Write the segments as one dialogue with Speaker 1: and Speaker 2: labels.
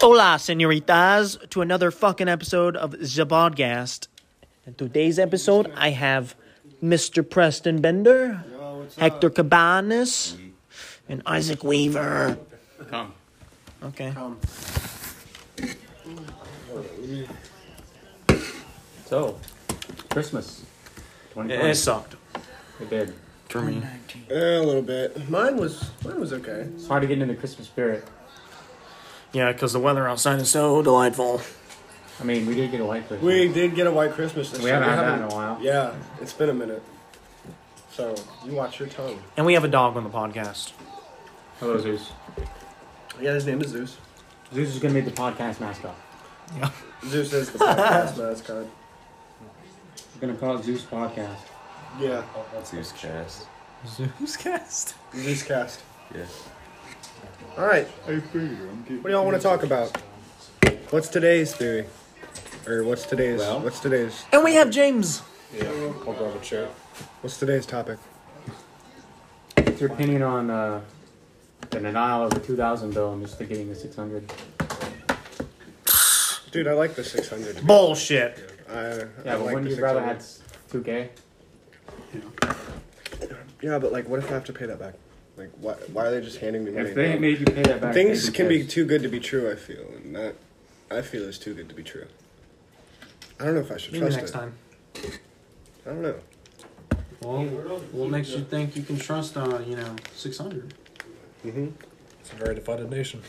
Speaker 1: Hola, senoritas, to another fucking episode of the podcast. And today's episode, I have Mr. Preston Bender, Hector Cabanas, and Isaac Weaver.
Speaker 2: Come.
Speaker 1: Okay.
Speaker 2: So, Christmas. 2020.
Speaker 1: It sucked.
Speaker 2: It did.
Speaker 3: For me,
Speaker 4: Yeah, Eh, a little bit. Mine was mine was okay.
Speaker 2: It's hard to get into the Christmas spirit.
Speaker 1: Yeah, because the weather outside is so delightful.
Speaker 2: I mean, we did get a white Christmas.
Speaker 4: We did get a white Christmas this
Speaker 2: We
Speaker 4: year.
Speaker 2: haven't had that in a while.
Speaker 4: Yeah, it's been a minute. So you watch your tongue.
Speaker 1: And we have a dog on the podcast.
Speaker 2: Hello, Zeus.
Speaker 4: Yeah, his name is Zeus.
Speaker 2: Zeus is going to be the podcast mascot.
Speaker 4: Zeus is the podcast mascot.
Speaker 2: We're going to call it Zeus Podcast.
Speaker 4: Yeah,
Speaker 3: Zeus cast.
Speaker 1: Zeus cast.
Speaker 4: Zeus cast.
Speaker 3: Yeah.
Speaker 4: All right. What do y'all want to talk about? What's today's theory? Or what's today's?
Speaker 2: Well-
Speaker 4: what's today's?
Speaker 1: And we have James.
Speaker 4: What's today's topic?
Speaker 2: What's your opinion on uh, the denial of the 2000 bill and just the getting the 600?
Speaker 4: Dude, I like the 600.
Speaker 1: Bullshit.
Speaker 4: I, yeah,
Speaker 2: Yeah,
Speaker 4: I
Speaker 2: but
Speaker 4: like
Speaker 2: wouldn't
Speaker 4: the
Speaker 2: you rather
Speaker 4: 600.
Speaker 2: had 2K?
Speaker 4: Yeah, but like, what if I have to pay that back? Like, why? Why are they just handing me money?
Speaker 2: If they made you pay that back,
Speaker 4: Things
Speaker 2: they'd
Speaker 4: can be
Speaker 2: pissed.
Speaker 4: too good to be true. I feel, and that I feel is too good to be true. I don't know if I should
Speaker 1: Maybe
Speaker 4: trust
Speaker 1: next
Speaker 4: it.
Speaker 1: time.
Speaker 4: I don't know.
Speaker 1: Well, what makes you think you can trust, uh, you know, 600?
Speaker 5: It's a very divided nation.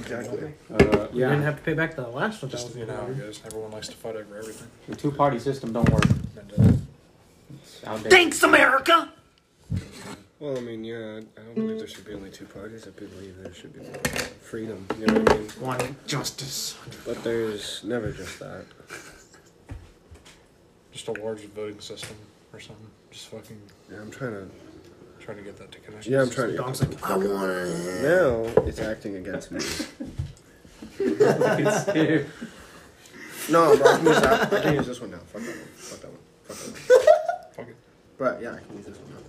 Speaker 4: Exactly.
Speaker 2: Uh,
Speaker 1: You didn't
Speaker 2: yeah,
Speaker 1: have to pay back the last one.
Speaker 5: Just you know, how it goes. Everyone likes to fight over everything.
Speaker 2: the two party system don't work.
Speaker 5: And, uh,
Speaker 2: It's outdated.
Speaker 1: Thanks, America!
Speaker 4: Well, I mean, yeah, I don't
Speaker 1: Mm.
Speaker 4: believe there should be only two parties. I believe there should be freedom. You know what I mean?
Speaker 1: One justice.
Speaker 4: But there's never just that.
Speaker 5: just a large voting system or something. Just fucking
Speaker 4: Yeah, I'm trying to.
Speaker 5: trying to get that to connect.
Speaker 4: Yeah, I'm trying to.
Speaker 1: Dog's like, I want it.
Speaker 4: Now it's acting against me.
Speaker 2: It's- dude,
Speaker 4: No, bro, I can use that. I can use this one now. Fuck that one. Fuck that one. Fuck that one.
Speaker 5: Fuck it.
Speaker 4: But yeah, I can use this one now.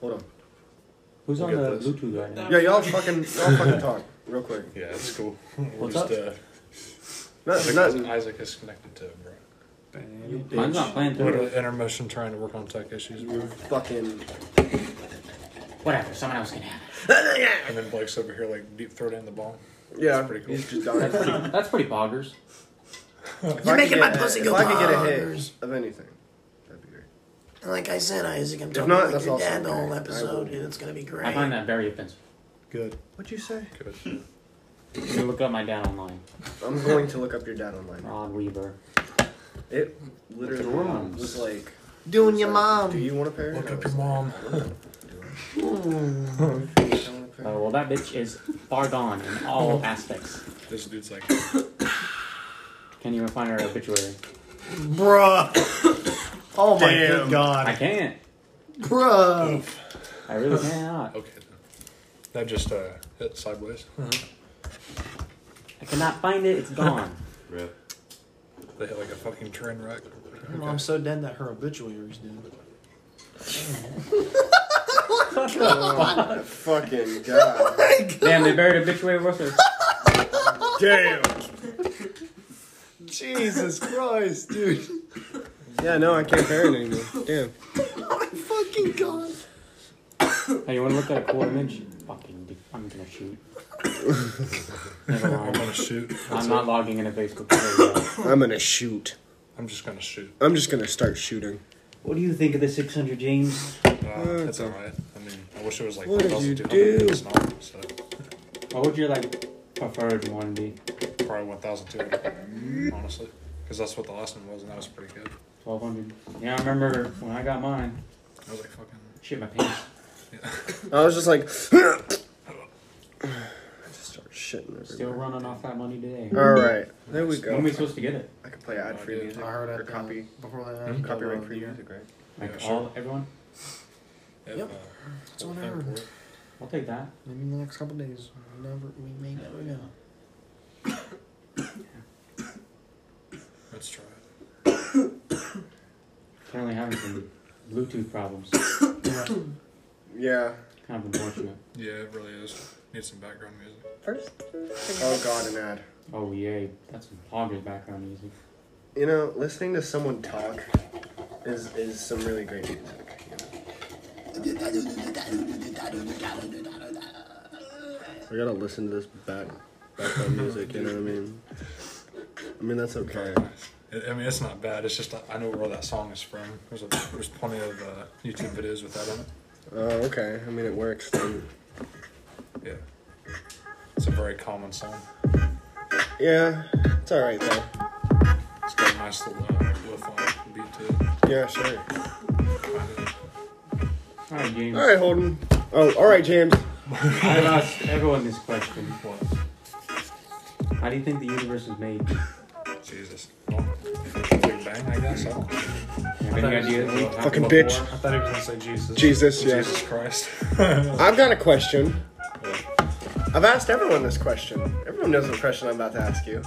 Speaker 4: Hold on.
Speaker 2: Who's on
Speaker 5: Look
Speaker 2: the
Speaker 5: at this.
Speaker 2: Bluetooth right now?
Speaker 4: Yeah, y'all fucking, y'all fucking talk real quick.
Speaker 5: Yeah, it's cool.
Speaker 2: What's up?
Speaker 5: just, Uh,
Speaker 4: Not,
Speaker 5: Isaac,
Speaker 4: not,
Speaker 5: Isaac is connected to it, bro.
Speaker 2: Mine's not playing through.
Speaker 5: Literally intermission trying to work on tech issues, bro.
Speaker 4: fucking.
Speaker 2: Whatever, someone else can have it.
Speaker 5: And then Blake's over here like deep throating the ball.
Speaker 4: Yeah,
Speaker 5: That's pretty cool.
Speaker 4: he's just dying.
Speaker 2: That's pretty boggers.
Speaker 4: You're
Speaker 1: making my pussy go
Speaker 4: If I could get a hit
Speaker 1: bonkers.
Speaker 4: of anything, that'd be great.
Speaker 1: Like I said, Isaac, I'm talking
Speaker 4: not,
Speaker 1: like
Speaker 4: that's
Speaker 1: your
Speaker 4: also
Speaker 1: dad the whole
Speaker 4: okay.
Speaker 1: episode, dude. It's gonna be great.
Speaker 2: I find that very offensive.
Speaker 5: Good.
Speaker 4: What'd you say?
Speaker 5: Good.
Speaker 2: You can look up my dad online.
Speaker 4: I'm going to look up your dad online.
Speaker 2: Rod Weaver.
Speaker 4: It literally
Speaker 2: Look at your mom's.
Speaker 4: was like,
Speaker 1: Doing
Speaker 4: it's
Speaker 1: your
Speaker 4: like, Do
Speaker 1: mom.
Speaker 4: you want a pair?
Speaker 5: Look
Speaker 4: And I
Speaker 5: up
Speaker 4: was
Speaker 5: your mom.
Speaker 4: like, "I want a
Speaker 2: Uh,
Speaker 4: pair."
Speaker 2: well, that bitch is far gone in all aspects.
Speaker 5: This dude's like,
Speaker 2: Can you even find her obituary?
Speaker 1: Bruh. oh my good
Speaker 2: I
Speaker 1: god.
Speaker 2: can't.
Speaker 1: Bruh.
Speaker 2: I really cannot.
Speaker 5: okay. Then. That just uh, hit sideways.
Speaker 2: I cannot find it. It's gone.
Speaker 3: Rip.
Speaker 5: They hit like a fucking train wreck.
Speaker 1: Her mom's so dead that her obituaries, dude.
Speaker 4: Oh, fucking god.
Speaker 2: Damn, they buried obituary worth of
Speaker 4: Damn.
Speaker 1: Jesus Christ, dude.
Speaker 4: Yeah, no, I can't bear it anymore. Damn.
Speaker 1: Oh my fucking god.
Speaker 2: Hey, you want to look at a cool image? Fucking, dude, I'm gonna shoot. Never
Speaker 5: I'm
Speaker 2: mind.
Speaker 5: gonna shoot.
Speaker 2: I'm not logging into Facebook. Video.
Speaker 4: I'm gonna shoot.
Speaker 5: I'm just gonna shoot.
Speaker 4: I'm just gonna start shooting.
Speaker 2: What do you think of the 600 James?
Speaker 5: Uh,
Speaker 4: Mm.
Speaker 5: it's alright. I mean, I wish it was like
Speaker 4: What did you
Speaker 5: 1,200, but
Speaker 4: do?
Speaker 5: It's not. So
Speaker 2: What would your like preferred one be?
Speaker 5: probably 1,200, honestly, because that's what the last one was, and that was pretty good.
Speaker 2: 1200. Yeah, I remember when I got mine.
Speaker 5: I was like, fucking.
Speaker 2: Shit, my pants.
Speaker 4: I was just like, I just started shitting.
Speaker 2: Still
Speaker 4: everywhere.
Speaker 2: running off that money today.
Speaker 4: All right, there we
Speaker 2: When
Speaker 4: go.
Speaker 2: are we supposed to get it?
Speaker 4: I could play ad free
Speaker 5: I
Speaker 4: music.
Speaker 1: I heard
Speaker 4: or
Speaker 1: it.
Speaker 4: copy
Speaker 1: Copy. Before that,
Speaker 4: copyright
Speaker 6: uh,
Speaker 1: for
Speaker 4: free
Speaker 1: you.
Speaker 4: music, right?
Speaker 2: Like
Speaker 5: Yeah,
Speaker 2: all everyone?
Speaker 5: If,
Speaker 1: Yep.
Speaker 5: uh,
Speaker 1: It's
Speaker 5: we'll
Speaker 1: on
Speaker 5: think
Speaker 1: our-
Speaker 5: for it.
Speaker 2: I'll take that.
Speaker 1: Maybe in the next couple days. we Never, we may never know.
Speaker 5: Let's try it.
Speaker 2: Apparently having some Bluetooth problems.
Speaker 4: Yeah,
Speaker 2: Kind of unfortunate.
Speaker 5: Yeah, it really is. Need some background music.
Speaker 7: First.
Speaker 4: Oh god, an ad.
Speaker 2: Oh yay, that's some hoggers background music.
Speaker 4: You know, listening to someone talk is is some really great music. We gotta listen to this back background music. You know what I mean? I mean that's okay.
Speaker 5: It, I mean, it's not bad. It's just I- I know where that song is from. There's a, there's plenty of uh, YouTube videos with that on it.
Speaker 4: Oh, okay. I mean it works. Then.
Speaker 5: Yeah, it's a very common song.
Speaker 4: Yeah, it's all right though.
Speaker 5: It's got a nice little uh, riff on it, beat to it.
Speaker 4: Yeah, sure.
Speaker 2: Alright, James.
Speaker 4: All right, Holden. Oh, all right, James.
Speaker 2: I've asked everyone this question.
Speaker 5: What?
Speaker 2: How do you think the universe was made?
Speaker 5: Jesus. Well, Big Bang, I guess. I don't know.
Speaker 2: Have any ideas? We talked
Speaker 4: Fucking
Speaker 2: about
Speaker 4: bitch.
Speaker 2: before?
Speaker 5: I thought he was gonna say Jesus.
Speaker 4: Jesus, yes.
Speaker 5: Jesus Christ.
Speaker 4: I've got a question. I've asked everyone this question. Everyone knows the question I'm about to ask you.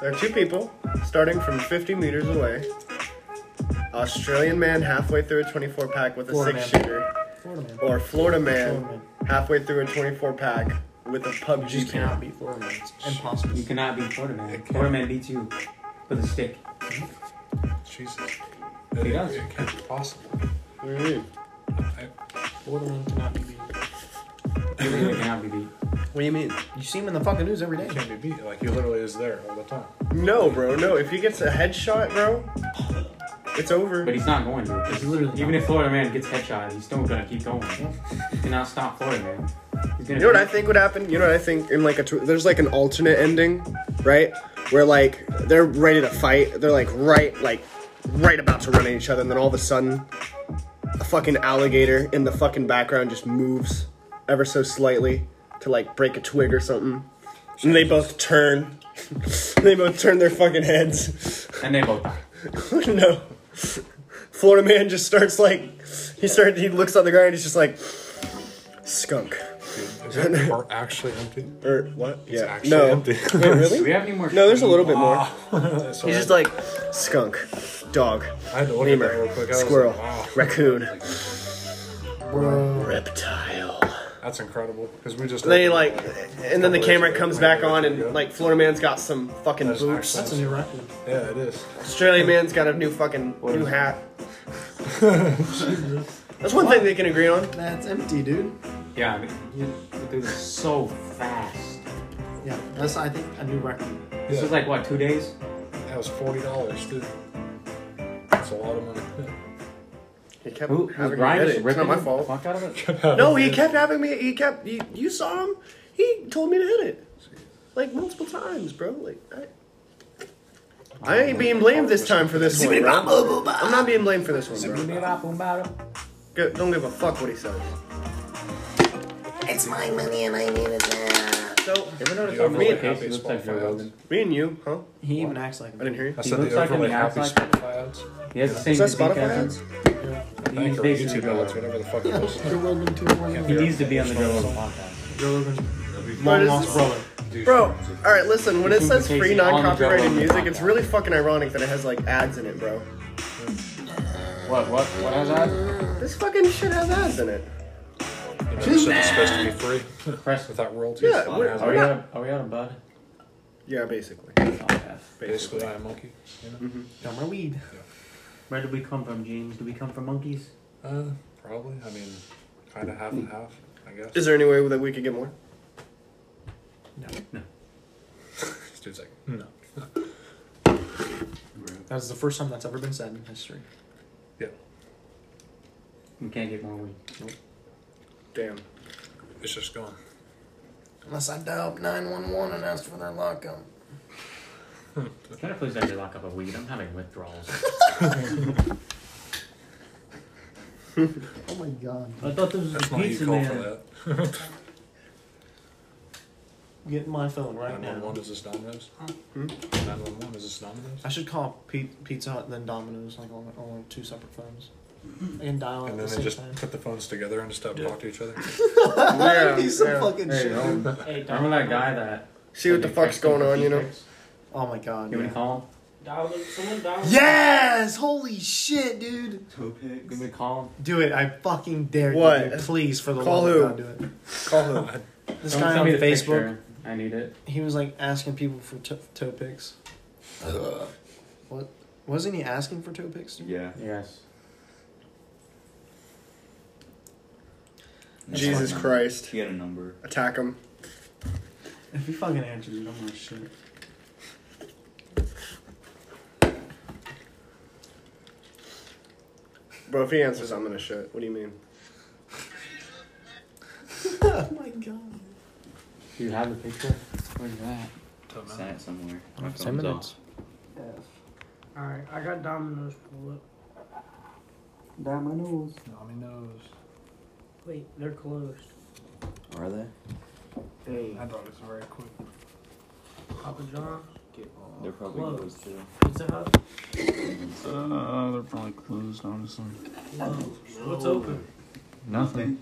Speaker 4: There are two people starting from 50 meters away. Australian man halfway through a 24 pack with a
Speaker 6: Florida
Speaker 4: six
Speaker 6: man.
Speaker 4: shooter,
Speaker 6: Florida man.
Speaker 4: or Florida man
Speaker 6: Florida
Speaker 4: halfway through a 24 pack with a
Speaker 6: You
Speaker 4: PUBG.
Speaker 6: cannot be Florida man. It's impossible.
Speaker 2: You cannot beat Florida Man. Florida Man beats you with a stick.
Speaker 5: Jesus. It, it,
Speaker 2: does.
Speaker 5: it can't be possible.
Speaker 4: What do you mean?
Speaker 5: I,
Speaker 6: Florida man cannot be beat.
Speaker 2: You really cannot be beat.
Speaker 4: What do you mean?
Speaker 6: You see him in the fucking news every day.
Speaker 5: it can't be beat. Like he literally is there all the time.
Speaker 4: No, bro, no. If he gets a headshot, bro, it's over.
Speaker 2: But he's not going to. 'cause
Speaker 6: He's literally
Speaker 2: even
Speaker 6: not.
Speaker 2: if Florida Man gets headshot, he's still gonna keep going. He cannot stop Florida Man. He's gonna
Speaker 4: You know what I think would happen? You know what I think? In like a tw- there's like an alternate ending, right? Where like they're ready to fight. They're like right like right about to run at each other, and then all of a sudden, a fucking alligator in the fucking background just moves ever so slightly to like break a twig or something, and they both turn. they both turn their fucking heads.
Speaker 2: And they both die.
Speaker 4: no. Florida man just starts like he started he looks on the ground and he's just like skunk
Speaker 5: Dude, is that part actually empty?
Speaker 4: or what
Speaker 5: It's
Speaker 4: yeah
Speaker 5: actually
Speaker 4: no
Speaker 5: empty. Ah.
Speaker 4: Wait, really?
Speaker 2: Do we have any more?
Speaker 4: No, there's a little bit more.
Speaker 5: That's
Speaker 6: He's
Speaker 5: all
Speaker 6: just
Speaker 5: right.
Speaker 6: like,
Speaker 4: Skunk, dog,
Speaker 5: I had to look at that real quick.
Speaker 4: lemur,
Speaker 5: I was
Speaker 4: squirrel,
Speaker 5: Like, wow,
Speaker 4: raccoon, reptile.
Speaker 5: that's incredible. Because we just.
Speaker 4: And then he like, and then the camera comes back on, and like Florida man's got some fucking
Speaker 5: That's
Speaker 4: boots.
Speaker 5: actually-
Speaker 6: that's a new record.
Speaker 5: Yeah, it is.
Speaker 4: Australian man's got a new fucking new hat. That's one thing they can agree on.
Speaker 6: That's empty, dude.
Speaker 2: Yeah, I mean, you- but this is so fast.
Speaker 6: Yeah, that's I think a new record.
Speaker 5: Yeah.
Speaker 2: This is like what two days?
Speaker 5: That was forty dollars, dude. That's a lot of money.
Speaker 4: He kept
Speaker 2: Who? Was
Speaker 4: having a
Speaker 2: Brian
Speaker 4: headache. It's
Speaker 2: just ripping
Speaker 4: not my
Speaker 2: the
Speaker 4: fault.
Speaker 2: fuck out of it?
Speaker 4: No, he kept having me. He kept. You, you saw him. He told me to hit it, like multiple times, bro. Like I, I ain't being blamed this time for this one. bro. I'm not being blamed for this one, bro. Go- Don't give a fuck what he says.
Speaker 7: It's my money and I need it now.
Speaker 4: So
Speaker 2: Ever notice
Speaker 5: Yeah, I'm
Speaker 2: how
Speaker 5: really
Speaker 2: many
Speaker 5: happy
Speaker 2: cases
Speaker 5: it's
Speaker 2: looks like Joe
Speaker 5: Spotify
Speaker 2: Rogan?
Speaker 4: me and you, huh?
Speaker 6: He even acts like
Speaker 4: I didn't hear you.
Speaker 5: I said
Speaker 2: looks
Speaker 5: the
Speaker 2: like an
Speaker 5: overly
Speaker 2: ads
Speaker 5: happy
Speaker 2: like-
Speaker 5: Spotify ads.
Speaker 2: He has the same
Speaker 4: Is that
Speaker 2: disease
Speaker 4: Spotify
Speaker 2: as
Speaker 4: ads?
Speaker 2: him.
Speaker 5: I think or
Speaker 2: basically the-
Speaker 5: YouTube ads, whatever the fuck it was.
Speaker 2: He needs to be on the Joe Rogan podcast.
Speaker 6: long
Speaker 4: is
Speaker 6: lost
Speaker 4: this-
Speaker 6: brother.
Speaker 4: Bro, all right, listen. When it says free, non-copyrighted
Speaker 2: On the
Speaker 4: music, it's really fucking ironic that it has like ads in it, bro.
Speaker 2: What? What? What has that?
Speaker 4: This fucking shit has ads in it.
Speaker 5: You know, shit that's supposed to be free
Speaker 2: Press with.
Speaker 5: without royalties.
Speaker 4: Yeah, we're-
Speaker 2: Are we out? Of, are we out of bud?
Speaker 4: Yeah, basically.
Speaker 2: Oh, yeah.
Speaker 5: basically I am monkey. You know?
Speaker 6: Dumber weed.
Speaker 2: Where do we come from, James? Do we come from monkeys?
Speaker 5: Uh, probably. I mean, kind of half and half, I guess.
Speaker 4: Is there any way that we could get more?
Speaker 5: This dude's like, no.
Speaker 6: That's the first time that's ever been said in history.
Speaker 5: Yeah,
Speaker 2: We can't get more weed.
Speaker 4: Damn.
Speaker 5: it's just gone.
Speaker 7: Unless I dial up 911 and ask for their lockup.
Speaker 2: Can I please have your lock up a weed? I'm having withdrawals.
Speaker 6: Oh my god.
Speaker 2: I thought this was
Speaker 5: That's
Speaker 2: a
Speaker 5: not you
Speaker 2: pizza
Speaker 5: call for
Speaker 2: man.
Speaker 5: that.
Speaker 6: Get my phone right now.
Speaker 5: 911 is this Domino's?
Speaker 2: Hmm?
Speaker 5: 911 is this Domino's?
Speaker 6: I should call P- Pizza Hut and then Domino's like on, on two separate phones. I can dial at
Speaker 5: And
Speaker 6: the
Speaker 5: then they
Speaker 6: same
Speaker 5: just
Speaker 6: time.
Speaker 5: put the phones together and just stop talk to each other.
Speaker 4: Yeah,
Speaker 6: Piece of
Speaker 4: yeah.
Speaker 6: fucking
Speaker 2: Hey,
Speaker 6: shit.
Speaker 2: um, remember that guy that?
Speaker 4: See what the fuck's going on, you know?
Speaker 2: You
Speaker 6: Oh my god.
Speaker 2: want
Speaker 6: Yeah.
Speaker 2: to call him?
Speaker 8: Download, someone download.
Speaker 6: Yes! Holy shit, dude.
Speaker 3: Toe picks.
Speaker 2: Can we call him?
Speaker 6: Do it. I fucking dare
Speaker 4: What?
Speaker 6: you. dude. Please, for the
Speaker 4: Call
Speaker 6: love
Speaker 4: who?
Speaker 6: of God, do it.
Speaker 4: Call who?
Speaker 6: This
Speaker 2: Don't
Speaker 6: guy
Speaker 2: tell
Speaker 6: on
Speaker 2: me
Speaker 6: Facebook,
Speaker 2: the picture. I need it.
Speaker 6: he was like asking people for to- toe picks. What? Wasn't he asking for toe picks? dude?
Speaker 3: Yeah.
Speaker 2: Yes.
Speaker 3: That's
Speaker 4: Jesus
Speaker 3: my number.
Speaker 4: Christ.
Speaker 3: He had a number.
Speaker 4: Attack him.
Speaker 6: If he fucking answers, dude, I'm gonna shit.
Speaker 4: Bro, if he answers, I'm gonna shit. What do you mean?
Speaker 6: oh my god.
Speaker 2: Do you have the picture? Where's that?
Speaker 5: Tough man.
Speaker 3: Sat somewhere. My
Speaker 9: Ten
Speaker 3: phone's
Speaker 9: minutes.
Speaker 3: off.
Speaker 8: Alright, I got Domino's pulled up.
Speaker 5: Nami knows.
Speaker 8: Wait, they're closed.
Speaker 3: Are they?
Speaker 8: Hey.
Speaker 5: I thought it was very quick.
Speaker 8: Papa John,
Speaker 3: They're probably
Speaker 8: Close.
Speaker 3: closed too.
Speaker 8: Pizza Hut,
Speaker 3: Uh, they're probably closed, honestly.
Speaker 8: closed. What's open?
Speaker 3: Nothing. I think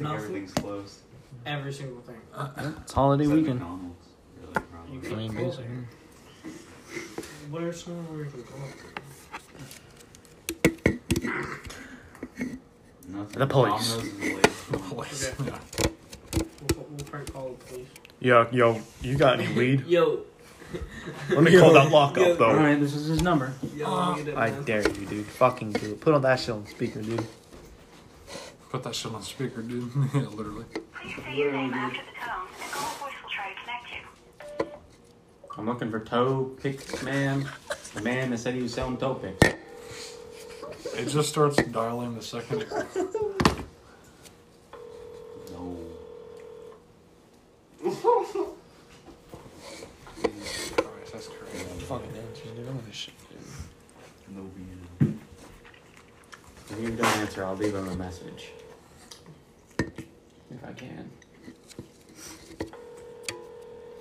Speaker 8: Nothing?
Speaker 3: everything's closed.
Speaker 8: Every single thing.
Speaker 2: It's holiday
Speaker 3: Except
Speaker 2: weekend.
Speaker 3: McDonald's, really, probably.
Speaker 8: You can go there. Where's somewhere where you can go?
Speaker 3: Nothing.
Speaker 9: The police.
Speaker 3: Domino's is the latest one.
Speaker 5: Place.
Speaker 8: Okay.
Speaker 5: Yeah.
Speaker 8: We'll, ca- we'll probably call the police.
Speaker 10: Yo, yo, you got any weed?
Speaker 8: Yo,
Speaker 10: Let me call that lock
Speaker 8: Yeah.
Speaker 10: up though.
Speaker 2: Alright, this is his number.
Speaker 8: yo, look at that
Speaker 9: I
Speaker 8: man.
Speaker 9: dare you, dude. Fucking do it. Put on that shit on speaker, dude.
Speaker 5: Put that shit on speaker, dude. yeah, literally.
Speaker 11: Please say your name after the tone, and Google Voice will try to connect you.
Speaker 2: I'm looking for toe picks, man. The man that said he was selling toe picks.
Speaker 5: It just starts dialing the second.
Speaker 3: No.
Speaker 5: Jesus Christ, that's crazy. Fucking answers, dude. I'm gonna shit.
Speaker 3: No beer.
Speaker 2: If you don't answer, I'll leave him a message. If I can.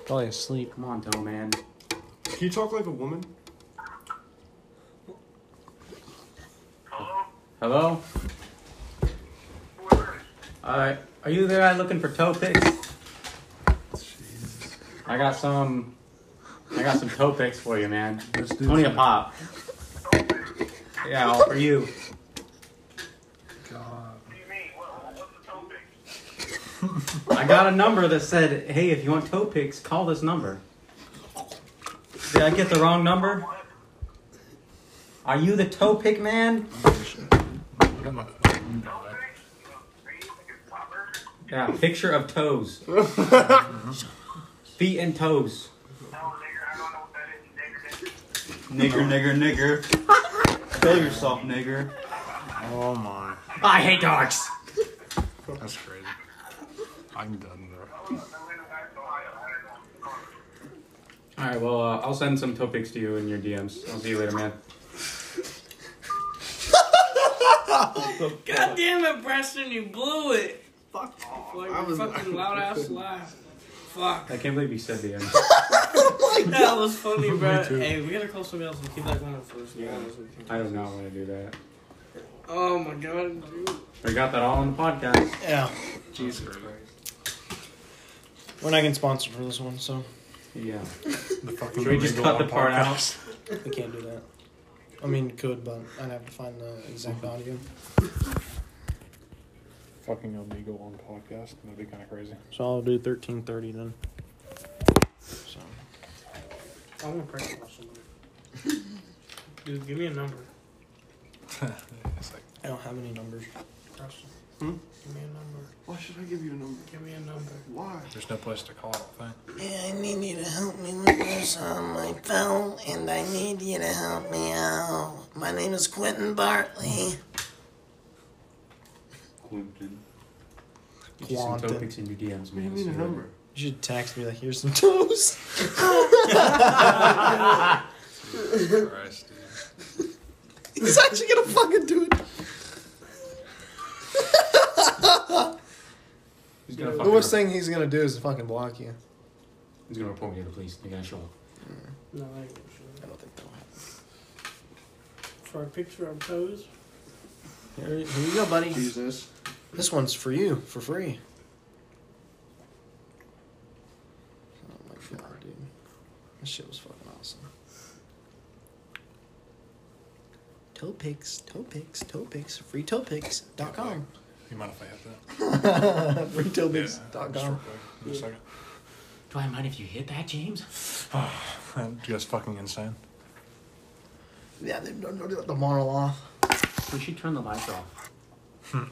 Speaker 9: Probably asleep.
Speaker 2: Come on, toe man.
Speaker 4: Can you talk like a woman?
Speaker 2: Hello? Alright, are you the guy looking for toe picks? I got some. I got some toe picks for you, man.
Speaker 5: Let's do
Speaker 2: Twenty a
Speaker 5: that.
Speaker 2: pop. Yeah, all for you.
Speaker 5: God.
Speaker 2: I got a number that said, "Hey, if you want toe picks, call this number." Did I get the wrong number? Are you the toe pick man?
Speaker 5: Got my-
Speaker 2: Yeah, picture of toes. Feet and toes.
Speaker 3: Nigger, nigger, nigger. Kill yourself, nigger.
Speaker 5: Oh my.
Speaker 2: I hate dogs.
Speaker 5: That's crazy. I'm done, bro.
Speaker 2: All right, well, uh, I'll send some toe pics to you in your DMs. I'll see you later, man.
Speaker 8: God damn it, Preston, you blew it. Fuck. Oh, I was fucking loud ass laugh. Fuck.
Speaker 2: I can't believe you said the end.
Speaker 8: That was funny, bro. Hey, we gotta call somebody else and keep that going first. Yeah.
Speaker 2: I does not want to do that.
Speaker 8: Oh my god, dude.
Speaker 2: We got that all on the podcast.
Speaker 6: Yeah.
Speaker 5: Jesus Christ.
Speaker 6: We're not getting sponsored for this one, so
Speaker 2: Yeah.
Speaker 5: The fucking
Speaker 2: Should we just cut the part out?
Speaker 6: we can't do that. I mean, could, but I'd have to find the exact audio.
Speaker 5: Fucking illegal on podcast. That'd be kind of crazy.
Speaker 9: So I'll do 1330 then. So.
Speaker 8: I want to prank call somebody. Dude, give me a number.
Speaker 5: It's like,
Speaker 6: I don't have any numbers.
Speaker 8: Preston. Give me a number.
Speaker 4: Hmm? Why should I give you a number?
Speaker 8: Give me a number.
Speaker 4: Why?
Speaker 5: there's no place to call it, I think.
Speaker 12: Yeah, I need you to help me with this on my phone, and I need you to help me out. My name is Quentin Bartley.
Speaker 3: Quentin.
Speaker 2: Get you Some toe
Speaker 6: Quantum.
Speaker 2: pics in your DMs, man.
Speaker 4: Give me a
Speaker 2: See you later.
Speaker 4: number.
Speaker 6: You should text me like, here's some toes.
Speaker 5: Jesus Christ, dude.
Speaker 6: He's actually gonna fucking do it.
Speaker 2: He's gonna
Speaker 6: The worst
Speaker 2: fucking.
Speaker 6: thing he's gonna do is fucking block you.
Speaker 2: He's gonna report me to the police. They're gonna show him.
Speaker 8: No, I ain't gonna show
Speaker 6: I don't think that'll happen.
Speaker 8: that. For a picture of toes.
Speaker 6: Here, here you go, buddy.
Speaker 4: Jesus.
Speaker 6: This one's for you, for free. Oh my god, dude. This shit was fucking awesome. Toe picks, toe picks, toe picks, freetoepics.com.
Speaker 5: You mind if I hit that? Just real
Speaker 6: freetoepics.com.
Speaker 5: quick. Give me a second.
Speaker 2: Do I mind if you hit that, James?
Speaker 5: I'm just fucking insane.
Speaker 6: Yeah, they don't, don't let the model off.
Speaker 2: We should turn the lights off.
Speaker 5: Oh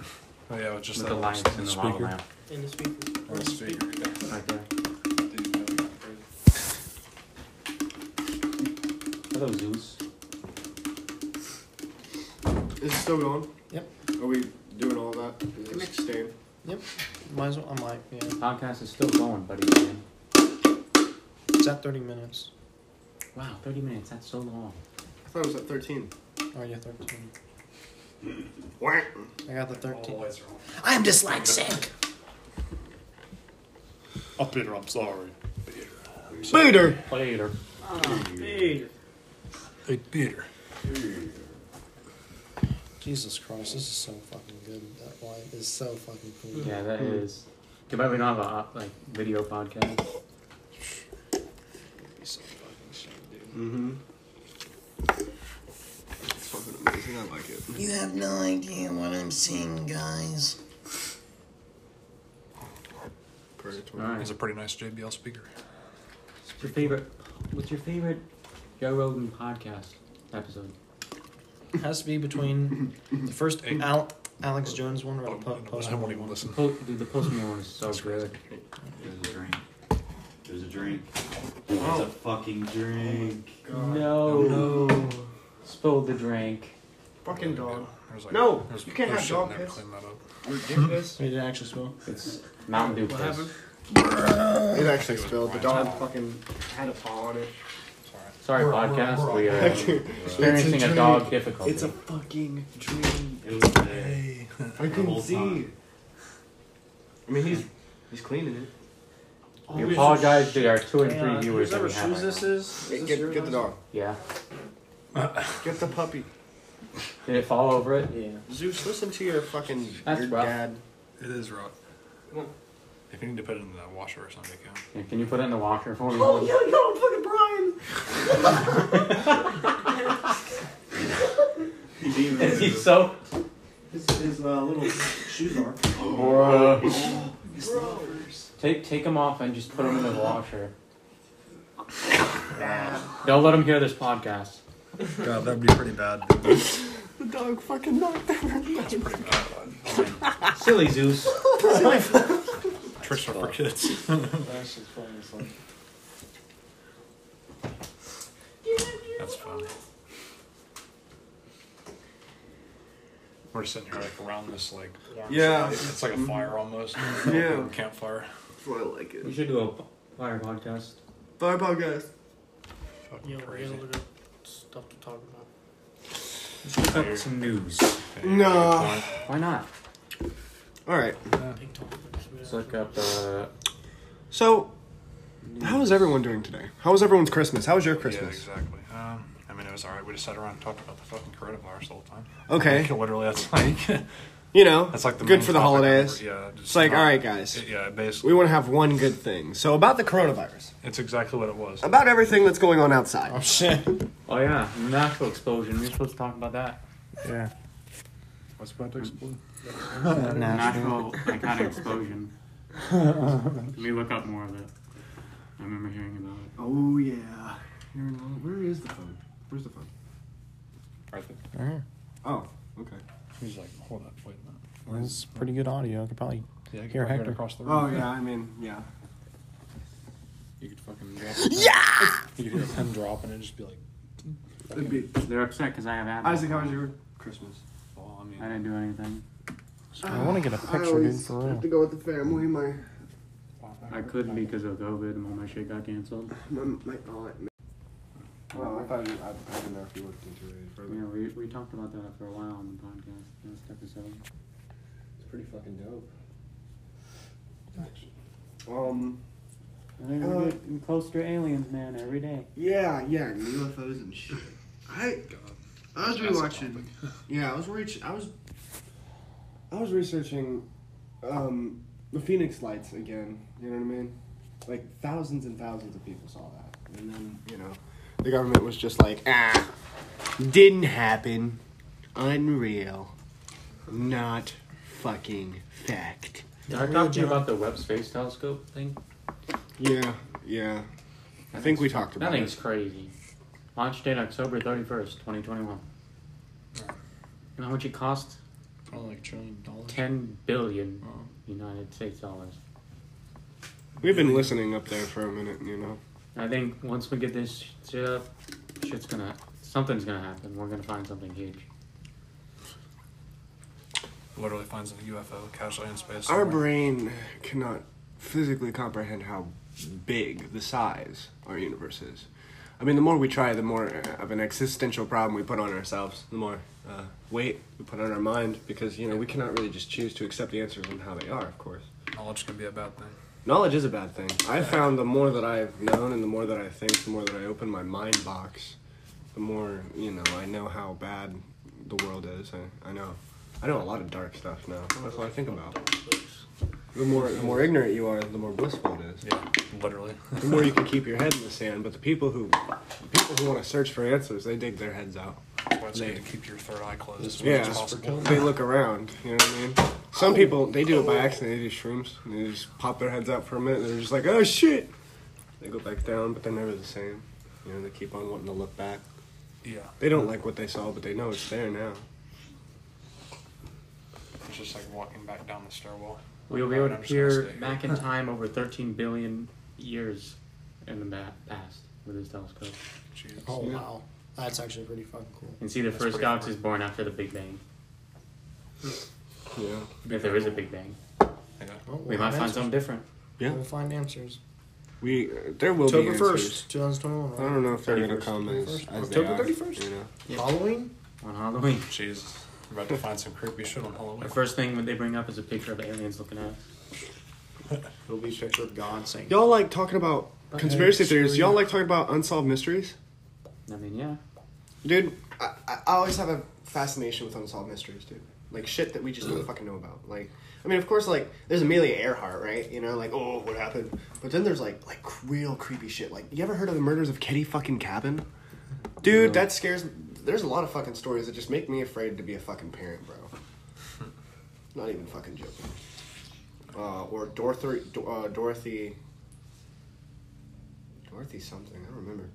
Speaker 5: yeah, it was just
Speaker 2: With
Speaker 5: that
Speaker 2: the
Speaker 5: last-
Speaker 2: lights in the lava lamp.
Speaker 8: In the speaker.
Speaker 5: Or the speaker.
Speaker 2: Right there. Hello, Zeus.
Speaker 4: Is it still going?
Speaker 6: Yep.
Speaker 4: Are we doing all that? Is it staying?
Speaker 6: Yep. Might as well. I'm like, yeah.
Speaker 2: Podcast is still going, buddy.
Speaker 6: It's at 30 minutes.
Speaker 2: Wow, 30 minutes. That's so long.
Speaker 4: I thought it was at 13.
Speaker 6: Oh, yeah, 13.
Speaker 4: Whack.
Speaker 6: I got the 13.
Speaker 5: lights are on.
Speaker 6: I am dyslexic.
Speaker 13: Oh, Peter, I'm sorry.
Speaker 4: Later.
Speaker 2: Later.
Speaker 8: Hey,
Speaker 5: Hey, Peter.
Speaker 6: Jesus Christ, this is so fucking good. That light is so fucking cool.
Speaker 2: Yeah, that is. Too bad we don't have a uh, like video podcast.
Speaker 4: Mm-hmm. It's fucking amazing. I like it.
Speaker 14: You have no idea what I'm seeing, guys.
Speaker 2: All right.
Speaker 5: It's a pretty nice JBL speaker.
Speaker 2: What's your favorite? What's your favorite Joe Rogan podcast episode?
Speaker 6: It has to be between the first
Speaker 5: Eight.
Speaker 6: Al- Alex Jones one or
Speaker 5: Oh, I
Speaker 6: the po-
Speaker 5: won't
Speaker 6: post one.
Speaker 5: even listen.
Speaker 2: Po- dude, the Post Malone one is so good.
Speaker 3: There's a drink. There's a drink. There's a fucking drink.
Speaker 2: No. Spilled the drink.
Speaker 4: Fucking dog.
Speaker 5: There's like,
Speaker 4: No,
Speaker 5: there's-
Speaker 4: you can't
Speaker 5: there's
Speaker 4: have
Speaker 5: shit
Speaker 4: dog
Speaker 5: in there to
Speaker 4: piss.
Speaker 5: Clean that up.
Speaker 4: Ridiculous.
Speaker 6: He didn't actually spill.
Speaker 2: It's Mountain Dew.
Speaker 8: what
Speaker 2: piss.
Speaker 8: happened?
Speaker 4: it actually spilled. The dog fucking had a paw on it.
Speaker 2: Sorry, podcast. we are experiencing a, dog difficulty.
Speaker 4: It's a fucking dream.
Speaker 3: It was there.
Speaker 4: I can
Speaker 3: whole
Speaker 4: see.
Speaker 3: time.
Speaker 4: I mean, he's he's cleaning it.
Speaker 2: we apologize to our two and
Speaker 8: Hey, uh,
Speaker 2: three viewers that
Speaker 8: whoever
Speaker 2: we have.
Speaker 8: shoes
Speaker 2: Right
Speaker 8: this
Speaker 2: now.
Speaker 8: is, is this
Speaker 4: get
Speaker 8: your
Speaker 4: get the
Speaker 8: house?
Speaker 4: dog.
Speaker 2: Yeah.
Speaker 4: Get the puppy.
Speaker 2: Did it fall over it?
Speaker 4: Zeus, listen to your fucking
Speaker 2: That's
Speaker 4: your
Speaker 2: rough.
Speaker 4: dad.
Speaker 5: It is rough.
Speaker 4: Well-
Speaker 5: If you need to put it in that washer or something, you can.
Speaker 2: Yeah, Can you put it in the washer for me?
Speaker 8: Oh, yo, yo, fucking Brian.
Speaker 2: Is he so?
Speaker 8: His, his uh, little shoes are.
Speaker 2: Take take them off and just put them in the washer. Don't let them hear this podcast.
Speaker 5: God, that'd be pretty bad. Dude.
Speaker 4: The dog fucking knocked over.
Speaker 2: Silly Zeus.
Speaker 5: Tricks are for kids. That's fun. We're just sitting here like around this like
Speaker 4: Yeah.
Speaker 5: it's like a fire almost.
Speaker 4: Yeah.
Speaker 5: Campfire.
Speaker 4: That's why I like
Speaker 2: We
Speaker 4: it.
Speaker 2: should do a fire podcast.
Speaker 4: Fireball guys.
Speaker 5: Fucking
Speaker 8: Yo, we got
Speaker 5: crazy.
Speaker 8: a good stuff to talk about.
Speaker 2: Let's look up some news.
Speaker 4: No.
Speaker 2: Why not?
Speaker 4: All right.
Speaker 8: Big topics. we
Speaker 2: Let's
Speaker 8: have.
Speaker 2: look up the.
Speaker 4: So, how is everyone doing today? How was everyone's Christmas? How was your
Speaker 5: Yeah,
Speaker 4: Christmas?
Speaker 5: exactly. Um, I mean, it was alright. We just sat around and talked about the fucking coronavirus the whole time.
Speaker 4: Okay.
Speaker 5: Like, literally, that's like
Speaker 4: You know,
Speaker 5: that's like the
Speaker 4: good
Speaker 5: main
Speaker 4: for the
Speaker 5: topic.
Speaker 4: holidays.
Speaker 5: Yeah. Just
Speaker 4: It's like,
Speaker 5: not-
Speaker 4: all right, guys,
Speaker 5: it- yeah, basically,
Speaker 4: we want to have one good thing. So about the coronavirus,
Speaker 5: it's exactly what it was.
Speaker 4: about everything that's going on outside.
Speaker 13: shit.
Speaker 2: Oh yeah, natural explosion. We're supposed to talk about that.
Speaker 13: Yeah. What's about to explode?
Speaker 2: Natural like kind of explosion. Let me look up more of it. I remember hearing about it.
Speaker 4: Oh yeah. Where is the phone? Where's the phone?
Speaker 5: I think.
Speaker 4: Oh, okay.
Speaker 5: He's like, hold up, wait a minute.
Speaker 13: It's pretty good audio. I could probably.
Speaker 5: Yeah,
Speaker 13: Here,
Speaker 5: you can probably hear it
Speaker 13: Hector.
Speaker 5: across the room.
Speaker 4: Oh yeah, I mean, yeah.
Speaker 5: You could fucking drop. Yeah. You could hear a pen drop and it'd just be like,
Speaker 4: It'd be,
Speaker 2: They're upset because I have abs.
Speaker 4: Isaac, how was your Christmas?
Speaker 5: well, I mean,
Speaker 2: I didn't do anything.
Speaker 13: I want to get a picture, dude, for real.
Speaker 4: go with the family. My
Speaker 2: I couldn't because of COVID and all my shit got canceled.
Speaker 4: my, my aunt. Well, I thought you, I, I didn't know if you looked into it any
Speaker 2: Yeah,
Speaker 4: further.
Speaker 2: we, we talked about that for a while on the podcast last episode.
Speaker 4: It's pretty fucking dope. Um.
Speaker 2: I think
Speaker 4: Uh,
Speaker 2: we're getting closer to aliens, man, every day.
Speaker 3: Yeah, yeah, UFOs and shit. I I was
Speaker 5: That's a
Speaker 3: rewatching. Yeah, I was reach. I was.
Speaker 4: I was researching um, the Phoenix Lights again. You know what I mean? Like thousands and thousands of people saw that, and then you know, the government was just like, ah, didn't happen. unreal, not fucking fact.
Speaker 2: Did I talk to you about the Webb Space Telescope thing?
Speaker 4: Yeah, yeah. I think we talked about
Speaker 2: that thing's
Speaker 4: it.
Speaker 2: crazy. Launch date October thirty first, twenty twenty one. You know how much it cost?
Speaker 15: Probably like a trillion dollars.
Speaker 2: Ten billion
Speaker 4: Uh-huh.
Speaker 2: United States dollars.
Speaker 4: We've been listening up there for a minute, you know.
Speaker 2: I think once we get this shit up, shit's gonna something's gonna happen. We're gonna find something huge.
Speaker 5: Literally finds a UFO casually in space.
Speaker 4: Our
Speaker 5: somewhere.
Speaker 4: brain cannot physically comprehend how big the size our universe is. I mean, the more we try, the more uh, of an existential problem we put on ourselves, the more uh, weight we put on our mind, because, you know, we cannot really just choose to accept the answers and how they are, of course.
Speaker 5: Knowledge can be a bad thing.
Speaker 4: Knowledge is a bad thing. I found the more that I've known and the more that I think, the more that I open my mind box, the more, you know, I know how bad the world is. I, I know. I know a lot of dark stuff now. That's what I think about. The more the more ignorant you are, the more blissful it is.
Speaker 5: Yeah, literally.
Speaker 4: The more you can keep your head in the sand, but the people who the people who want to search for answers, they dig their heads out.
Speaker 5: That's why it's
Speaker 4: They-
Speaker 5: good to keep your third eye closed as much
Speaker 4: yeah,
Speaker 5: as possible.
Speaker 4: they look around. You know what I mean? Some people they do it by accident. They do shrooms. And they just pop their heads out for a minute. They're just like, oh shit. They go back down, but they're never the same. You know, they keep on wanting to look back.
Speaker 5: Yeah.
Speaker 4: They don't like what they saw, but they know it's there now.
Speaker 5: It's just like walking back down the stairwell.
Speaker 2: We will
Speaker 5: Like,
Speaker 2: be
Speaker 5: I'm
Speaker 2: able to
Speaker 5: just gonna
Speaker 2: peer
Speaker 5: stay here.
Speaker 2: back in time over 13 billion years in the ba- past with this telescope
Speaker 6: Oh wow, that's actually pretty fucking cool.
Speaker 2: and see the
Speaker 6: That's
Speaker 2: first
Speaker 6: pretty
Speaker 2: galaxies born after the Big Bang.
Speaker 4: Yeah.
Speaker 2: If there is a Big Bang,
Speaker 6: Well,
Speaker 2: we
Speaker 6: we'll
Speaker 2: might
Speaker 6: have
Speaker 2: find
Speaker 6: answers.
Speaker 2: something different.
Speaker 4: Yeah.
Speaker 6: We'll find answers.
Speaker 4: We uh, there will
Speaker 6: October
Speaker 4: be answers.
Speaker 6: 1st, 2021.
Speaker 4: I don't know if they're gonna
Speaker 6: 31st,
Speaker 4: come as,
Speaker 6: 31st.
Speaker 4: as they
Speaker 6: October
Speaker 4: are,
Speaker 6: 31st?
Speaker 4: You know.
Speaker 6: Halloween?
Speaker 2: On Halloween.
Speaker 5: Jesus. We're about to find some creepy shit on Halloween.
Speaker 2: The first thing when they bring up is a picture of aliens looking at us.
Speaker 6: It'll be a picture of God saying.
Speaker 4: Y'all like talking about
Speaker 2: But
Speaker 4: conspiracy
Speaker 2: it's
Speaker 4: theories.
Speaker 2: true.
Speaker 4: Y'all like talking about unsolved mysteries.
Speaker 2: I mean, yeah.
Speaker 4: Dude, I, I I always have a fascination with unsolved mysteries, dude. Like shit that we just don't fucking know about. Like, I mean, of course, like there's Amelia Earhart, right? You know, like oh, what happened? But then there's like like real creepy shit. Like, you ever heard of the murders of Kitty fucking Cabin? Dude, that scares. There's a lot of fucking stories that just make me afraid to be a fucking parent, bro. Not even fucking joking. Uh, or Dorothy, Dor- uh, Dorothy, Dorothy something. I don't remember.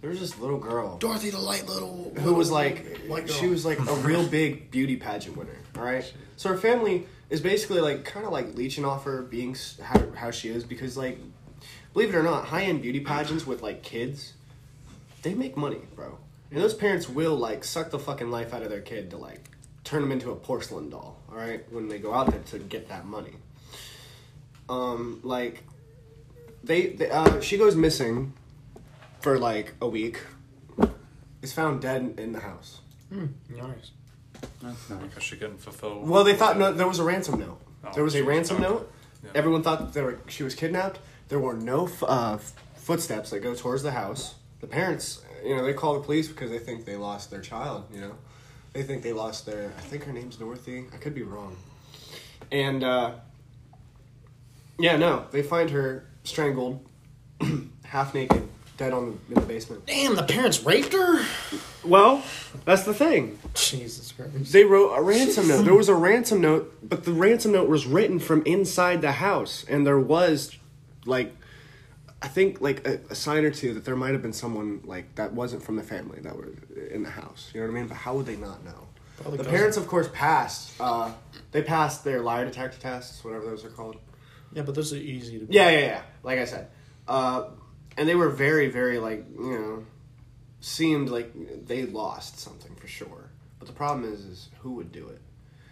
Speaker 4: There was this little girl.
Speaker 16: Dorothy the light little-
Speaker 4: Who was like,
Speaker 16: white girl.
Speaker 4: she was like a real big beauty pageant winner. All right. So her family is basically like kind of like leeching off her being s- how how she is because like, believe it or not, high end beauty pageants with like kids, they make money, bro. And those parents will like suck the fucking life out of their kid to like turn them into a porcelain doll. All right, when they go out there to get that money. Um, like they, they uh, she goes missing for like a week. Is found dead in the house.
Speaker 6: nice.
Speaker 2: That's nice.
Speaker 5: Because she couldn't fulfill.
Speaker 4: Well, they thought no, there was a ransom note.
Speaker 5: Oh,
Speaker 4: there was a
Speaker 5: she was
Speaker 4: ransom
Speaker 5: found.
Speaker 4: note. Everyone thought that they were, she was kidnapped. There were no f- uh, f- footsteps that go towards the house. The parents, you know, they call the police because they think they lost their child. You know, they think they lost their. I think her name's Dorothy. I could be wrong. And uh, yeah, no, they find her strangled, half naked, dead on the, in the basement.
Speaker 6: Damn, the parents raped her?
Speaker 4: Well, that's the thing.
Speaker 6: Jesus Christ.
Speaker 4: They wrote a ransom note. There was a ransom note, but the ransom note was written from inside the house, and there was, like, I think like a, a sign or two that there might have been someone like that wasn't from the family that were in the house. You know what I mean? But how would they not know?
Speaker 6: Probably
Speaker 4: the
Speaker 6: doesn't.
Speaker 4: parents, of course, passed. Uh, they passed their lie detector tests, whatever those are called.
Speaker 6: Yeah, but those are easy to.
Speaker 4: Yeah, yeah, yeah. Like I said, uh, and they were very, very like you know, seemed like they lost something for sure. But the problem is, is who would do it?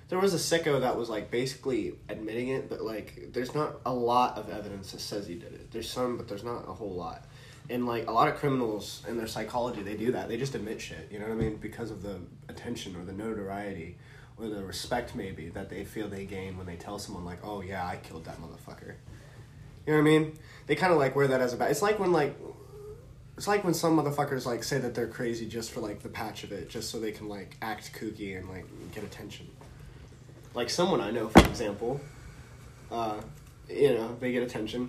Speaker 4: There was a sicko that was like basically admitting it, but like there's not a lot of evidence that says he did it. There's some, but there's not a whole lot. And like a lot of criminals in their psychology, they do that. They just admit shit. You know what I mean? Because of the attention or the notoriety or the respect maybe that they feel they gain when they tell someone like, "Oh yeah, I killed that motherfucker." You know what I mean? They kind of like wear that as a badge. It's like when like, it's like when some motherfuckers like say that they're crazy just for like the patch of it, just so they can like act kooky and like get attention. Like someone I know, for example, uh, you know, they get attention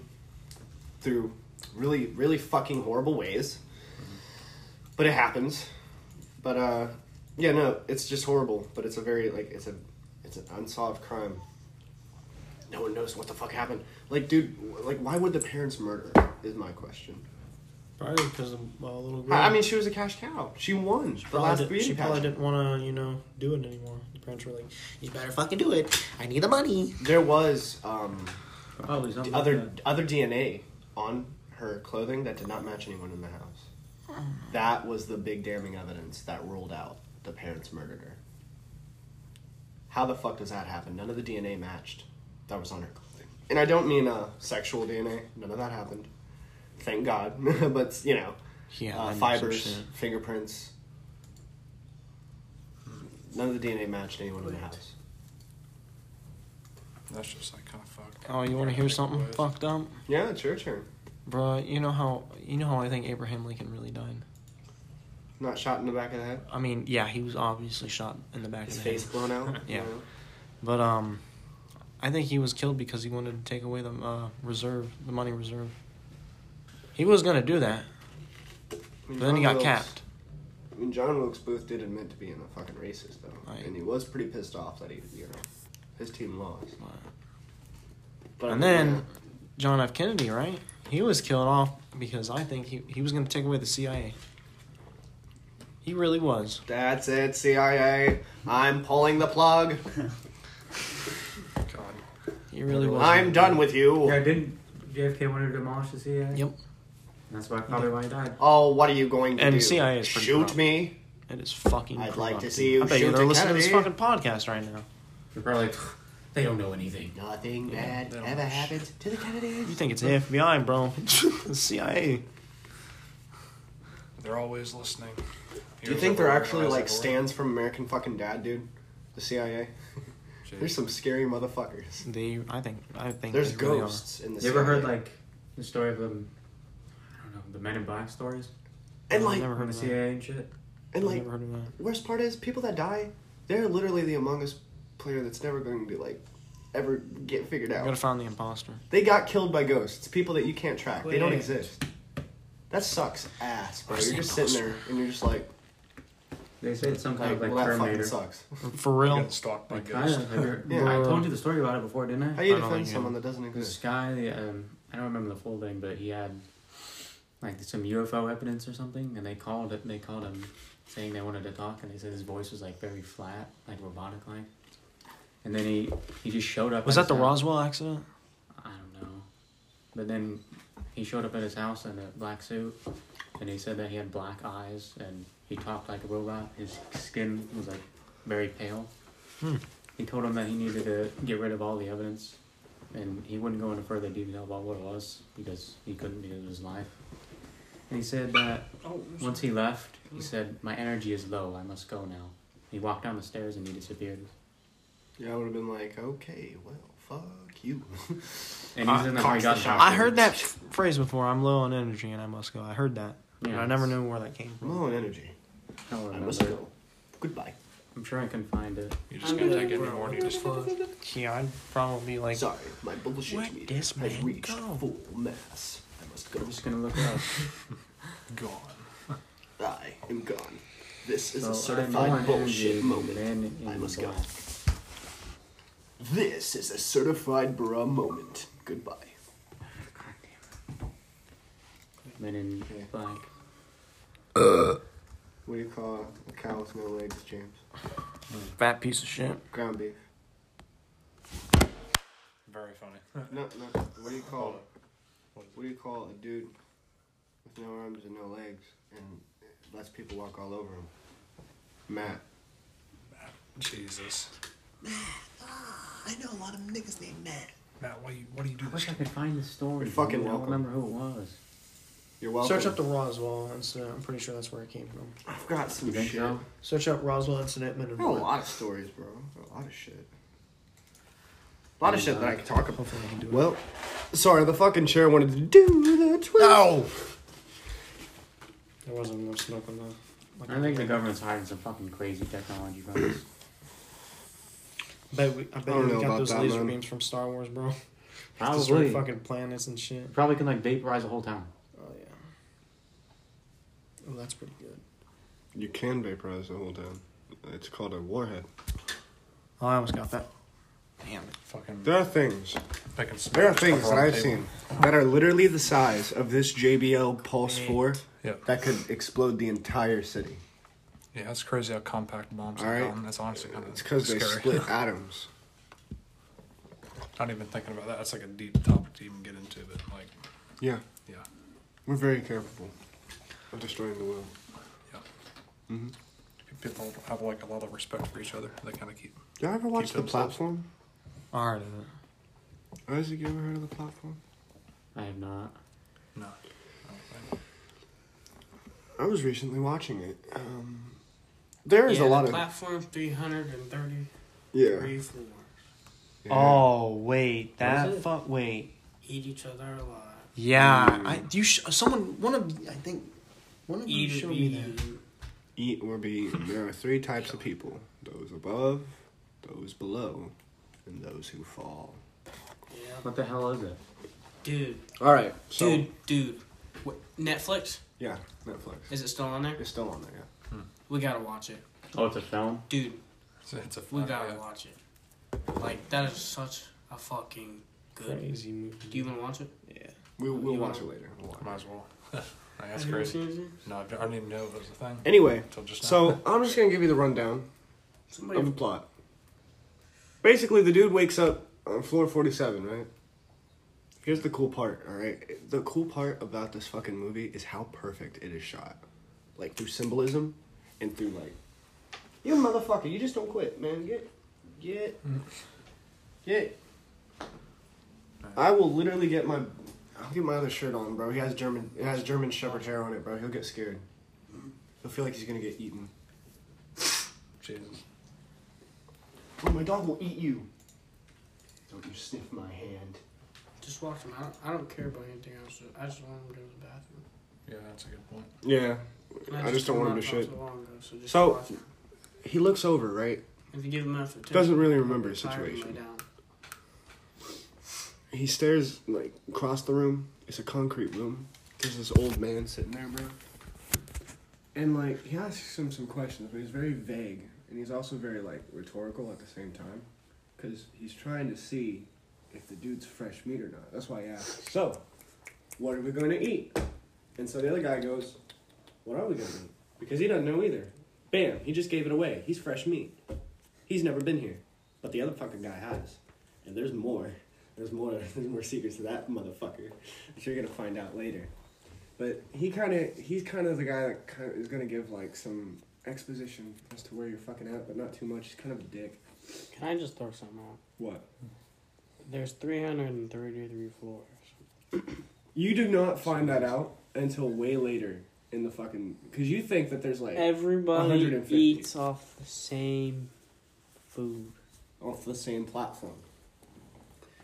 Speaker 4: through really, really fucking horrible ways. But it happens. But uh, Yeah, no, it's just horrible, but it's a very like it's a it's an unsolved crime. No one knows what the fuck happened. Like, dude, like why would the parents murder? Is my question.
Speaker 6: Probably because of a little girl.
Speaker 4: I I mean, she was a cash cow. She won
Speaker 6: She
Speaker 4: the
Speaker 6: Hmm. probably,
Speaker 4: last
Speaker 6: did,
Speaker 4: beauty
Speaker 6: she probably
Speaker 4: pageant.
Speaker 6: didn't want to, you know, do it anymore. The parents were like, "You better fucking do it. I need the money."
Speaker 4: There was um,
Speaker 11: something
Speaker 4: other
Speaker 11: like
Speaker 4: other DNA on her clothing that did not match anyone in the house. That was the big damning evidence that ruled out the parents murdered her. How the fuck does that happen? None of the DNA matched that was on her clothing, and I don't mean uh, sexual DNA. None of that happened. Thank God, but you know,
Speaker 6: Yeah, I
Speaker 4: uh,
Speaker 6: know some
Speaker 4: fibers,
Speaker 6: shit.
Speaker 4: fingerprints. None of the DNA matched anyone in the house.
Speaker 5: That's just like kind of fucked.
Speaker 6: Oh, you want to hear something fucked up,
Speaker 4: Yeah, it's your turn.
Speaker 6: bro? You know how you know how I think Abraham Lincoln really died.
Speaker 4: Not shot in the back of the head.
Speaker 6: I mean, yeah, he was obviously shot in the back
Speaker 4: His
Speaker 6: of the
Speaker 4: face
Speaker 6: head.
Speaker 4: blown out,
Speaker 6: yeah.
Speaker 4: you know?
Speaker 6: But um, I think he was killed because he wanted to take away the uh, reserve, the money reserve. He was gonna do that,
Speaker 4: I mean,
Speaker 6: but then he
Speaker 4: John
Speaker 6: got
Speaker 4: Wilkes-
Speaker 6: capped.
Speaker 4: I mean, John Wilkes Booth did admit to being a fucking racist, though, and he was pretty pissed off that he, you know, his team lost. But I
Speaker 6: and
Speaker 4: mean,
Speaker 6: then John F. Kennedy, right? He was killed off because I think he, he was going to take away the CIA. He really was.
Speaker 4: That's it, CIA. I'm pulling the plug.
Speaker 6: He really was.
Speaker 4: I'm done with you.
Speaker 11: Yeah, didn't JFK wanted to demolish the CIA?
Speaker 6: Yep.
Speaker 11: That's why probably why he died.
Speaker 4: Oh, what are you going to
Speaker 6: And
Speaker 4: do?
Speaker 6: CIA is pretty
Speaker 4: shoot
Speaker 6: corrupt.
Speaker 4: me.
Speaker 6: It is fucking.
Speaker 4: I'd like to
Speaker 6: corrupt.
Speaker 4: see you
Speaker 6: I bet you
Speaker 4: shoot
Speaker 6: they're
Speaker 4: the
Speaker 6: listening to this
Speaker 4: Kennedy.
Speaker 6: fucking podcast right now.
Speaker 2: They're probably like, they don't know anything.
Speaker 4: Nothing
Speaker 2: Yeah,
Speaker 4: bad
Speaker 2: they don't
Speaker 4: ever
Speaker 2: know
Speaker 4: happens to the Kennedys.
Speaker 6: You think it's the FBI, bro? the CIA.
Speaker 5: They're always listening.
Speaker 4: Do you think they're actually like stands from American fucking Dad, dude? The CIA. There's some scary motherfuckers.
Speaker 6: They, I think, I think
Speaker 4: There's
Speaker 6: they really are.
Speaker 4: ghosts in the.
Speaker 2: You ever
Speaker 4: CIA.
Speaker 2: heard like the story of um, I don't know, the Men in Black stories?
Speaker 4: And like,
Speaker 2: never heard of the CIA and shit.
Speaker 4: and like,
Speaker 6: Never heard of that.
Speaker 4: worst part is people that die. They're literally the Among Us player that's never going to like ever get figured
Speaker 6: You gotta
Speaker 4: out.
Speaker 6: find the imposter.
Speaker 4: They got killed by ghosts. People that you can't track. They don't
Speaker 6: Wait.
Speaker 4: exist. That sucks ass, bro.
Speaker 6: Where's
Speaker 4: You're
Speaker 6: the
Speaker 4: just sitting there and you're just like,
Speaker 11: They say it's some kind of
Speaker 4: like,
Speaker 11: like
Speaker 4: well, that
Speaker 11: Terminator.
Speaker 4: fucking sucks.
Speaker 6: For real.
Speaker 5: Getting stalked by
Speaker 2: Like, I,
Speaker 5: ghosts.
Speaker 2: I told you the story about it before, didn't I?
Speaker 4: How you
Speaker 2: I don't
Speaker 4: defend
Speaker 2: think
Speaker 4: someone that doesn't exist?
Speaker 2: This guy, the, um, I don't remember the full thing, but he had like some UFO evidence or something, and they called it. They called him saying they wanted to talk, and they said his voice was like very flat, like robotic like. And then he he just showed up.
Speaker 6: Was
Speaker 2: at
Speaker 6: that
Speaker 2: his
Speaker 6: the
Speaker 2: house.
Speaker 6: Roswell accident?
Speaker 2: I don't know, but then he showed up at his house in a black suit, and he said that he had black eyes and he talked like a robot. His skin was like very pale.
Speaker 6: Hmm.
Speaker 2: He told him that he needed to get rid of all the evidence, and he wouldn't go into further detail about what it was because he couldn't because of his life. And he said that
Speaker 8: Oh,
Speaker 2: once he left, he said, "My energy is low. I must go now." He walked down the stairs and he disappeared.
Speaker 4: Yeah, I would have been like, okay, well, fuck you.
Speaker 2: And he's in the how he got shot.
Speaker 6: I heard that f- phrase before. I'm low on energy and I must go. I heard that.
Speaker 2: Yeah,
Speaker 6: but I never knew where that came from.
Speaker 4: Low on energy.
Speaker 2: I don't
Speaker 4: I
Speaker 2: remember.
Speaker 4: must go. Goodbye.
Speaker 2: I'm sure I can find it.
Speaker 5: You just gotta take it in the morning. Just
Speaker 6: Yeah, I'd probably like.
Speaker 4: Sorry, my bullshit
Speaker 6: Where'd
Speaker 4: meter
Speaker 6: this
Speaker 4: has
Speaker 6: man
Speaker 4: reached
Speaker 6: go?
Speaker 4: full mass. I must go.
Speaker 2: I'm just gonna look it up.
Speaker 5: gone.
Speaker 4: I am gone. This is
Speaker 2: So,
Speaker 4: a
Speaker 2: I'm on
Speaker 4: certified bullshit
Speaker 2: energy,
Speaker 4: moment.
Speaker 2: man,
Speaker 4: I
Speaker 2: in
Speaker 4: must go.
Speaker 2: black.
Speaker 4: This is a certified bruh moment. Goodbye.
Speaker 2: Men in black.
Speaker 4: What do you call a cow with no legs, James?
Speaker 6: Fat piece of shit.
Speaker 4: Ground beef.
Speaker 5: Very funny.
Speaker 4: No, no. What do you call What do you call a dude with no arms and no legs and lets people walk all over him? Matt.
Speaker 5: Jesus.
Speaker 16: ah, I know a lot of niggas named Matt.
Speaker 5: Matt, why you, what do you do?
Speaker 2: I wish I could find the story.
Speaker 4: You're fucking
Speaker 2: dude. I don't
Speaker 4: welcome.
Speaker 2: remember who it was.
Speaker 4: You're welcome.
Speaker 6: Search up the Roswell incident. I'm pretty sure that's where it came from.
Speaker 4: I've got some
Speaker 2: You think
Speaker 4: shit.
Speaker 2: so?
Speaker 6: Search up Roswell incident. Men in
Speaker 4: I got a
Speaker 6: Black.
Speaker 4: lot of stories, bro. A lot of shit. A lot of shit that I can talk about. Well, sorry, the fucking chair wanted to do the twist. No!
Speaker 6: There wasn't enough smoke on that.
Speaker 2: I think the government's hiding some fucking crazy technology from us.
Speaker 6: bet we, I bet
Speaker 4: don't
Speaker 6: we
Speaker 4: know
Speaker 6: got
Speaker 4: about
Speaker 6: those
Speaker 4: that,
Speaker 6: laser
Speaker 4: man.
Speaker 6: beams from Star Wars, bro. Destroy
Speaker 2: Probably.
Speaker 6: fucking planets and shit.
Speaker 2: Probably can like vaporize a whole town.
Speaker 6: Oh yeah. Oh, that's pretty good.
Speaker 4: You can vaporize the whole town. It's called a warhead.
Speaker 1: Oh, I almost got that.
Speaker 4: Damn it. There are things.
Speaker 5: I can smell
Speaker 4: There are
Speaker 5: it
Speaker 4: things
Speaker 5: stuff
Speaker 4: that
Speaker 5: around the
Speaker 4: I've
Speaker 5: table.
Speaker 4: seen that are literally the size of this JBL Pulse 4
Speaker 5: Yeah.
Speaker 4: that could explode the entire city.
Speaker 5: Yeah, that's crazy how compact bombs
Speaker 4: All
Speaker 5: are.
Speaker 4: right.
Speaker 5: gotten. That's honestly kind of
Speaker 4: It's because they
Speaker 5: scary.
Speaker 4: split atoms.
Speaker 5: Not even thinking about that. That's like a deep topic to even get into, but like,
Speaker 4: Yeah.
Speaker 5: yeah.
Speaker 4: We're very capable of destroying the world.
Speaker 1: Mm-hmm.
Speaker 5: People have like a lot of respect for each other. They kind of keep.
Speaker 4: Did I ever watch
Speaker 5: Keep
Speaker 4: The
Speaker 5: themselves.
Speaker 4: Platform?
Speaker 1: I heard of
Speaker 4: Isaac, you ever heard of The Platform?
Speaker 2: I have not.
Speaker 5: No.
Speaker 4: I was recently watching it. Um, there is
Speaker 8: Yeah,
Speaker 4: a lot
Speaker 8: the
Speaker 4: of.
Speaker 8: platform 330.
Speaker 4: Yeah.
Speaker 8: Three, four.
Speaker 1: Oh wait,
Speaker 8: What is
Speaker 1: that
Speaker 8: it?
Speaker 1: fuck wait.
Speaker 8: Eat each other alive.
Speaker 1: Yeah, I you sh- someone one of I think one of you showed me that.
Speaker 4: Eat or be eaten. There are three types of people those above, those below, and those who fall.
Speaker 2: What the hell is it?
Speaker 8: Dude.
Speaker 4: All right, so-
Speaker 8: dude, dude. What, Netflix?
Speaker 4: Yeah, Netflix.
Speaker 8: Is it still on there?
Speaker 4: It's still on there, yeah.
Speaker 8: We gotta watch it.
Speaker 2: Oh, it's a film.
Speaker 8: Dude,
Speaker 5: It's a, it's a
Speaker 8: we
Speaker 5: fun-
Speaker 8: gotta
Speaker 5: yeah.
Speaker 8: watch it. Like, that is such a fucking good
Speaker 1: Crazy movie.
Speaker 8: Do you even watch it? Yeah.
Speaker 4: We, we'll
Speaker 8: You
Speaker 4: watch it
Speaker 8: wanna-
Speaker 4: later. We'll watch
Speaker 5: Might as well. Like, that's
Speaker 8: Have you ever
Speaker 5: crazy.
Speaker 8: seen it?
Speaker 5: No, I d- I didn't even know it was a thing.
Speaker 4: it. Anyway,
Speaker 5: Until just now.
Speaker 4: so I'm just going to give you the rundown
Speaker 8: Somebody-
Speaker 4: of the plot. Basically, the dude wakes up on floor 47, right? Here's the cool part, all right? The cool part about this fucking movie is how perfect it is shot. Like, through symbolism and through, like, You motherfucker, you just don't quit, man. Get, get, get. I will literally get my, I'll get my other shirt on, bro. He has German, it has German Shepherd hair on it, bro. He'll get scared. He'll feel like he's gonna get eaten.
Speaker 5: Jesus.
Speaker 4: Oh, my dog will eat you. Don't you sniff my hand.
Speaker 8: Just watch them. I don't, I don't care about anything else. I just want them to go to the bathroom.
Speaker 5: Yeah, that's a good point.
Speaker 4: Yeah,
Speaker 8: I
Speaker 4: I just
Speaker 8: just
Speaker 4: don't want
Speaker 8: came
Speaker 4: him to
Speaker 8: out not
Speaker 4: shit.
Speaker 8: so long ago, so just
Speaker 4: So,
Speaker 8: watch it.
Speaker 4: he looks over, right?
Speaker 8: If you give them enough attention,
Speaker 4: Doesn't really
Speaker 8: they'll
Speaker 4: remember
Speaker 8: be
Speaker 4: his
Speaker 8: tired and lay
Speaker 4: situation.
Speaker 8: down.
Speaker 4: He stares like across the room. It's a concrete room. There's this old man sitting there, bro. And like he asks him some questions, but he's very vague, and he's also very like rhetorical at the same time, because he's trying to see if the dude's fresh meat or not. That's why he asks. So, what are we going to eat? And so the other guy goes, "What are we going to eat?" Because he doesn't know either. Bam! He just gave it away. He's fresh meat. He's never been here, but the other fucking guy has. And there's more. There's more. There's more secrets to that motherfucker that you're gonna find out later. But he kind of he's kind of the guy that kind of is gonna give like some exposition as to where you're fucking at, but not too much. He's kind of a dick.
Speaker 8: Can I just throw something out?
Speaker 4: What?
Speaker 8: There's 333 floors.
Speaker 4: You do not find that out until way later in the fucking because you think that there's like
Speaker 8: Everybody
Speaker 4: 150
Speaker 8: eats off the same food
Speaker 4: off the same platform.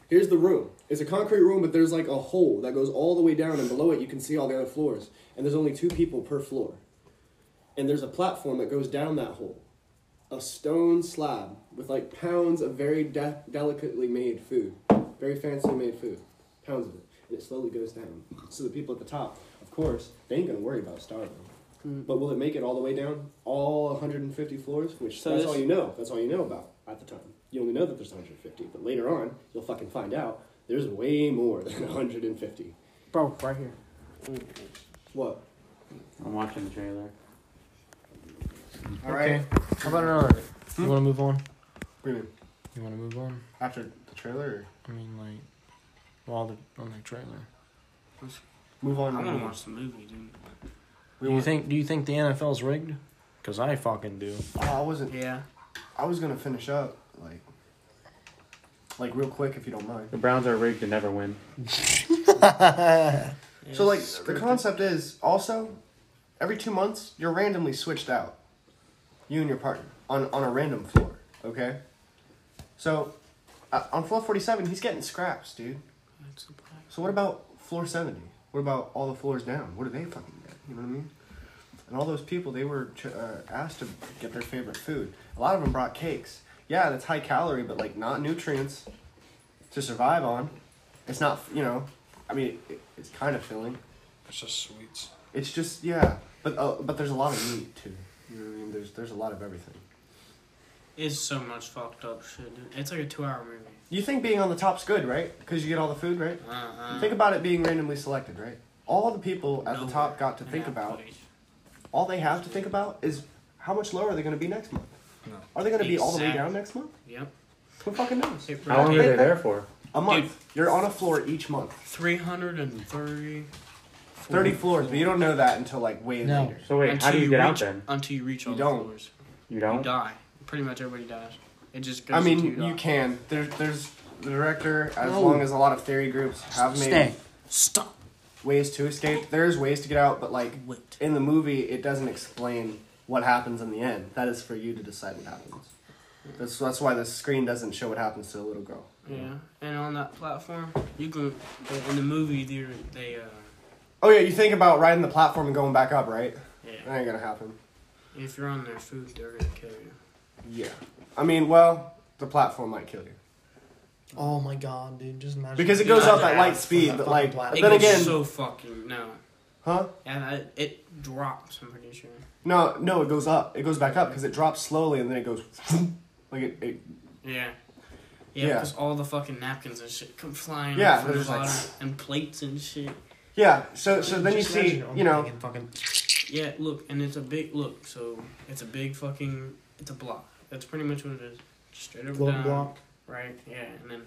Speaker 4: Here's the room. It's a concrete room, but there's like a hole that goes all the way down, and below it you can see all the other floors. And there's only two people per floor. And there's a platform that goes down that hole. A stone slab with like pounds of very de- delicately made food, very fancy made food, pounds of it. And it slowly goes down. So the people at the top, of course, they ain't gonna worry about starving. But will it make it all the way down? All 150 floors? Which
Speaker 8: So
Speaker 4: that's
Speaker 8: this-
Speaker 4: all you know. That's all you know about at the time. You only know that there's 150. But later on, you'll fucking find out there's way more than 150.
Speaker 8: Bro, right here.
Speaker 4: What?
Speaker 2: I'm watching the trailer.
Speaker 1: Okay. How about another? You want to move on?
Speaker 4: What do you
Speaker 1: want to move on?
Speaker 4: After the trailer?
Speaker 1: I mean, like, while the on the trailer.
Speaker 4: Move on.
Speaker 8: I'm gonna watch the movie, dude.
Speaker 1: do you think? Do you think the NFL's rigged? Because I fucking do.
Speaker 4: Oh, I wasn't.
Speaker 8: Yeah.
Speaker 4: I was gonna finish up like, like real quick if you don't mind.
Speaker 2: The Browns are rigged to never win.
Speaker 4: So like the concept is also, every two months you're randomly switched out, you and your partner on on a random floor. Okay. So, uh, on floor forty seven, he's getting scraps, dude. So what about floor seventy? What about all the floors down? What do they fucking get? You know what I mean? And all those people, they were ch- uh, asked to get their favorite food. A lot of them brought cakes. Yeah, that's high calorie, but like not nutrients to survive on. It's not, you know, I mean, it, it's kind of filling.
Speaker 5: It's just sweets.
Speaker 4: It's just yeah, but uh, but there's a lot of meat too. You know what I mean? There's there's a lot of everything.
Speaker 8: It's so much fucked up shit, dude. It's like a two-hour movie.
Speaker 4: You think being on the top's good, right? Because you get all the food, right?
Speaker 8: Uh-huh.
Speaker 4: Think about it being randomly selected, right? All the people at the top got to think about. All they have to think about is how much lower are they going to be next month?
Speaker 5: No.
Speaker 4: Are they going to be all the way
Speaker 8: Exactly.
Speaker 4: down next month?
Speaker 8: Yep.
Speaker 4: Who fucking knows?
Speaker 8: How long are they there
Speaker 2: for?
Speaker 4: A month. You're on a floor each month.
Speaker 8: Three hundred and thirty.
Speaker 4: 30 floors, but you don't know that until like way
Speaker 8: No.
Speaker 4: later.
Speaker 2: So wait, how do you get out
Speaker 8: reach,
Speaker 2: then?
Speaker 8: Until you reach all
Speaker 4: You
Speaker 8: the
Speaker 4: don't.
Speaker 8: floors.
Speaker 2: You
Speaker 8: You
Speaker 2: don't?
Speaker 8: die. Pretty much everybody dies. It just goes
Speaker 4: I
Speaker 8: until
Speaker 4: mean,
Speaker 8: die.
Speaker 4: you can. There's, there's the director, as
Speaker 8: No.
Speaker 4: long as a lot of theory groups have made
Speaker 8: Stay. Stop.
Speaker 4: ways to escape. There's ways to get out, but like in the movie, it doesn't explain what happens in the end. That is for you to decide what happens. That's, that's why the screen doesn't show what happens to the little girl.
Speaker 8: Yeah, and on that platform, you go in the movie. They, they uh,
Speaker 4: Oh, yeah, you think about riding the platform and going back up, right?
Speaker 8: Yeah.
Speaker 4: That ain't gonna happen.
Speaker 8: if you're on their food, they're gonna kill you.
Speaker 4: Yeah. I mean, well, the platform might kill you.
Speaker 6: Oh my god, dude! Just imagine
Speaker 4: Because it goes up at light speed, but like, but
Speaker 8: It
Speaker 4: then
Speaker 8: goes
Speaker 4: again,
Speaker 8: so fucking no.
Speaker 4: Huh?
Speaker 8: And I, it drops. I'm pretty sure.
Speaker 4: no, no, it goes up. It goes back up because it drops slowly and then it goes like it. it
Speaker 8: Yeah. Yeah,
Speaker 4: Yeah.
Speaker 8: because all the fucking napkins and shit come flying
Speaker 4: Yeah,
Speaker 8: yeah, from the
Speaker 4: there's like-
Speaker 8: bottom, and plates and shit.
Speaker 4: yeah. So so then you
Speaker 8: Just
Speaker 4: see,
Speaker 8: imagine
Speaker 4: you know,
Speaker 8: Yeah, look, and it's a big look. So it's a big fucking. It's a block. That's pretty much what it is. Straight over
Speaker 6: Block,
Speaker 8: down.
Speaker 6: block.
Speaker 8: Right. Yeah, and then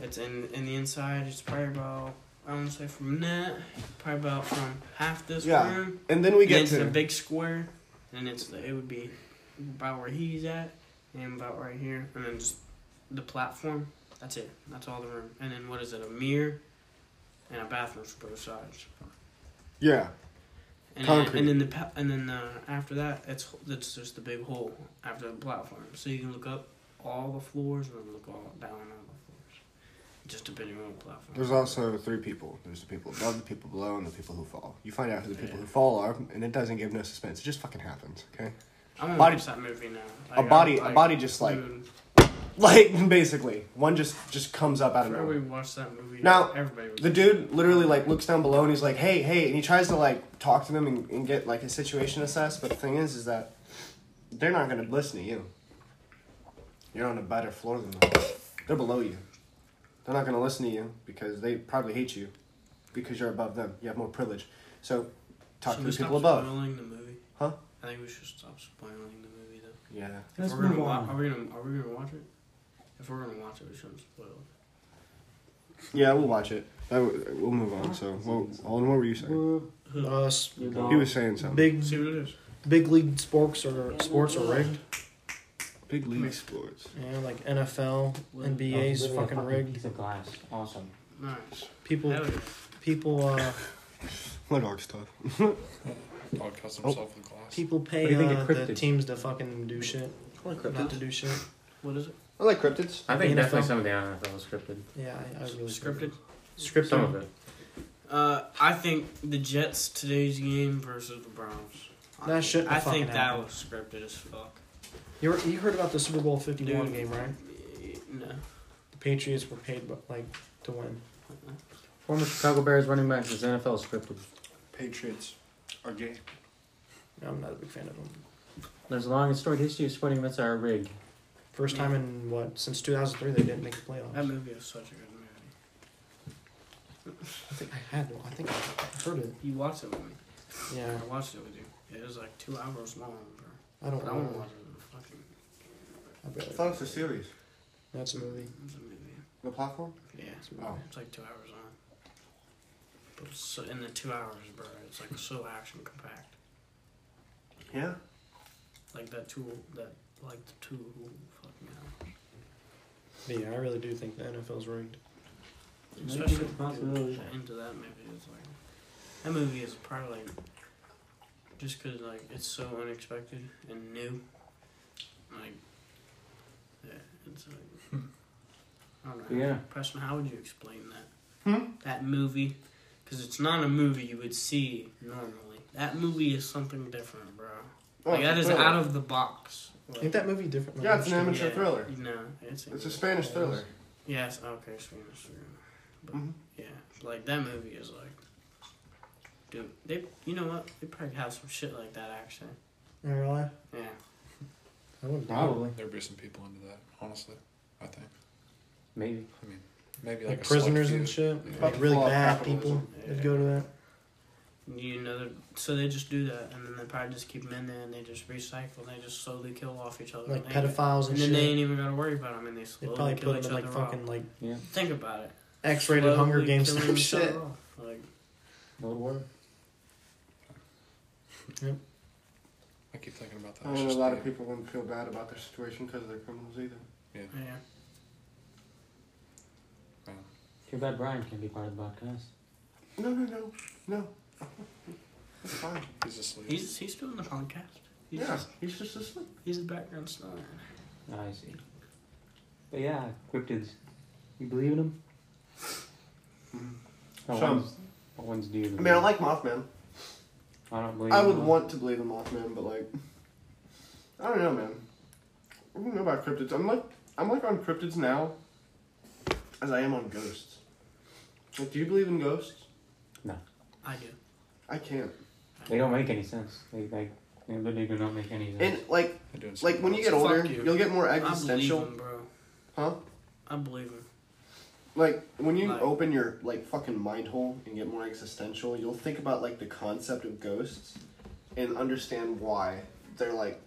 Speaker 8: it's in in the inside. It's probably about I want to say from that probably about from half this
Speaker 4: Yeah,
Speaker 8: room.
Speaker 4: and then we get
Speaker 8: it's
Speaker 4: to-
Speaker 8: the big square, and it's the, it would be about where he's at, and about right here, and then just the platform. That's it. That's all the room. And then what is it? A mirror, and a bathroom for both sides.
Speaker 4: yeah.
Speaker 8: And
Speaker 4: Concrete.
Speaker 8: Then, and then the pa- and then uh, after that, it's it's just the big hole after the platform, so you can look up all the floors and then look all down all the floors, just depending on the platform.
Speaker 4: There's also three people. There's the people above, the people below, and the people who fall. You find out who the people who fall are, and it doesn't give no suspense. It just fucking happens. Okay.
Speaker 8: I'm gonna
Speaker 4: Body-
Speaker 8: watch that movie now.
Speaker 4: a
Speaker 8: Like,
Speaker 4: body,
Speaker 8: I'm
Speaker 4: a body just like,
Speaker 8: dude,
Speaker 4: like basically, one just just comes up out of
Speaker 8: Before
Speaker 4: nowhere.
Speaker 8: we watched that movie,
Speaker 4: Now,
Speaker 8: everybody was
Speaker 4: the dude literally like looks down below and he's like, "Hey, hey!" and he tries to like talk to them and, and get like his situation assessed. But the thing is, is that they're not gonna listen to you. You're on a better floor than them. They're below you. They're not gonna listen to you because they probably hate you because you're above them. You have more privilege. So talk
Speaker 8: Should
Speaker 4: to
Speaker 8: we
Speaker 4: the people
Speaker 8: stop
Speaker 4: above.
Speaker 8: Spoiling the movie.
Speaker 4: Huh?
Speaker 8: I think we should stop spoiling the movie though.
Speaker 4: Yeah.
Speaker 8: If
Speaker 4: Let's
Speaker 8: we're gonna
Speaker 4: move
Speaker 8: wa-
Speaker 4: on.
Speaker 8: Are we gonna Are we gonna watch it? If we're gonna watch it, we shouldn't spoil it.
Speaker 4: Yeah, we'll watch it. That w- we'll move on. So, well, Alden, what were you saying?
Speaker 6: Us.
Speaker 4: He was saying something.
Speaker 6: Uh, Big.
Speaker 8: See what it is.
Speaker 6: Big league sports are sports are rigged.
Speaker 4: Big league sports.
Speaker 6: Yeah, like NFL, NBA's
Speaker 2: oh, Literally a
Speaker 6: fucking rigged.
Speaker 2: Piece of glass. Awesome.
Speaker 8: Nice.
Speaker 6: People,
Speaker 8: Hell yeah.
Speaker 6: people, uh,
Speaker 4: My dog's tough.
Speaker 5: Dog cuts
Speaker 1: Oh.
Speaker 5: himself in class.
Speaker 6: people
Speaker 2: What
Speaker 6: pay
Speaker 2: do you think
Speaker 6: uh,
Speaker 2: of
Speaker 6: the
Speaker 2: cryptids?
Speaker 6: teams to fucking do shit,
Speaker 2: cryptids.
Speaker 6: not to do shit.
Speaker 8: What is it?
Speaker 4: I like cryptids.
Speaker 2: I think
Speaker 6: The
Speaker 2: definitely
Speaker 6: NFL?
Speaker 2: some of the NFL is scripted.
Speaker 6: Yeah, I, I really
Speaker 8: Scripted.
Speaker 6: Scripted.
Speaker 2: Some of it.
Speaker 8: Uh, I think the Jets today's game versus the Browns.
Speaker 6: That shouldn't
Speaker 8: I
Speaker 6: have
Speaker 8: think
Speaker 6: fucking
Speaker 8: that
Speaker 6: happened.
Speaker 8: was scripted as fuck.
Speaker 6: You, were, you heard about the Super Bowl Fifty One
Speaker 8: Dude.
Speaker 6: game, right?
Speaker 8: Eh, No.
Speaker 6: The Patriots were paid but like to win.
Speaker 2: Former Chicago Bears running back is NFL scripted.
Speaker 5: Patriots are gay.
Speaker 6: I'm not a big fan of them.
Speaker 2: There's a long and storied history of sporting events that are rigged.
Speaker 6: First time in what since 2003 they didn't make the playoffs.
Speaker 8: That movie was such a good movie.
Speaker 6: I think I had one. I think I heard it.
Speaker 8: You watched it with me.
Speaker 6: Yeah.
Speaker 8: I watched it with you. It was like two hours long, bro.
Speaker 6: I don't
Speaker 8: But I want to
Speaker 6: know.
Speaker 8: watch it. Fucking,
Speaker 6: I bet
Speaker 4: thought it was a series.
Speaker 6: that's a movie.
Speaker 8: it's a movie.
Speaker 4: The platform?
Speaker 8: Yeah.
Speaker 4: Oh.
Speaker 8: It's like two hours long. But it's so, in the two hours, bro, it's like so action compact.
Speaker 4: Yeah.
Speaker 8: Like that two, that like the two fucking hours.
Speaker 6: But yeah, I really do think the NFL's rigged.
Speaker 8: Especially into that movie, it's like that movie is probably like, just because like it's so unexpected and new. Like, yeah, it's like I don't know.
Speaker 2: Yeah.
Speaker 8: Preston, how would you explain that?
Speaker 4: Hmm?
Speaker 8: That movie, because it's not a movie you would see normally. That movie is something different, bro.
Speaker 4: Oh,
Speaker 8: Like
Speaker 4: it's a
Speaker 8: that is
Speaker 4: thriller.
Speaker 8: out of the box.
Speaker 6: Ain't that movie different? than
Speaker 4: Yeah, it's an
Speaker 6: Hamilton?
Speaker 4: amateur thriller.
Speaker 8: No, it's
Speaker 4: It's a Spanish thriller.
Speaker 8: Yes, okay, Spanish thriller. But
Speaker 6: Mm-hmm.
Speaker 8: yeah, like that movie is like, dude, they, you know what? They probably have some shit like that actually.
Speaker 6: In real life?
Speaker 8: Yeah.
Speaker 5: I wouldn't doubt it.
Speaker 2: Probably.
Speaker 5: There'd be some people into that, honestly. I think.
Speaker 2: Maybe.
Speaker 5: I mean, maybe like,
Speaker 6: Like
Speaker 5: a select
Speaker 6: prisoners
Speaker 5: few.
Speaker 6: and shit.
Speaker 5: Yeah.
Speaker 6: Like really bad people that go to that.
Speaker 8: You know, they're- so they just do that, and then they probably just keep them in there, and they just recycle, and they just slowly kill off each other.
Speaker 6: Like
Speaker 8: they ain't-
Speaker 6: pedophiles and
Speaker 8: then they
Speaker 6: shit.
Speaker 8: ain't even gotta worry about them, and they slowly
Speaker 6: probably
Speaker 8: kill
Speaker 6: put 'em
Speaker 8: each
Speaker 6: in, like,
Speaker 8: other
Speaker 6: fucking,
Speaker 8: off.
Speaker 6: like, Yeah.
Speaker 8: Think about it.
Speaker 6: X-rated Hunger
Speaker 8: Slowly
Speaker 6: Games
Speaker 8: killing
Speaker 6: type
Speaker 8: each other
Speaker 6: shit.
Speaker 8: off, Like,
Speaker 6: World War. Yep.
Speaker 5: I keep thinking about that.
Speaker 4: I
Speaker 5: It's
Speaker 4: don't know, a
Speaker 5: just
Speaker 4: lot
Speaker 5: the-
Speaker 4: of people wouldn't feel bad about their situation because they're criminals either.
Speaker 5: Yeah.
Speaker 8: yeah.
Speaker 2: Too bad Brian can't be part of the podcast.
Speaker 4: No, no, no, no. It's fine.
Speaker 5: He's asleep.
Speaker 8: He's he's doing the podcast. He's
Speaker 4: Yeah,
Speaker 8: just,
Speaker 4: he's just asleep.
Speaker 8: He's a background star.
Speaker 2: Ah, I see. But yeah, cryptids. You believe in them? What
Speaker 4: Some.
Speaker 2: ones- What ones do you
Speaker 4: I
Speaker 2: believe?
Speaker 4: mean, I like Mothman.
Speaker 2: I don't believe.
Speaker 4: I
Speaker 2: in
Speaker 4: would
Speaker 8: Mm-hmm.
Speaker 2: them.
Speaker 4: want to believe in Mothman, but like, I don't know, man. I don't know about cryptids. I'm like, I'm like on cryptids now, as I am on ghosts. Like, do you believe in ghosts?
Speaker 2: No.
Speaker 8: I do.
Speaker 4: I can't.
Speaker 2: They don't make any sense. They like they literally do not make any sense.
Speaker 4: And like, like when you get
Speaker 8: Fuck
Speaker 4: older,
Speaker 8: you.
Speaker 4: you. will get more
Speaker 8: I believe
Speaker 4: existential,
Speaker 8: him, bro.
Speaker 4: huh?
Speaker 8: I believe him.
Speaker 4: Like when you
Speaker 8: Like-
Speaker 4: open your like fucking mind hole and get more existential, you'll think about like the concept of ghosts and understand why they're like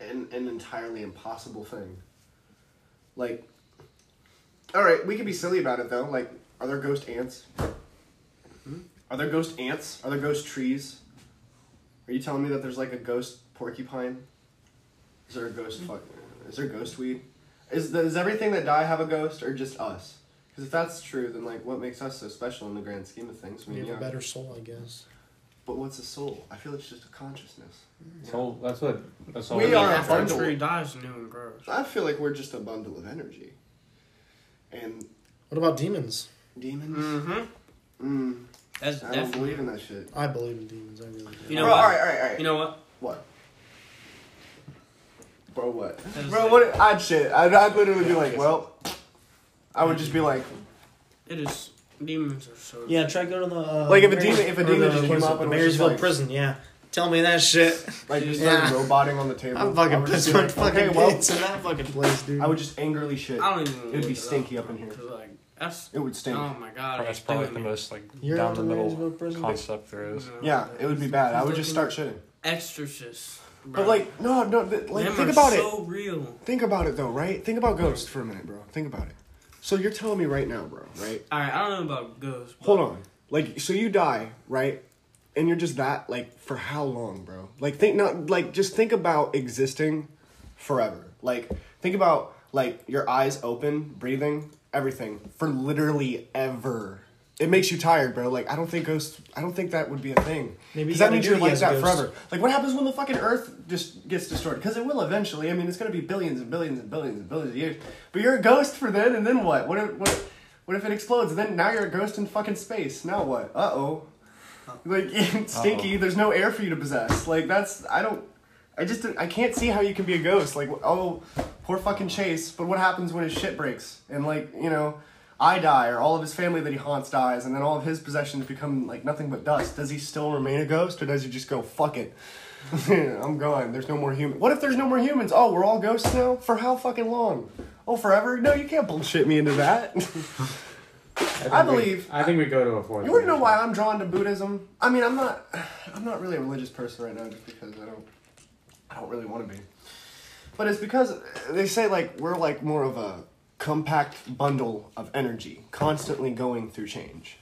Speaker 4: an an entirely impossible thing. Like all right, we can be silly about it though. Like are there ghost ants? Are there ghost ants? Are there ghost trees? Are you telling me that there's like a ghost porcupine? Is there a ghost fuck? Is there ghost weed? Is does everything that die have a ghost or just us? Because if that's true, then like what makes us so special in the grand scheme of things? I
Speaker 6: We
Speaker 4: mean,
Speaker 6: have
Speaker 4: yeah.
Speaker 6: a better soul, I guess.
Speaker 4: But what's a soul? I feel it's just a consciousness.
Speaker 2: Soul. That's what. That's all.
Speaker 4: We
Speaker 2: it
Speaker 4: are
Speaker 2: is.
Speaker 4: a bundle.
Speaker 8: Tree dies, new and grows.
Speaker 4: I feel like we're just a bundle of energy. And
Speaker 6: What about demons?
Speaker 4: demons.
Speaker 8: Mm-hmm.
Speaker 4: Mm.
Speaker 8: That's
Speaker 4: I don't
Speaker 8: definitely-
Speaker 4: believe in that shit.
Speaker 6: I believe in demons. I really do.
Speaker 8: You know
Speaker 4: Bro,
Speaker 8: what?
Speaker 4: all right, all right, all right.
Speaker 8: You know what?
Speaker 4: What? Bro, what?
Speaker 8: That was
Speaker 4: Bro, what? I'd shit. I'd, I'd literally be like, well, I would just be like,
Speaker 8: It is demons are so.
Speaker 6: Yeah, try go to the uh,
Speaker 4: Like, if a demon- if a
Speaker 6: or
Speaker 4: demon
Speaker 6: the-
Speaker 4: just
Speaker 6: what
Speaker 4: came
Speaker 6: is it,
Speaker 4: up
Speaker 6: the
Speaker 4: and was just
Speaker 6: Marysville
Speaker 4: like-
Speaker 6: prison. Yeah, tell me that shit.
Speaker 4: like, just
Speaker 6: yeah.
Speaker 4: started roboting on the table.
Speaker 6: I'm fucking
Speaker 4: I would just
Speaker 6: pissed
Speaker 4: be
Speaker 6: when fucking kids in that fucking place, dude.
Speaker 4: I would just angrily shit.
Speaker 8: I don't even.
Speaker 4: It would be
Speaker 8: look
Speaker 4: stinky
Speaker 8: up,
Speaker 4: up in here.
Speaker 8: Cause like that's.
Speaker 4: It would stink.
Speaker 8: Oh my god.
Speaker 5: That's
Speaker 8: it's
Speaker 5: probably
Speaker 8: doing
Speaker 5: the
Speaker 8: it.
Speaker 5: most like
Speaker 6: You're
Speaker 5: down
Speaker 6: out
Speaker 5: the
Speaker 6: to
Speaker 5: middle
Speaker 6: Marysville prison?
Speaker 5: concept there is.
Speaker 4: Yeah, it would be bad. I would just start shitting.
Speaker 8: Exorcist. Bro.
Speaker 4: But like, no, no. th- Like,
Speaker 8: Them
Speaker 4: think
Speaker 8: are
Speaker 4: about
Speaker 8: so
Speaker 4: it.
Speaker 8: real.
Speaker 4: Think about it though, right? Think about ghosts for a minute, bro. Think about it. So you're telling me right now, bro, right?
Speaker 8: All right, I don't know about ghosts.
Speaker 4: Hold on. Like, so you die, right? And you're just that, like, for how long, bro? Like, think not, like, just think about existing forever. Like, think about, like, your eyes open, breathing, everything, for literally ever. It makes you tired, bro. Like, I don't think ghosts, I don't think that would be a thing.
Speaker 6: Maybe
Speaker 4: Because that
Speaker 6: you
Speaker 4: means
Speaker 6: gotta
Speaker 4: you're
Speaker 6: do
Speaker 4: like
Speaker 6: as
Speaker 4: that
Speaker 6: ghosts.
Speaker 4: forever. Like, what happens when the fucking Earth just gets destroyed? Because it will eventually. I mean, it's gonna be billions and billions and billions and billions of years. But you're a ghost for then, and then what? What if, what, if- what if it explodes? And then now you're a ghost in fucking space. Now what? Uh oh. Like, it's stinky. There's no air for you to possess. Like, that's I don't. I just don't- I can't see how you can be a ghost. Like, oh, poor fucking Chase. But what happens when his shit breaks and like you know. I die, or all of his family that he haunts dies, and then all of his possessions become like nothing but dust. Does he still remain a ghost, or does he just go fuck it? I'm gone. There's no more human. What if there's no more humans? Oh, we're all ghosts now. For how fucking long? Oh, forever? No, you can't bullshit me into that.
Speaker 2: think
Speaker 4: I
Speaker 2: we-
Speaker 4: believe-
Speaker 2: I think we go to a fourth.
Speaker 4: you want to know why I'm drawn to Buddhism? I mean, I'm not. I'm not really a religious person right now, just because I don't. I don't really want to be. But it's because they say like we're like more of a compact bundle of energy, constantly going through change.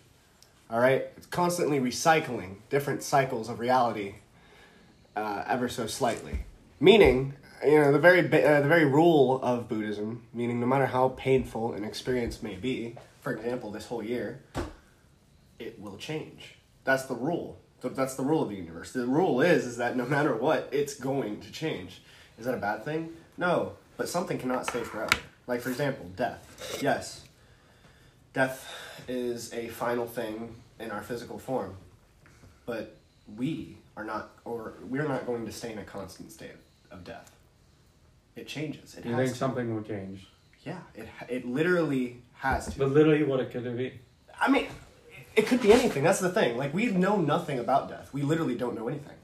Speaker 4: All right, it's constantly recycling different cycles of reality, uh, ever so slightly. Meaning, you know, the very ba- uh, the very rule of Buddhism, meaning no matter how painful an experience may be, for example, this whole year, it will change. That's the rule. Th- That's the rule of the universe. The rule is is that no matter what, it's going to change. Is that a bad thing? No, but something cannot stay forever. Like for example, death. Yes. Death is a final thing in our physical form. But we are not or we're not going to stay in a constant state of, of death. It changes. It
Speaker 2: You
Speaker 4: has
Speaker 2: think
Speaker 4: to.
Speaker 2: something will change?
Speaker 4: Yeah, it ha- it literally has to.
Speaker 2: But literally, what it could it be?
Speaker 4: I mean, it could be anything. That's the thing. Like we know nothing about death. We literally don't know anything.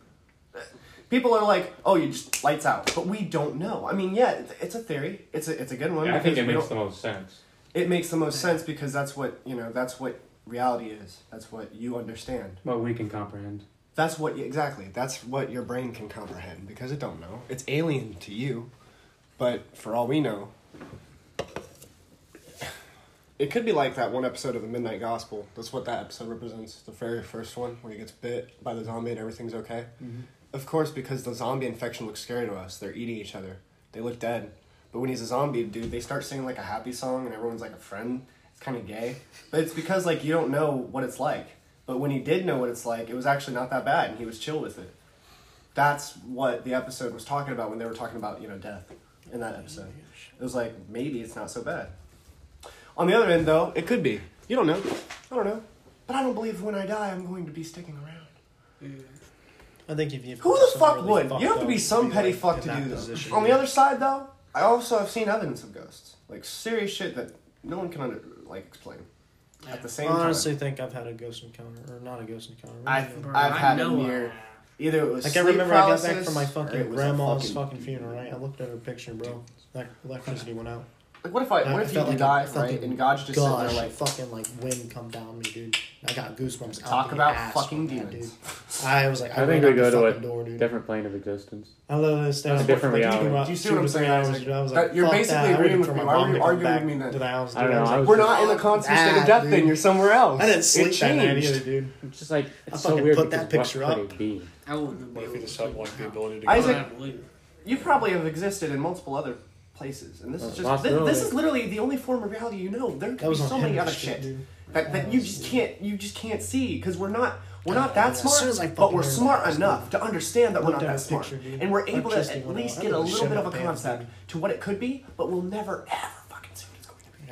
Speaker 4: People are like, "Oh, you just lights out," but we don't know. I mean, yeah, it's, it's a theory. It's a it's a good one.
Speaker 17: Yeah, I think
Speaker 4: because
Speaker 17: it
Speaker 4: we
Speaker 17: makes the
Speaker 4: don't-
Speaker 17: most sense.
Speaker 4: It makes the most sense because that's what you know. That's what reality is. That's what you understand.
Speaker 2: What we can comprehend.
Speaker 4: That's what exactly. That's what your brain can comprehend because it don't know. It's alien to you, but for all we know, it could be like that one episode of the Midnight Gospel. That's what that episode represents. The very first one where he gets bit by the zombie and everything's okay.
Speaker 2: Mhm.
Speaker 4: Of course, because the zombie infection looks scary to us. They're eating each other. They look dead. But when he's a zombie dude, they start singing like a happy song and everyone's like a friend. It's kind of gay. But it's because like you don't know what it's like. But when he did know what it's like, it was actually not that bad and he was chill with it. That's what the episode was talking about when they were talking about, you know, death in that episode. It was like maybe it's not so bad. On the other end though, it could be. You don't know. I don't know. But I don't believe when I die I'm going to be sticking around.
Speaker 6: I think if you
Speaker 4: Who the fuck
Speaker 6: really
Speaker 4: would?
Speaker 6: fucked
Speaker 4: You have to
Speaker 6: up
Speaker 4: be some
Speaker 6: be,
Speaker 4: petty
Speaker 6: like,
Speaker 4: fuck
Speaker 6: in
Speaker 4: to
Speaker 6: that
Speaker 4: do this.
Speaker 6: position,
Speaker 4: On the
Speaker 6: yeah.
Speaker 4: other side, though, I also have seen evidence of ghosts, like serious shit that no one can under, like explain. At the same
Speaker 6: I
Speaker 4: time,
Speaker 6: honestly think I've had a ghost encounter or not a ghost encounter. What
Speaker 4: I've
Speaker 6: is it?
Speaker 4: I've had it near either it was
Speaker 6: Like I
Speaker 4: sleep
Speaker 6: remember
Speaker 4: paralysis,
Speaker 6: I got back from my
Speaker 4: or
Speaker 6: fucking
Speaker 4: it was a
Speaker 6: grandma's
Speaker 4: fucking-
Speaker 6: fucking, funeral, right? I looked at her picture, bro. Like electricity went out.
Speaker 4: Like what if I,
Speaker 6: And
Speaker 4: what if you
Speaker 6: felt like
Speaker 4: die
Speaker 6: a
Speaker 4: right
Speaker 6: fucking
Speaker 4: and God's just sitting
Speaker 6: gush
Speaker 4: there
Speaker 6: of
Speaker 4: like
Speaker 6: fucking like wind come down me, dude. I got goosebumps. out
Speaker 4: talk
Speaker 6: the
Speaker 4: about
Speaker 6: ass
Speaker 4: fucking
Speaker 6: from that,
Speaker 4: demons.
Speaker 6: dude. I was like, I,
Speaker 17: I think
Speaker 6: ran
Speaker 17: we
Speaker 6: out
Speaker 17: go
Speaker 6: the
Speaker 17: to
Speaker 6: fucking
Speaker 17: a
Speaker 6: door, dude.
Speaker 17: different plane of existence.
Speaker 6: I love this.
Speaker 17: That's a different reality.
Speaker 4: Do you see what I'm saying? Isaac?
Speaker 6: I was
Speaker 4: That-
Speaker 6: like,
Speaker 4: you're
Speaker 6: fuck
Speaker 4: basically
Speaker 6: that. I
Speaker 4: agreeing
Speaker 6: waited
Speaker 4: with
Speaker 6: for
Speaker 4: me.
Speaker 6: my
Speaker 4: Why
Speaker 6: mom
Speaker 4: are
Speaker 6: to
Speaker 4: you
Speaker 6: come
Speaker 4: arguing
Speaker 6: back
Speaker 4: with me then?
Speaker 6: to the house,
Speaker 17: I
Speaker 6: dude.
Speaker 17: don't know,
Speaker 6: was
Speaker 17: I
Speaker 6: like,
Speaker 17: was
Speaker 4: We're not in a
Speaker 6: fuck
Speaker 4: constant state of
Speaker 6: that,
Speaker 4: death.
Speaker 6: dude.
Speaker 4: Then you're somewhere else.
Speaker 6: I didn't
Speaker 4: It
Speaker 6: sleep that night
Speaker 4: changed.
Speaker 6: either, dude.
Speaker 17: It's just like
Speaker 6: I
Speaker 17: it's so
Speaker 6: fucking
Speaker 17: weird
Speaker 6: put that
Speaker 17: because
Speaker 6: picture
Speaker 17: what
Speaker 6: up.
Speaker 17: could it be?
Speaker 8: I wouldn't
Speaker 5: What if you just have like the ability to
Speaker 4: Isaac,
Speaker 5: go
Speaker 4: you probably have existed in multiple other places, and this
Speaker 17: Uh,
Speaker 4: is just thi-
Speaker 17: possibility.
Speaker 4: this, is literally the only form of reality you know. There could be
Speaker 6: was on
Speaker 4: so many
Speaker 6: Henry's
Speaker 4: other
Speaker 6: shit,
Speaker 4: shit,
Speaker 6: dude.
Speaker 4: that, that you just can't you just can't see because we're not we're not that
Speaker 6: As
Speaker 4: smart,
Speaker 6: soon as I
Speaker 4: but we're
Speaker 6: fucking heard
Speaker 4: smart
Speaker 6: that, I was
Speaker 4: enough to understand that we're not
Speaker 6: Looked at
Speaker 4: that
Speaker 6: his
Speaker 4: smart,
Speaker 6: picture, dude.
Speaker 4: and we're able to
Speaker 6: Electricity
Speaker 4: at
Speaker 6: went out.
Speaker 4: least
Speaker 6: I
Speaker 4: get a
Speaker 6: would've
Speaker 4: little
Speaker 6: shit
Speaker 4: bit of
Speaker 6: my
Speaker 4: a
Speaker 6: pants,
Speaker 4: concept to what it could be, but we'll never ever fucking see.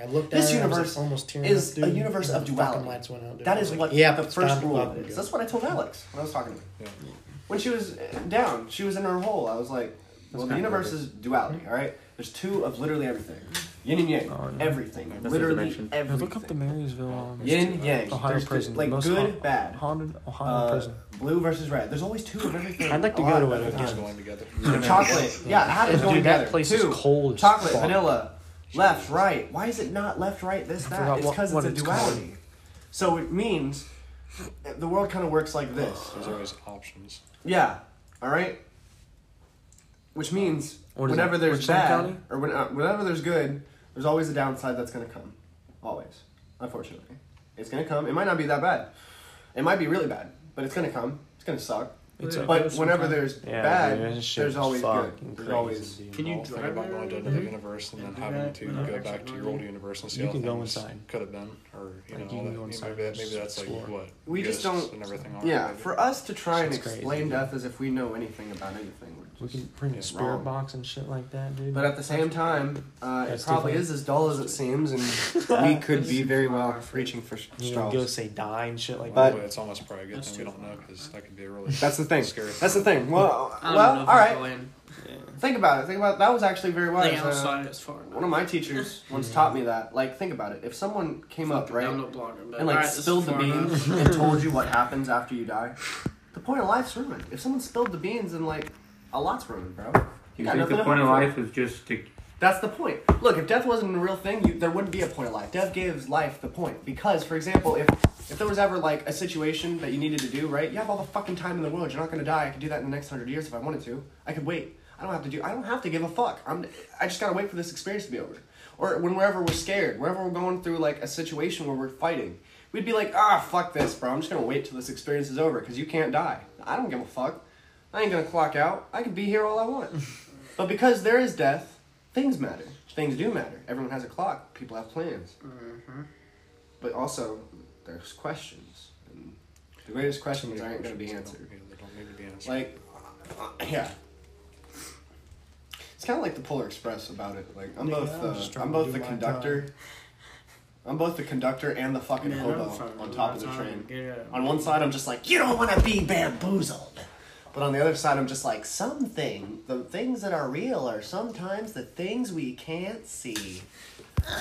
Speaker 6: I looked at
Speaker 4: This
Speaker 6: her, I was, like,
Speaker 4: universe
Speaker 6: almost tearing
Speaker 4: is
Speaker 6: up, dude,
Speaker 4: a universe
Speaker 6: and
Speaker 4: of
Speaker 6: the fucking
Speaker 4: duality.
Speaker 6: lights went out, dude.
Speaker 4: That
Speaker 6: I
Speaker 4: is
Speaker 6: was
Speaker 4: what
Speaker 6: like, yeah,
Speaker 4: the
Speaker 6: it's
Speaker 4: first
Speaker 6: time to
Speaker 4: rule
Speaker 6: fucking
Speaker 4: of it is.
Speaker 6: go.
Speaker 4: That's what I told Alex when I was talking to her.
Speaker 5: Yeah.
Speaker 4: When she was uh, down, she was in her hole. I was like, well, the
Speaker 2: kinda
Speaker 4: universe
Speaker 2: perfect.
Speaker 4: is duality, all right? There's two of literally everything. Yin and yang. Everything.
Speaker 2: Oh, That's a
Speaker 4: literally
Speaker 2: dimension.
Speaker 4: everything.
Speaker 6: Look up the Marysville um,
Speaker 4: Yin, yang.
Speaker 6: Ohio
Speaker 4: There's
Speaker 6: prison.
Speaker 4: Like
Speaker 6: Most
Speaker 4: good,
Speaker 6: hau-
Speaker 4: bad.
Speaker 6: haunted Ohio
Speaker 4: Uh,
Speaker 6: prison.
Speaker 4: Blue versus red. There's always two of everything.
Speaker 6: I'd like to
Speaker 4: a
Speaker 6: go
Speaker 4: lot
Speaker 6: to
Speaker 4: of
Speaker 6: it.
Speaker 4: everything.
Speaker 5: going together?
Speaker 4: Chocolate. Yeah, how does it go
Speaker 6: Dude,
Speaker 4: together?
Speaker 6: that place
Speaker 4: two.
Speaker 6: is cold. as
Speaker 4: Chocolate,
Speaker 6: fuck.
Speaker 4: vanilla, left, right. Why is it not left, right, this, that?
Speaker 6: forgot
Speaker 4: It's
Speaker 6: what-
Speaker 4: because
Speaker 6: what
Speaker 4: it's a
Speaker 6: it's
Speaker 4: duality.
Speaker 6: called.
Speaker 4: So it means that the world kind of works like this.
Speaker 5: There's always options.
Speaker 4: Yeah. All right. Which means
Speaker 6: What is
Speaker 4: whenever
Speaker 6: that?
Speaker 4: there's
Speaker 6: Which
Speaker 4: bad
Speaker 6: county?
Speaker 4: or when, uh, whenever there's good, there's always a downside that's going to come. Always, unfortunately, it's going to come. It might not be that bad. It might be really bad, but it's going to come. It's going to suck.
Speaker 6: It's
Speaker 4: but
Speaker 6: okay.
Speaker 4: whenever there's
Speaker 6: Yeah,
Speaker 4: bad,
Speaker 6: dude, this shit
Speaker 4: there's
Speaker 6: is
Speaker 4: always good.
Speaker 6: fucking
Speaker 4: There's
Speaker 6: crazy,
Speaker 4: always.
Speaker 6: dude.
Speaker 5: Can you think about going to another universe and then having to go back to your old universe and see
Speaker 6: You
Speaker 5: how
Speaker 6: can go
Speaker 5: things
Speaker 6: inside.
Speaker 5: Could have been, or you
Speaker 6: Like,
Speaker 5: know, all
Speaker 6: you can
Speaker 5: that-
Speaker 6: go inside
Speaker 5: maybe, that,
Speaker 6: and
Speaker 5: maybe that's like
Speaker 6: explore.
Speaker 5: what
Speaker 4: We just
Speaker 5: ghosts
Speaker 4: don't.
Speaker 5: and everything. Are,
Speaker 4: Yeah,
Speaker 5: maybe.
Speaker 4: for us to try and
Speaker 6: Shit's crazy,
Speaker 4: explain
Speaker 6: dude.
Speaker 4: death as if we know anything about anything, we're
Speaker 6: We
Speaker 4: just
Speaker 6: can bring a
Speaker 4: It's
Speaker 6: spirit
Speaker 4: wrong.
Speaker 6: box and shit like that, dude.
Speaker 4: But at the same time, uh, it
Speaker 6: That's
Speaker 4: probably is
Speaker 6: different.
Speaker 4: as dull as it seems, and we could be very well reaching for s-
Speaker 6: you know,
Speaker 4: straws.
Speaker 6: go say die and shit like
Speaker 4: But-
Speaker 6: that.
Speaker 5: Well, it's almost probably a good thing we don't know because that could be a really.
Speaker 4: That's the thing.
Speaker 5: Scary
Speaker 4: That's the thing. Well,
Speaker 8: I don't know
Speaker 4: well,
Speaker 8: if
Speaker 4: all
Speaker 8: I'd go
Speaker 4: right.
Speaker 8: in.
Speaker 4: Think about it. Think about that was actually very
Speaker 8: I think
Speaker 4: wise. Uh,
Speaker 8: outside is far enough.
Speaker 4: one of my teachers once taught me that. Like, think about it. If someone came up right
Speaker 8: I'm not blogging, but
Speaker 4: and like
Speaker 8: alright, this is
Speaker 4: spilled the
Speaker 8: far
Speaker 4: beans
Speaker 8: enough.
Speaker 4: and told you what happens after you die, the point of life's ruined. If someone spilled the beans and like a lot's ruined, bro.
Speaker 3: You
Speaker 4: got
Speaker 3: think
Speaker 4: nothing
Speaker 3: the
Speaker 4: to
Speaker 3: point of
Speaker 4: hope for.
Speaker 3: life is just to
Speaker 4: That's the point. Look, if death wasn't a real thing, you, there wouldn't be a point of life. Death gives life the point because, for example, if if there was ever like a situation that you needed to do, right? You have all the fucking time in the world. You're not gonna die. I could do that in the next hundred years if I wanted to. I could wait. I don't have to do. I don't have to give a fuck. I'm. I just gotta wait for this experience to be over. Or when wherever we're scared, wherever we're going through like a situation where we're fighting, we'd be like, ah, fuck this, bro. I'm just gonna wait till this experience is over because you can't die. I don't give a fuck. I ain't gonna clock out. I can be here all I want. But because there is death, things matter. Things do matter. Everyone has a clock. People have plans. But also, there's questions. And the greatest questions aren't going to be answered.
Speaker 5: Yeah, they don't need to be answered.
Speaker 4: Like, uh, yeah. It's kind of like the Polar Express about it. Like, I'm
Speaker 6: Yeah,
Speaker 4: both
Speaker 6: I'm just
Speaker 4: the
Speaker 6: trying
Speaker 4: I'm
Speaker 6: to
Speaker 4: both
Speaker 6: do
Speaker 4: the
Speaker 6: my
Speaker 4: conductor. I'm both the conductor and the fucking
Speaker 8: Man, I'm
Speaker 4: hobo
Speaker 8: fucking
Speaker 4: on top of the
Speaker 8: retarded.
Speaker 4: train.
Speaker 8: Yeah.
Speaker 4: On one side, I'm just like, you don't want to be bamboozled. But on the other side, I'm just like, something, the things that are real are sometimes the things we can't see.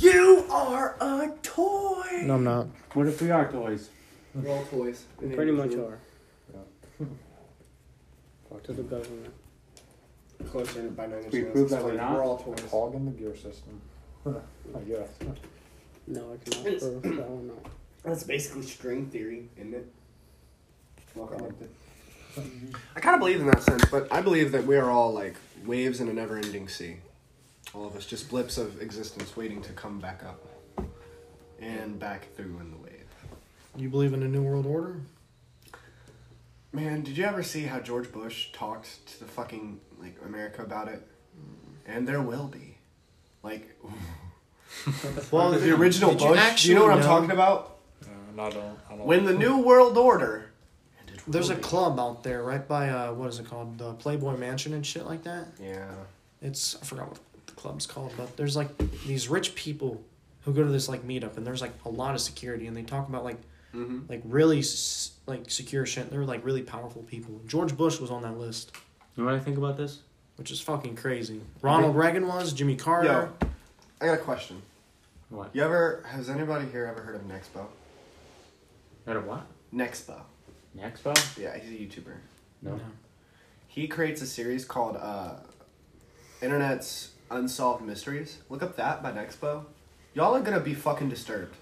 Speaker 4: You are a toy!
Speaker 6: No, I'm not.
Speaker 2: What if we are toys?
Speaker 4: We're all toys.
Speaker 8: Pretty much are.
Speaker 4: to the government. Closer to by nine inches.
Speaker 5: We proved that we're not
Speaker 4: We're all tourists.
Speaker 5: hogging the gear system. I guess.
Speaker 4: No, I cannot. prove that one not. That's basically string theory, isn't it? I kind of believe in that sense, but I believe that we are all like waves in a never-ending sea. All of us, just blips of existence, waiting to come back up and back through in the wave.
Speaker 6: You believe in a new world order?
Speaker 4: Man, did you ever see how George Bush talked to the fucking like America about it? And there will be, like, well, the original
Speaker 5: Did you
Speaker 4: Bush. Do you know what I'm
Speaker 5: actually
Speaker 4: talking
Speaker 5: know?
Speaker 4: about?
Speaker 5: No, Uh, I don't. I don't
Speaker 4: When the New World Order.
Speaker 6: There's a club out there right by uh, what is it called? The Playboy Mansion and shit like that.
Speaker 4: Yeah.
Speaker 6: It's I forgot what the club's called, but there's like these rich people who go to this like meetup, and there's like a lot of security, and they talk about like like really s- like secure shit. They're like really powerful people. George Bush was on that list.
Speaker 2: You know what I think about this?
Speaker 6: Which is fucking crazy. Ronald Reagan was Jimmy Carter.
Speaker 4: Yo, I got a question.
Speaker 2: What?
Speaker 4: You ever has anybody here ever heard of Nexpo?
Speaker 2: Heard of what?
Speaker 4: Nexpo.
Speaker 2: Nexpo?
Speaker 4: Yeah, he's a YouTuber.
Speaker 2: No.
Speaker 4: He creates a series called uh, Internet's Unsolved Mysteries. Look up that by Nexpo. Y'all are gonna be fucking disturbed.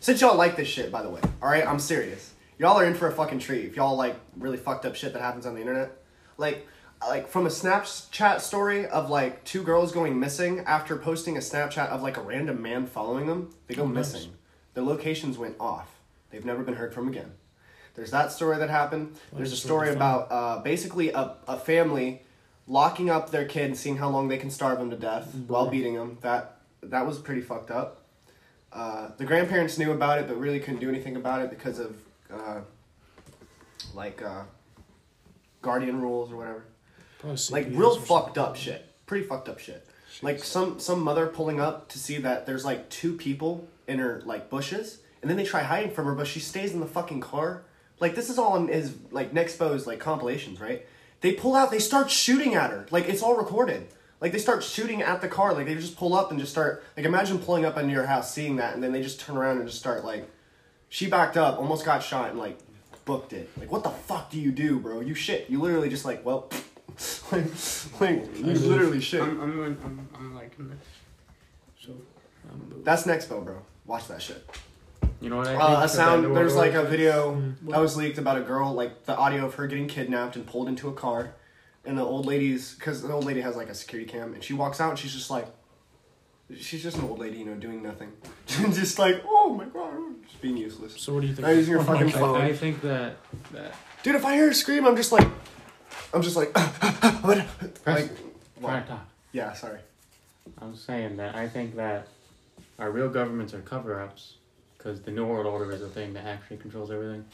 Speaker 4: Since y'all like this shit, by the way, alright? I'm serious. Y'all are in for a fucking treat if y'all like really fucked up shit that happens on the internet. Like, like from a Snapchat story of like two girls going missing after posting a Snapchat of like a random man following them, they go
Speaker 5: Oh, nice.
Speaker 4: missing. Their locations went off. They've never been heard from again. There's that story that happened. There's a
Speaker 5: just
Speaker 4: story
Speaker 5: really
Speaker 4: about uh, basically a, a family locking up their kid and seeing how long they can starve him to death while beating him. That that was pretty fucked up. Uh, the grandparents knew about it, but really couldn't do anything about it because of uh, like uh, guardian rules or whatever. Like real fucked up shit. Pretty fucked up shit. Like some some mother pulling up to see that there's like two people in her like bushes, and then they try hiding from her, but she stays in the fucking car. Like this is all in his like Nexpo's like compilations, right? They pull out, they start shooting at her. Like it's all recorded. Like they start shooting at the car. Like they just pull up and just start like imagine pulling up into your house, seeing that, and then they just turn around and just start like she backed up, almost got shot, and like booked it. Like what the fuck do you do, bro? You shit. You literally just like well. like, like you literally shit.
Speaker 8: I'm, I'm, I'm, I'm liking this. So,
Speaker 4: That's Nexpo, bro. Watch that shit.
Speaker 2: You know what I think?
Speaker 4: Uh, a
Speaker 2: Is that
Speaker 4: sound.
Speaker 2: New
Speaker 4: There's
Speaker 2: World
Speaker 4: like a
Speaker 2: Order?
Speaker 4: video
Speaker 6: Mm.
Speaker 4: that was leaked about a girl, like the audio of her getting kidnapped and pulled into a car, and the old lady's because the old lady has like a security cam, and she walks out and she's just like, she's just an old lady, you know, doing nothing, just like, oh my god, just being useless. So
Speaker 6: what do you Oh
Speaker 4: Not using your fucking
Speaker 2: I-
Speaker 4: phone,
Speaker 2: I think that, that
Speaker 4: dude. If I hear a scream, I'm just like, I'm just like, what? like,
Speaker 2: Try to talk.
Speaker 4: yeah, sorry.
Speaker 2: I'm saying that I think that our real governments are cover ups because the New World Order is the thing that actually controls everything.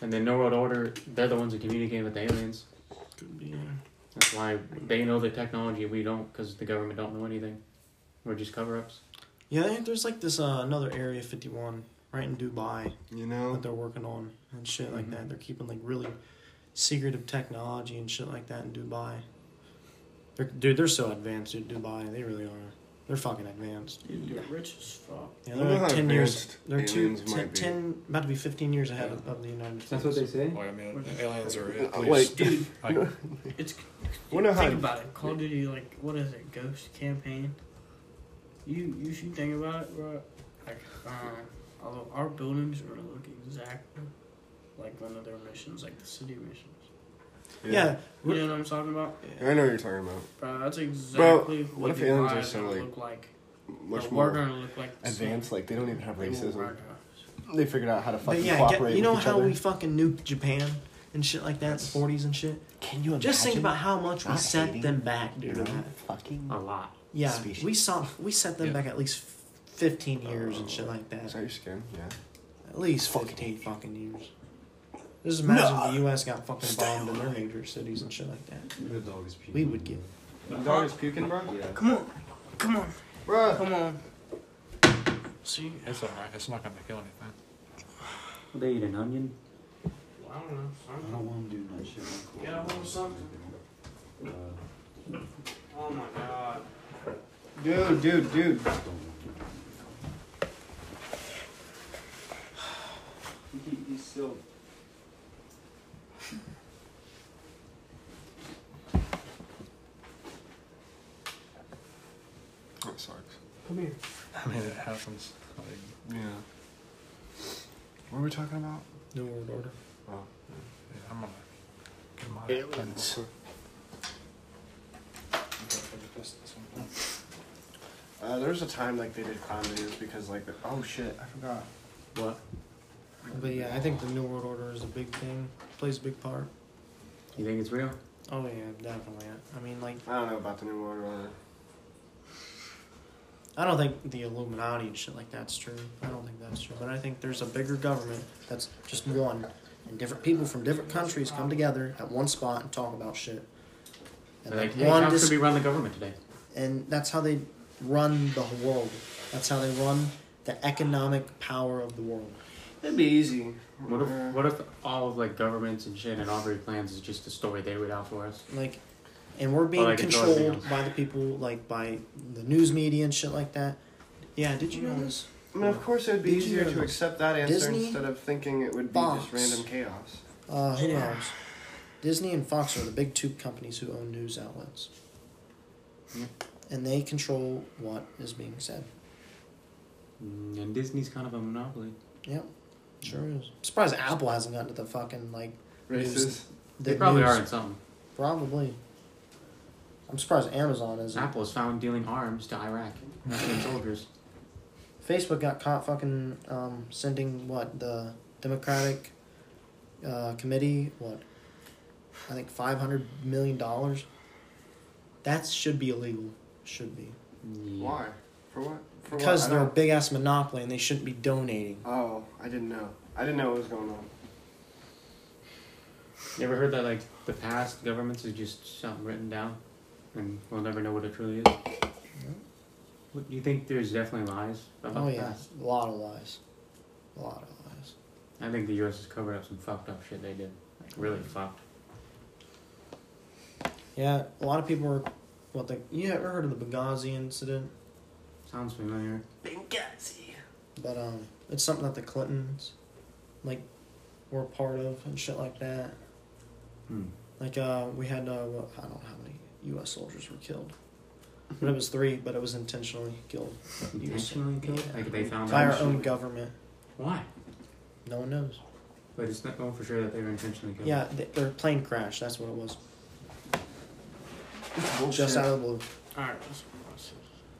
Speaker 2: And the New World Order, they're the ones who communicate with the aliens.
Speaker 8: could be.
Speaker 2: That's why they know the technology we don't because the government don't know anything. We're just cover ups.
Speaker 6: Yeah, there- there's like this uh, another Area 51 right in Dubai.
Speaker 4: You know
Speaker 6: that they're working on and shit like that. They're keeping like really secretive technology and shit like that in Dubai. They're, dude, they're so advanced, dude. Dubai, they really are. They're fucking advanced.
Speaker 8: Dude, they're rich as fuck.
Speaker 6: Yeah,
Speaker 8: You
Speaker 6: they're
Speaker 8: know
Speaker 6: like
Speaker 8: how
Speaker 6: ten years.
Speaker 8: advanced
Speaker 6: They're two,
Speaker 8: aliens
Speaker 6: ten,
Speaker 8: might be.
Speaker 6: 10 about to be fifteen years ahead of, of the United States.
Speaker 2: That's what they say?
Speaker 5: Like, I mean, aliens are
Speaker 6: Uh,
Speaker 5: at
Speaker 6: wait,
Speaker 5: least.
Speaker 6: dude.
Speaker 5: like,
Speaker 8: It's.
Speaker 4: Wonder
Speaker 8: think
Speaker 4: how-
Speaker 8: about it. Call of Duty, like, what is it? Ghost campaign. You you should think about it, bro. Like, uh, although our buildings are gonna look exactly like one of their missions, like the city missions.
Speaker 4: Yeah.
Speaker 8: You know what I'm talking about?
Speaker 4: I know what you're talking about.
Speaker 8: Bro, that's
Speaker 4: Bro,
Speaker 8: exactly
Speaker 4: what
Speaker 8: what,
Speaker 4: if
Speaker 8: the
Speaker 4: aliens are
Speaker 8: lives
Speaker 4: so
Speaker 8: gonna
Speaker 4: like
Speaker 8: look like.
Speaker 4: much
Speaker 8: Like,
Speaker 4: more
Speaker 8: we're gonna look like the same.
Speaker 4: advanced? Like they don't even have
Speaker 8: They won't
Speaker 4: racism.
Speaker 8: recognize
Speaker 4: They figured out how to
Speaker 6: But
Speaker 4: fucking
Speaker 6: yeah,
Speaker 4: cooperate.
Speaker 6: get, you know
Speaker 4: with each
Speaker 6: how
Speaker 4: other.
Speaker 6: we fucking nuked Japan and shit like that, forties and shit.
Speaker 4: Can you
Speaker 6: just think
Speaker 4: imagine
Speaker 6: about how much we
Speaker 4: not
Speaker 6: sent
Speaker 4: hating
Speaker 6: them back, dude?
Speaker 4: your
Speaker 6: to
Speaker 4: own
Speaker 6: that.
Speaker 4: fucking
Speaker 2: a lot.
Speaker 6: Yeah,
Speaker 4: species?
Speaker 6: we saw we sent them back at least fifteen years and shit like that.
Speaker 4: Is that your skin? Yeah.
Speaker 6: At least fifteen fucking years. Just imagine
Speaker 4: Nah.
Speaker 6: the U.S. got fucking bombed in their major cities and shit like that.
Speaker 18: The dog is puking.
Speaker 6: We would get.
Speaker 4: The dog is puking, bro.
Speaker 18: Yeah.
Speaker 8: Come on, come on,
Speaker 4: bro.
Speaker 8: Come on. See,
Speaker 5: It's alright. It's not going to kill anything.
Speaker 2: They eat an onion.
Speaker 8: I don't know.
Speaker 18: I don't want to do that shit.
Speaker 8: Get a hold of something.
Speaker 18: Uh,
Speaker 8: Oh my god.
Speaker 4: Dude, dude, dude.
Speaker 18: he, he's still.
Speaker 4: Oh,
Speaker 8: Come here.
Speaker 5: I mean, it happens. Like, yeah.
Speaker 4: What were we talking about?
Speaker 6: New World Order.
Speaker 5: Oh, yeah, I'm gonna get him out of that fence.
Speaker 4: Uh, there was a time like they did clown videos because like the- oh shit I forgot.
Speaker 6: What? But yeah, I think the New World Order is a big thing. Plays a big part.
Speaker 2: You think it's real?
Speaker 6: Oh yeah, definitely. I mean, like
Speaker 4: I don't know about the New World Order.
Speaker 6: I don't think the Illuminati and shit like that's true. I don't think that's true. But I think there's a bigger government that's just one, and different people from different countries come together at one spot and talk about shit.
Speaker 2: And like,
Speaker 6: that
Speaker 2: hey, how
Speaker 6: dis-
Speaker 2: should we run the government today?
Speaker 6: and that's how they run the whole world. That's how they run the economic power of the world.
Speaker 4: It'd be easy.
Speaker 2: What if what if all of like governments and shit and Aubrey plans is just a story they read out for us?
Speaker 6: like and we're being
Speaker 2: Or, Oh, like, a drug
Speaker 6: controlled
Speaker 2: deal.
Speaker 6: by the people like by the news media and shit like that yeah did you know this
Speaker 4: I mean, of course, it would be
Speaker 6: Did you
Speaker 4: easier
Speaker 6: know
Speaker 4: to
Speaker 6: this?
Speaker 4: accept that answer
Speaker 6: Disney,
Speaker 4: instead of thinking it would be
Speaker 6: Fox.
Speaker 4: just random chaos.
Speaker 6: uh, who knows disney and fox are the big two companies who own news outlets
Speaker 2: Hmm.
Speaker 6: and they control what is being said
Speaker 2: Mm, And Disney's kind of a monopoly.
Speaker 6: yep sure is I'm surprised apple hasn't gotten to the fucking like
Speaker 2: Races.
Speaker 6: news-
Speaker 2: They
Speaker 6: the
Speaker 2: probably
Speaker 6: news.
Speaker 2: are in some.
Speaker 6: probably i'm surprised amazon is
Speaker 2: Apple is found dealing arms to Iraq, Russian soldiers.
Speaker 6: Facebook got caught fucking um, sending what the Democratic uh, committee what I think five hundred million dollars. That should be illegal. Should be
Speaker 4: Why? For what? For
Speaker 6: because
Speaker 4: what? I
Speaker 6: they're a
Speaker 4: don't-
Speaker 6: big ass monopoly and they shouldn't be donating.
Speaker 4: Oh, I didn't know. I didn't know what was going on.
Speaker 2: You ever heard that like the past governments is just something written down, and we'll never know what it truly is? What, you think there's definitely lies about
Speaker 6: Oh
Speaker 2: the
Speaker 6: yeah,
Speaker 2: past?
Speaker 6: a lot of lies, a lot of lies.
Speaker 2: I think the U.S. has covered up some fucked up shit they did, like really fucked.
Speaker 6: Yeah, a lot of people were. What the you ever heard of the Benghazi incident?
Speaker 2: Sounds familiar.
Speaker 19: Benghazi.
Speaker 6: But um, it's something that the Clintons, like, were a part of and shit like that.
Speaker 2: Hmm.
Speaker 6: Like uh, we had uh, well, I don't know how many U.S. soldiers were killed,
Speaker 2: Mm-hmm.
Speaker 6: but it was three. But it was intentionally killed.
Speaker 2: Intentionally killed? Like they found
Speaker 6: by our
Speaker 2: out?
Speaker 6: own government.
Speaker 2: Why?
Speaker 6: No one knows.
Speaker 2: But it's not known for sure that they were intentionally killed.
Speaker 6: Yeah, th- their plane crash. That's what it was.
Speaker 2: Oh,
Speaker 6: Just out of the blue.
Speaker 8: All right. Let's, let's,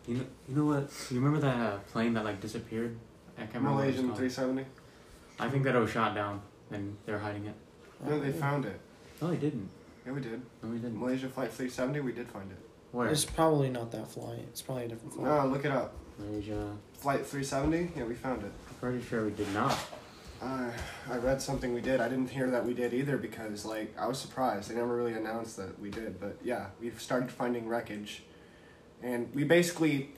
Speaker 2: You know, you know what? You remember that uh, plane that like disappeared? I can't remember what it was
Speaker 4: Malaysian
Speaker 2: called.
Speaker 4: 370.
Speaker 2: I think that it was shot down, and they're hiding it.
Speaker 4: No, they found it.
Speaker 2: No, they didn't.
Speaker 4: Yeah, we did.
Speaker 2: No, we didn't.
Speaker 4: Malaysia Flight 370. We did find it.
Speaker 2: Where? Oh.
Speaker 6: It's probably not that flight. It's probably a different flight.
Speaker 4: No, look it up.
Speaker 2: Malaysia.
Speaker 4: Flight 370. Yeah, we found it.
Speaker 2: I'm pretty sure we did not.
Speaker 4: Uh, I read something we did. I didn't hear that we did either because, like, I was surprised. They never really announced that we did. But yeah, we've started finding wreckage. And we basically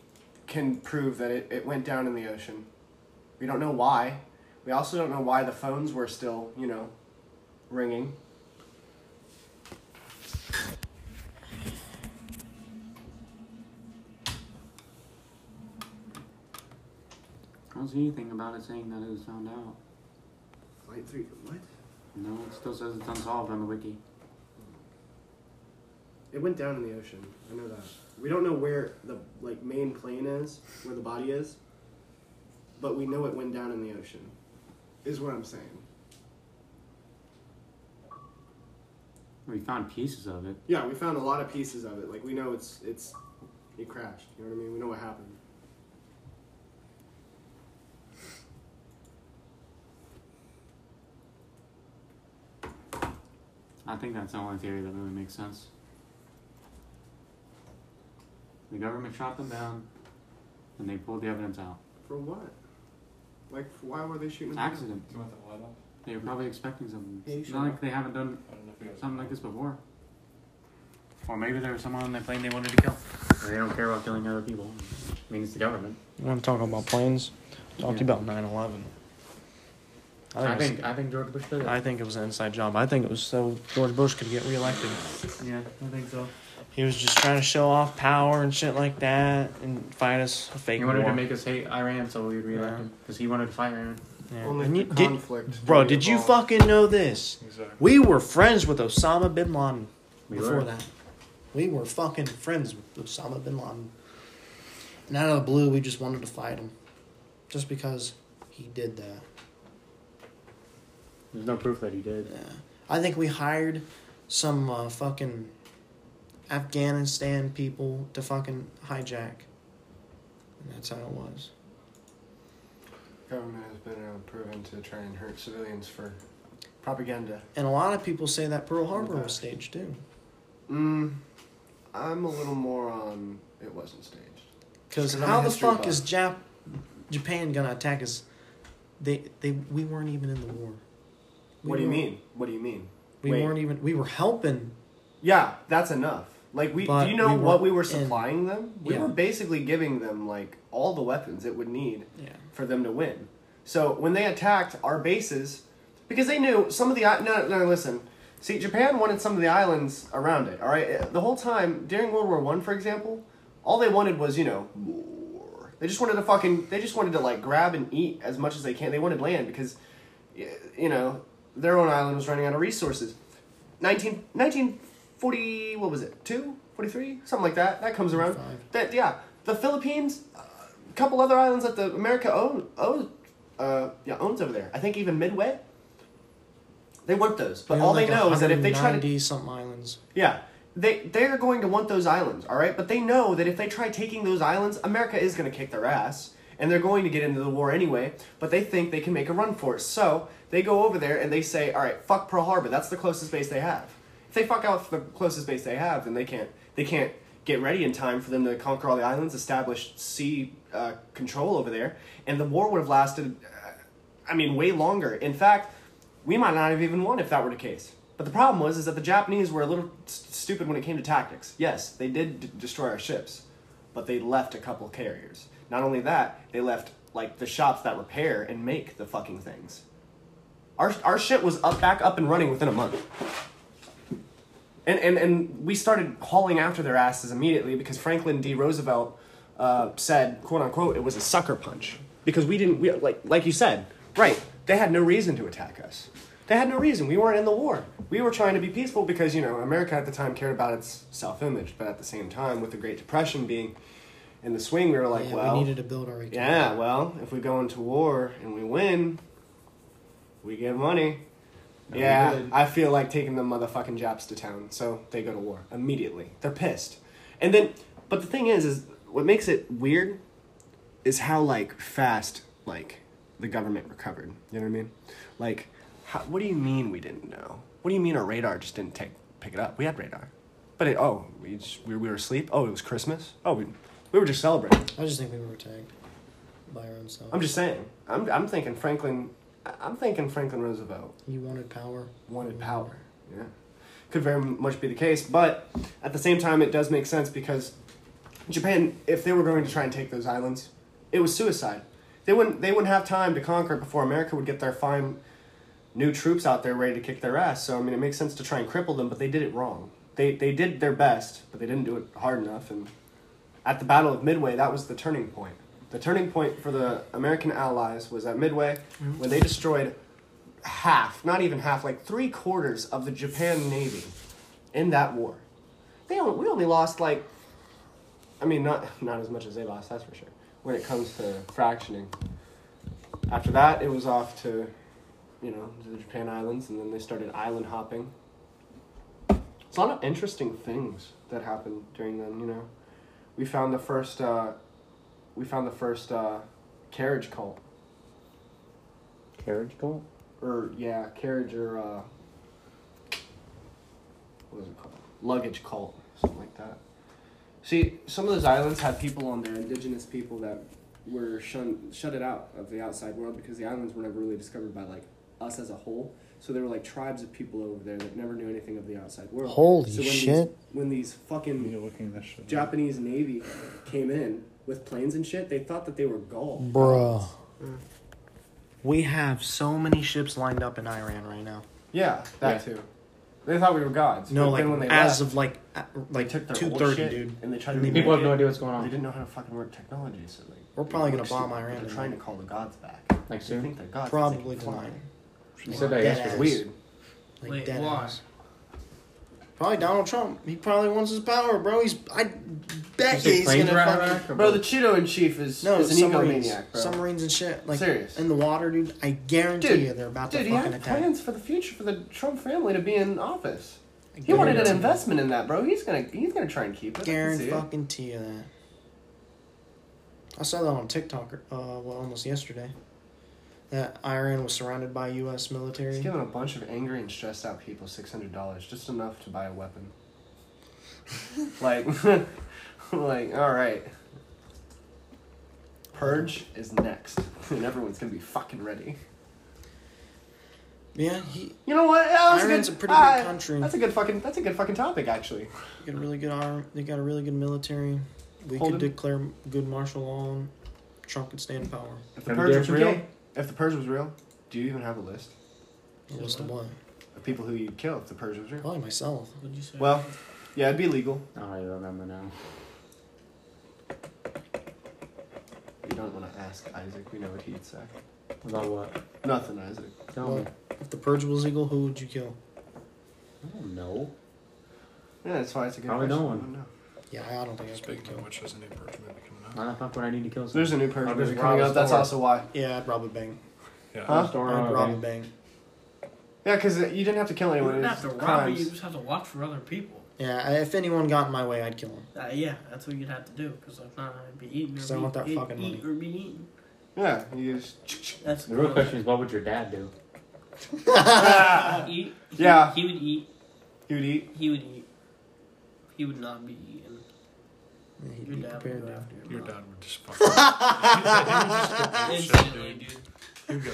Speaker 4: can prove that it, it went down in the ocean. We don't know why. We also don't know why the phones were still, you know, ringing.
Speaker 2: I don't see anything about it saying that it was found out.
Speaker 4: Flight 3. What?
Speaker 2: No, it still says it's unsolved on the wiki.
Speaker 4: It went down in the ocean. I know that. We don't know where the like main plane is, where the body is, but we know it went down in the ocean. Is what I'm saying.
Speaker 2: We found pieces of it.
Speaker 4: Yeah, we found a lot of pieces of it. Like we know it's it's it crashed. You know what I mean? We know what happened.
Speaker 2: I think that's the only theory that really makes sense. The government shot them down, and they pulled the evidence out.
Speaker 4: For what? Like why were they shooting?
Speaker 2: Accident.
Speaker 5: You want that light up?
Speaker 2: They were probably expecting something.
Speaker 4: Yeah, you
Speaker 2: It's
Speaker 4: should
Speaker 2: not
Speaker 4: know.
Speaker 2: like they haven't done
Speaker 5: I don't know if you guys.
Speaker 2: something like this before. Or maybe there was someone on that plane they wanted to kill. Or they don't care about killing other people. I mean, it's the government.
Speaker 6: You want to talk about planes? Talk to you about 9-11.
Speaker 2: I
Speaker 6: it was-
Speaker 2: think I think George Bush did it.
Speaker 6: I think it was an inside job. I think it was so George Bush could get reelected.
Speaker 2: yeah, I think so.
Speaker 6: He was just trying to show off power and shit like that and fight us a fake
Speaker 2: He wanted
Speaker 6: war.
Speaker 2: to make us hate Iran so we would reelect him because he wanted to fight Iran.
Speaker 6: Yeah.
Speaker 4: Only
Speaker 6: And
Speaker 4: the
Speaker 6: you- did-
Speaker 4: conflict
Speaker 6: bro,
Speaker 4: made
Speaker 6: did
Speaker 4: it
Speaker 6: you
Speaker 4: wrong.
Speaker 6: fucking know this?
Speaker 5: Exactly.
Speaker 6: We were friends with Osama bin Laden
Speaker 2: We
Speaker 6: before
Speaker 2: were.
Speaker 6: that. We were fucking friends with Osama bin Laden. And out of the blue, we just wanted to fight him. Just because he did that.
Speaker 2: There's no proof that he did.
Speaker 6: I think we hired some uh, fucking Afghanistan people to fucking hijack. And that's how it was.
Speaker 4: Government has been uh, proven to try and hurt civilians for propaganda.
Speaker 6: And a lot of people say that Pearl Harbor was staged too.
Speaker 4: Mm, I'm a little more on it wasn't staged.
Speaker 6: Because
Speaker 4: Just I'm a
Speaker 6: how the
Speaker 4: history
Speaker 6: fuck
Speaker 4: buff.
Speaker 6: is Jap- Japan gonna attack us? They they we weren't even in the war. We
Speaker 4: What do you
Speaker 6: weren't-
Speaker 4: mean? What do you mean?
Speaker 6: We
Speaker 4: Wait.
Speaker 6: weren't even. We were helping.
Speaker 4: Yeah, that's enough. Like we,
Speaker 6: But
Speaker 4: do you know
Speaker 6: we
Speaker 4: what we were
Speaker 6: weren't in-
Speaker 4: supplying them? We
Speaker 6: Yeah.
Speaker 4: were basically giving them like all the weapons it would need
Speaker 6: Yeah.
Speaker 4: for them to win. So when they attacked our bases, because they knew some of the i- no no listen, see Japan wanted some of the islands around it. All right, the whole time during World War One, for example, all they wanted was you know war. They just wanted to fucking they just wanted to like grab and eat as much as they can. They wanted land because y- you know their own island was running out of resources. 19, 1940, what was it? 2? 43? Something like that. That comes around. That yeah, the Philippines, a couple other islands that the America own, own uh, yeah, owns over there. I think even Midway. They want those, but
Speaker 6: We
Speaker 4: all
Speaker 6: owned
Speaker 4: they
Speaker 6: like
Speaker 4: know is that if they try to
Speaker 6: 190 something islands.
Speaker 4: yeah, they they are going to want those islands, all right? But they know that if they try taking those islands, America is going to kick their ass, and they're going to get into the war anyway. But they think they can make a run for it, so they go over there and they say, "All right, fuck Pearl Harbor. That's the closest base they have. If they fuck out the closest base they have, then they can't they can't get ready in time for them to conquer all the islands, establish sea uh, control over there, and the war would have lasted. Uh, I mean, way longer. In fact, we might not have even won if that were the case. But the problem was is that the Japanese were a little s- stupid when it came to tactics. Yes, they did d- destroy our ships, but they left a couple carriers. Not only that, they left like the shops that repair and make the fucking things. Our our shit was up back up and running within a month. And and and we started hauling after their asses immediately because Franklin D. Roosevelt uh, said, "quote unquote," it was a sucker punch because we didn't we like like you said, right? They had no reason to attack us. They had no reason. We weren't in the war. We were trying to be peaceful because you know America at the time cared about its self-image, but at the same time, with the Great Depression being in the swing, we were like,
Speaker 6: yeah,
Speaker 4: well,
Speaker 6: we needed to build our. economy.
Speaker 4: yeah, well, if we go into war and we win, we get money.
Speaker 6: And we
Speaker 4: yeah,
Speaker 6: did.
Speaker 4: I feel like taking the motherfucking Japs to town, so they go to war immediately. They're pissed, and then, but the thing is, is what makes it weird is how like fast like the government recovered. You know what I mean? Like, how, what do you mean we didn't know? What do you mean our radar just didn't take pick it up? We had radar, but it, oh, we just, we, we were asleep. Oh, it was Christmas. Oh, we we were just celebrating.
Speaker 6: I just think we were attacked by our own selves.
Speaker 4: I'm just saying. I'm, I'm thinking Franklin. I- I'm thinking Franklin Roosevelt
Speaker 6: You wanted power.
Speaker 4: wanted power. Yeah, could very much be the case, but at the same time, it does make sense because Japan, if they were going to try and take those islands, it was suicide. They wouldn't. They wouldn't have time to conquer it before America would get their fine new troops out there ready to kick their ass. So I mean, it makes sense to try and cripple them, but they did it wrong. They they did their best, but they didn't do it hard enough. And at the Battle of Midway, that was the turning point. The turning point for the American allies was at Midway when they destroyed half, not even half, like three quarters of the Japan Navy in that war. They only, we only lost like, I mean, not not as much as they lost, that's for sure. When it comes to fractioning, after that it was off to, you know, the Japan Islands, and then they started island hopping. It's a lot of interesting things that happened during them. You know, we found the first, uh, we found the first uh, carriage cult
Speaker 2: Carriage cult?
Speaker 4: or yeah, carriage or uh, what is it called? Luggage cult, something like that. See, some of those islands had people on there, indigenous people that were shun shut it out of the outside world because the islands were never really discovered by like us as a whole. So there were like tribes of people over there that never knew anything of the outside world.
Speaker 1: Holy
Speaker 4: so when These,
Speaker 1: shit.
Speaker 4: when these fucking Japanese navy came in with planes and shit, they thought that they were Gaul.
Speaker 6: Bruh. Mm. We have so many ships lined up in Iran right now.
Speaker 4: Yeah, that too. They thought we were gods.
Speaker 6: No,
Speaker 4: but
Speaker 6: like
Speaker 4: then when they left,
Speaker 6: as of like a- like
Speaker 4: took their
Speaker 6: two
Speaker 4: old
Speaker 6: thirty,
Speaker 4: shit
Speaker 6: dude.
Speaker 4: and they tried to
Speaker 6: And
Speaker 4: remake
Speaker 6: people have
Speaker 4: it.
Speaker 6: no idea what's going on.
Speaker 4: They didn't know how to fucking work technology, so like
Speaker 6: We're probably
Speaker 4: they
Speaker 6: gonna
Speaker 4: were
Speaker 6: bomb
Speaker 4: stupid.
Speaker 6: Iran
Speaker 4: They're
Speaker 6: tonight.
Speaker 4: trying to call the gods back.
Speaker 2: Like
Speaker 4: They
Speaker 2: soon?
Speaker 4: think they're gods.
Speaker 6: Probably
Speaker 4: it's like flying.
Speaker 6: tonight.
Speaker 2: You said that
Speaker 6: Dead
Speaker 2: yesterday.
Speaker 6: ass.
Speaker 4: Weird.
Speaker 6: Like
Speaker 8: Wait,
Speaker 6: dead
Speaker 8: why?
Speaker 6: ass. Probably Donald Trump. He probably wants his power, bro. He's I bet
Speaker 4: Is it
Speaker 6: he's gonna
Speaker 4: planes were out of Iraq or
Speaker 6: fucking
Speaker 4: Bro, the what? Cheeto in chief is-
Speaker 6: no
Speaker 4: is an
Speaker 6: submarines,
Speaker 4: egomaniac, bro.
Speaker 6: submarines and shit. Like
Speaker 4: Serious.
Speaker 6: in the water, dude. I guarantee you they're about
Speaker 4: dude,
Speaker 6: to
Speaker 4: he
Speaker 6: fucking
Speaker 4: had
Speaker 6: attack.
Speaker 4: plans for the future for the Trump family to be in office. He
Speaker 6: Guarantee
Speaker 4: wanted an
Speaker 6: it.
Speaker 4: investment in that, bro. He's gonna he's gonna try and keep it. I can
Speaker 6: Guarantee
Speaker 4: see it.
Speaker 6: fucking to you that. I saw that on TikTok, uh, well, almost yesterday. That Iran was surrounded by U.S. military.
Speaker 4: He's giving a bunch of angry and stressed out people six hundred dollars, just enough to buy a weapon. like, like, all right. Purge is next, and everyone's gonna be fucking ready.
Speaker 6: Yeah, he.
Speaker 4: You know what? That was a
Speaker 6: Iran's
Speaker 4: good,
Speaker 6: a pretty big
Speaker 4: ah,
Speaker 6: country.
Speaker 4: That's a good fucking. That's a good fucking topic, actually.
Speaker 6: They got a really good arm. They got a really good military. We
Speaker 4: Hold
Speaker 6: could
Speaker 4: him.
Speaker 6: declare good martial law. And Trump could stay in power.
Speaker 4: If the purge was real, if the purge was real, do you even have a list?
Speaker 6: A list of what?
Speaker 4: Of people who you'd kill if the purge was real.
Speaker 6: Probably myself.
Speaker 8: What'd you say?
Speaker 4: Well, yeah, it'd be legal.
Speaker 2: I remember now.
Speaker 4: You don't want to ask Isaac. We know what he'd say.
Speaker 2: About what?
Speaker 4: Nothing, Isaac.
Speaker 2: Tell me.
Speaker 6: Well, if the purge was legal, who would you kill?
Speaker 2: I don't know.
Speaker 4: Yeah, that's why it's a good
Speaker 2: Probably
Speaker 4: question.
Speaker 2: no
Speaker 4: I
Speaker 2: one.
Speaker 4: don't know.
Speaker 6: Yeah, I don't think I'd
Speaker 5: Speaking of which, there's a new purge movie coming out.
Speaker 2: Why the fuck would I need to kill someone?
Speaker 4: There's a new purge
Speaker 2: I'll
Speaker 4: movie
Speaker 2: just
Speaker 4: coming
Speaker 2: rob
Speaker 4: out.
Speaker 2: a
Speaker 4: That's
Speaker 2: store.
Speaker 4: also why.
Speaker 6: Yeah, I'd rob a bank.
Speaker 5: Yeah.
Speaker 4: Huh?
Speaker 2: Store
Speaker 6: I'd
Speaker 2: rob a
Speaker 6: rob a
Speaker 2: bank.
Speaker 6: bank.
Speaker 4: Yeah, because you didn't have to kill
Speaker 8: You
Speaker 4: anyone.
Speaker 8: wouldn't
Speaker 4: it
Speaker 8: have
Speaker 4: was
Speaker 8: to rob it,
Speaker 4: crimes.
Speaker 8: you just have to watch for other people.
Speaker 6: Yeah, I- if anyone got in my way, I'd kill him.
Speaker 8: Uh, yeah, that's what you'd have to do, because if not, I'd be eaten. or
Speaker 6: 'Cause I
Speaker 8: be-
Speaker 6: want that
Speaker 8: eat-
Speaker 6: fucking
Speaker 8: eat or be eaten.
Speaker 4: Yeah, you just.
Speaker 8: That's
Speaker 2: The real
Speaker 8: gross.
Speaker 2: question is, what would your dad do?
Speaker 8: eat. He,
Speaker 4: Yeah.
Speaker 8: He would eat.
Speaker 4: He would eat.
Speaker 8: He would eat. He would not be eaten.
Speaker 6: He'd
Speaker 8: Your
Speaker 6: be
Speaker 8: dad would
Speaker 6: prepared
Speaker 8: go
Speaker 6: to.
Speaker 8: after
Speaker 5: Your
Speaker 8: your
Speaker 5: dad
Speaker 8: mom.
Speaker 5: would just fucking. He would just go ape shit, dude.
Speaker 8: Instantly, dude.
Speaker 5: He would go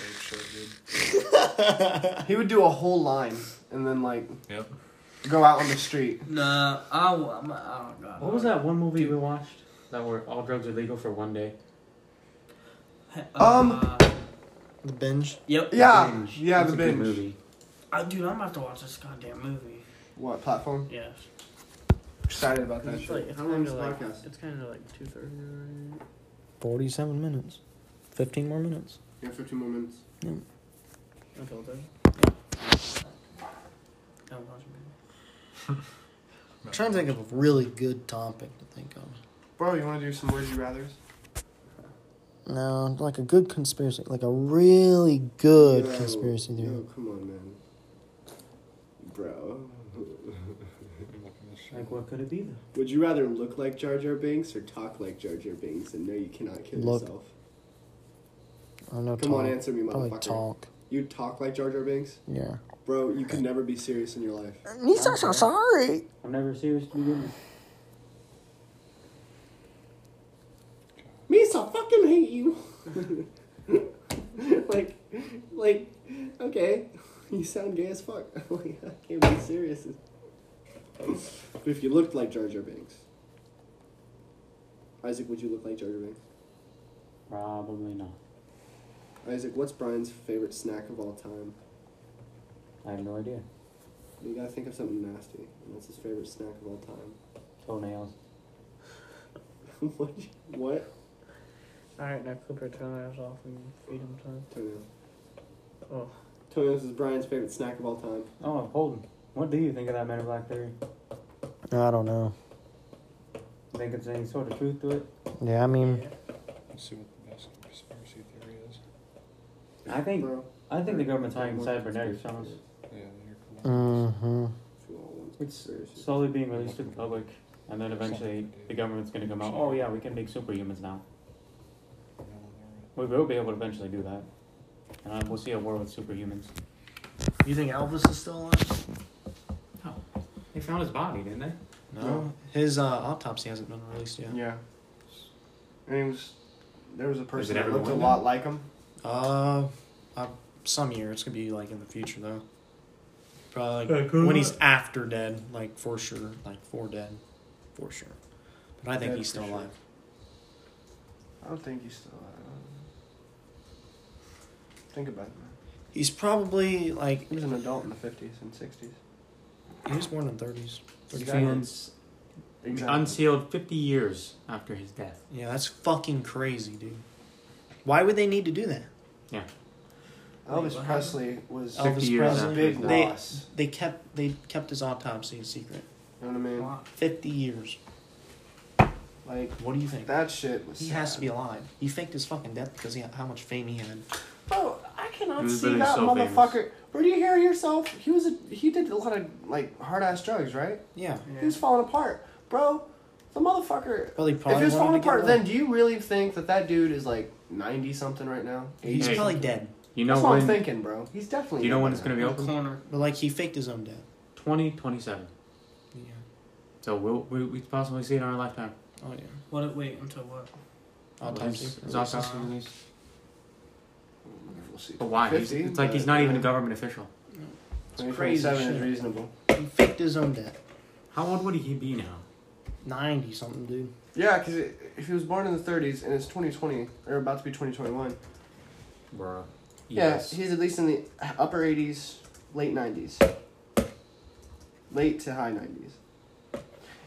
Speaker 5: ape shit, dude.
Speaker 4: He would do a whole line and then like
Speaker 5: Yep.
Speaker 4: go out on the street.
Speaker 8: Nah, I, w- I'm- I don't know.
Speaker 2: What was that one movie we watched that were all drugs are legal for one day?
Speaker 4: Um,
Speaker 8: Uh,
Speaker 6: The binge.
Speaker 8: yep.
Speaker 4: Yeah,
Speaker 2: Binge.
Speaker 4: yeah,
Speaker 2: That's
Speaker 4: the
Speaker 2: a good
Speaker 4: binge.
Speaker 2: movie.
Speaker 8: Uh, dude, I'm about to watch this goddamn movie.
Speaker 4: What platform?
Speaker 8: Yes.
Speaker 4: Excited about that
Speaker 8: It's
Speaker 4: shit.
Speaker 8: like it's
Speaker 4: How long
Speaker 8: kind
Speaker 4: is
Speaker 8: of
Speaker 4: the
Speaker 8: like
Speaker 4: podcast?
Speaker 8: it's kind of like two thirty. Right?
Speaker 6: Forty-seven minutes. Fifteen more minutes.
Speaker 4: Yeah, fifteen more minutes.
Speaker 8: I feel that. Don't watch me.
Speaker 6: I'm trying to think of a really good topic to think of.
Speaker 4: Bro, you want to do some words you rather's?
Speaker 6: No, like a good conspiracy, like a really good
Speaker 4: Yo,
Speaker 6: conspiracy theory.
Speaker 4: Yo, come on, man. Bro.
Speaker 2: Like, what could it be? Though?
Speaker 4: Would you rather look like Jar Jar Binks or talk like Jar Jar Binks? And no, you cannot kill
Speaker 6: Look.
Speaker 4: yourself.
Speaker 6: I don't know.
Speaker 4: Come
Speaker 6: talk.
Speaker 4: on, answer me,
Speaker 6: Probably
Speaker 4: motherfucker.
Speaker 6: talk.
Speaker 4: You talk like Jar Jar Binks?
Speaker 6: Yeah.
Speaker 4: Bro, you could never be serious in your life.
Speaker 6: Nisa, so sorry.
Speaker 2: I'm never serious to begin with.
Speaker 4: Misa, fucking hate you. like, like, okay, you sound gay as fuck. like, I can't be serious. But if you looked like Jar Jar Binks, Isaac, would you look like Jar Jar Binks?
Speaker 2: Probably not.
Speaker 4: Isaac, what's Brian's favorite snack of all time?
Speaker 2: I have no idea.
Speaker 4: You gotta think of something nasty, and that's his favorite snack of all time.
Speaker 2: Toenails.
Speaker 4: what? What?
Speaker 8: All right, now clip your toenails off and feed him time.
Speaker 4: Toenails.
Speaker 8: Oh,
Speaker 4: Toenails is Brian's favorite snack of all time.
Speaker 2: Oh, Holden, what do you think of that Men in Black theory?
Speaker 6: I don't know.
Speaker 2: Think it's any sort of truth to it?
Speaker 6: Yeah, I mean,
Speaker 5: Let's see what the best conspiracy theory is.
Speaker 2: I think
Speaker 4: Bro.
Speaker 2: I think the government's hiding cybernetics from us.
Speaker 5: Yeah, you're cool.
Speaker 6: hmm
Speaker 2: It's slowly being released to the public, and then eventually the government's going to come out. Oh yeah, we can make superhumans now. We will be able to eventually do that, and uh, we'll see a world with superhumans.
Speaker 6: You think Elvis is still alive?
Speaker 2: They found his body, didn't they?
Speaker 6: No. His uh, autopsy hasn't been released yet.
Speaker 4: Yeah. And he was, there was a person that
Speaker 2: everyone
Speaker 4: looked a
Speaker 2: then?
Speaker 4: lot like him.
Speaker 6: Uh, uh, some year. It's gonna be like in the future though. Probably
Speaker 5: Yeah,
Speaker 6: like,
Speaker 5: cool.
Speaker 6: when he's after dead, like for sure, like for dead, for sure. But I think
Speaker 4: Dead
Speaker 6: he's
Speaker 4: for
Speaker 6: still
Speaker 4: sure.
Speaker 6: alive.
Speaker 4: I don't think he's still alive. Think about it, man.
Speaker 6: He's probably like
Speaker 4: He was an adult in the 50s and 60s.
Speaker 6: he was born in thirties.
Speaker 2: Fans unsealed 50 years after his death.
Speaker 6: Yeah, that's fucking crazy, dude. Why would they need to do that?
Speaker 2: Yeah.
Speaker 4: I Elvis Presley was
Speaker 6: Elvis
Speaker 4: 50 years
Speaker 6: Presley.
Speaker 4: after his
Speaker 6: they,
Speaker 4: loss.
Speaker 6: They kept they kept his autopsy a secret.
Speaker 4: You know what I mean?
Speaker 6: Fifty years.
Speaker 4: Like,
Speaker 6: what do you think?
Speaker 4: That shit was.
Speaker 6: He has to be alive. He faked his fucking death because he how much fame he had.
Speaker 4: Bro, I cannot
Speaker 6: He was
Speaker 4: see
Speaker 6: really
Speaker 4: that
Speaker 6: so
Speaker 4: motherfucker. Bro, do you hear yourself? He was a, he did a lot of like hard ass drugs, right?
Speaker 6: Yeah.
Speaker 4: He was falling apart, bro. The motherfucker.
Speaker 6: Well, he
Speaker 4: if he
Speaker 6: probably
Speaker 4: was
Speaker 6: wanted
Speaker 4: falling
Speaker 6: to get
Speaker 4: apart,
Speaker 6: away.
Speaker 4: then do you really think that that dude is like ninety something right now?
Speaker 6: He's
Speaker 4: Eighty?
Speaker 6: probably dead.
Speaker 2: You know
Speaker 4: That's what I'm
Speaker 2: when-
Speaker 4: thinking, bro. He's definitely.
Speaker 2: Do you know
Speaker 4: dead
Speaker 2: when
Speaker 4: by
Speaker 2: it's
Speaker 4: now.
Speaker 2: going to be open?
Speaker 6: But like he faked his own death.
Speaker 2: 2027.
Speaker 6: Yeah.
Speaker 2: So we'll, we we could possibly see it in our lifetime.
Speaker 6: Oh yeah.
Speaker 8: What? Wait until what?
Speaker 6: Autopsy.
Speaker 2: His- His
Speaker 6: Release.
Speaker 2: Oh, autopsy release.
Speaker 4: We'll see.
Speaker 2: But why? He's-
Speaker 4: 50,
Speaker 2: it's like he's
Speaker 4: but,
Speaker 2: not even a
Speaker 4: yeah.
Speaker 2: government official.
Speaker 4: Twenty
Speaker 6: crazy
Speaker 4: twenty-seven is
Speaker 6: shit.
Speaker 4: reasonable.
Speaker 6: He faked his own death.
Speaker 2: How old would he be now?
Speaker 6: Ninety something, dude.
Speaker 4: Yeah, because if he was born in the thirties and it's twenty twenty or about to be twenty twenty one.
Speaker 2: Bruh.
Speaker 4: Yeah, he's at least in the upper 80s, late 90s. Late to high 90s. And if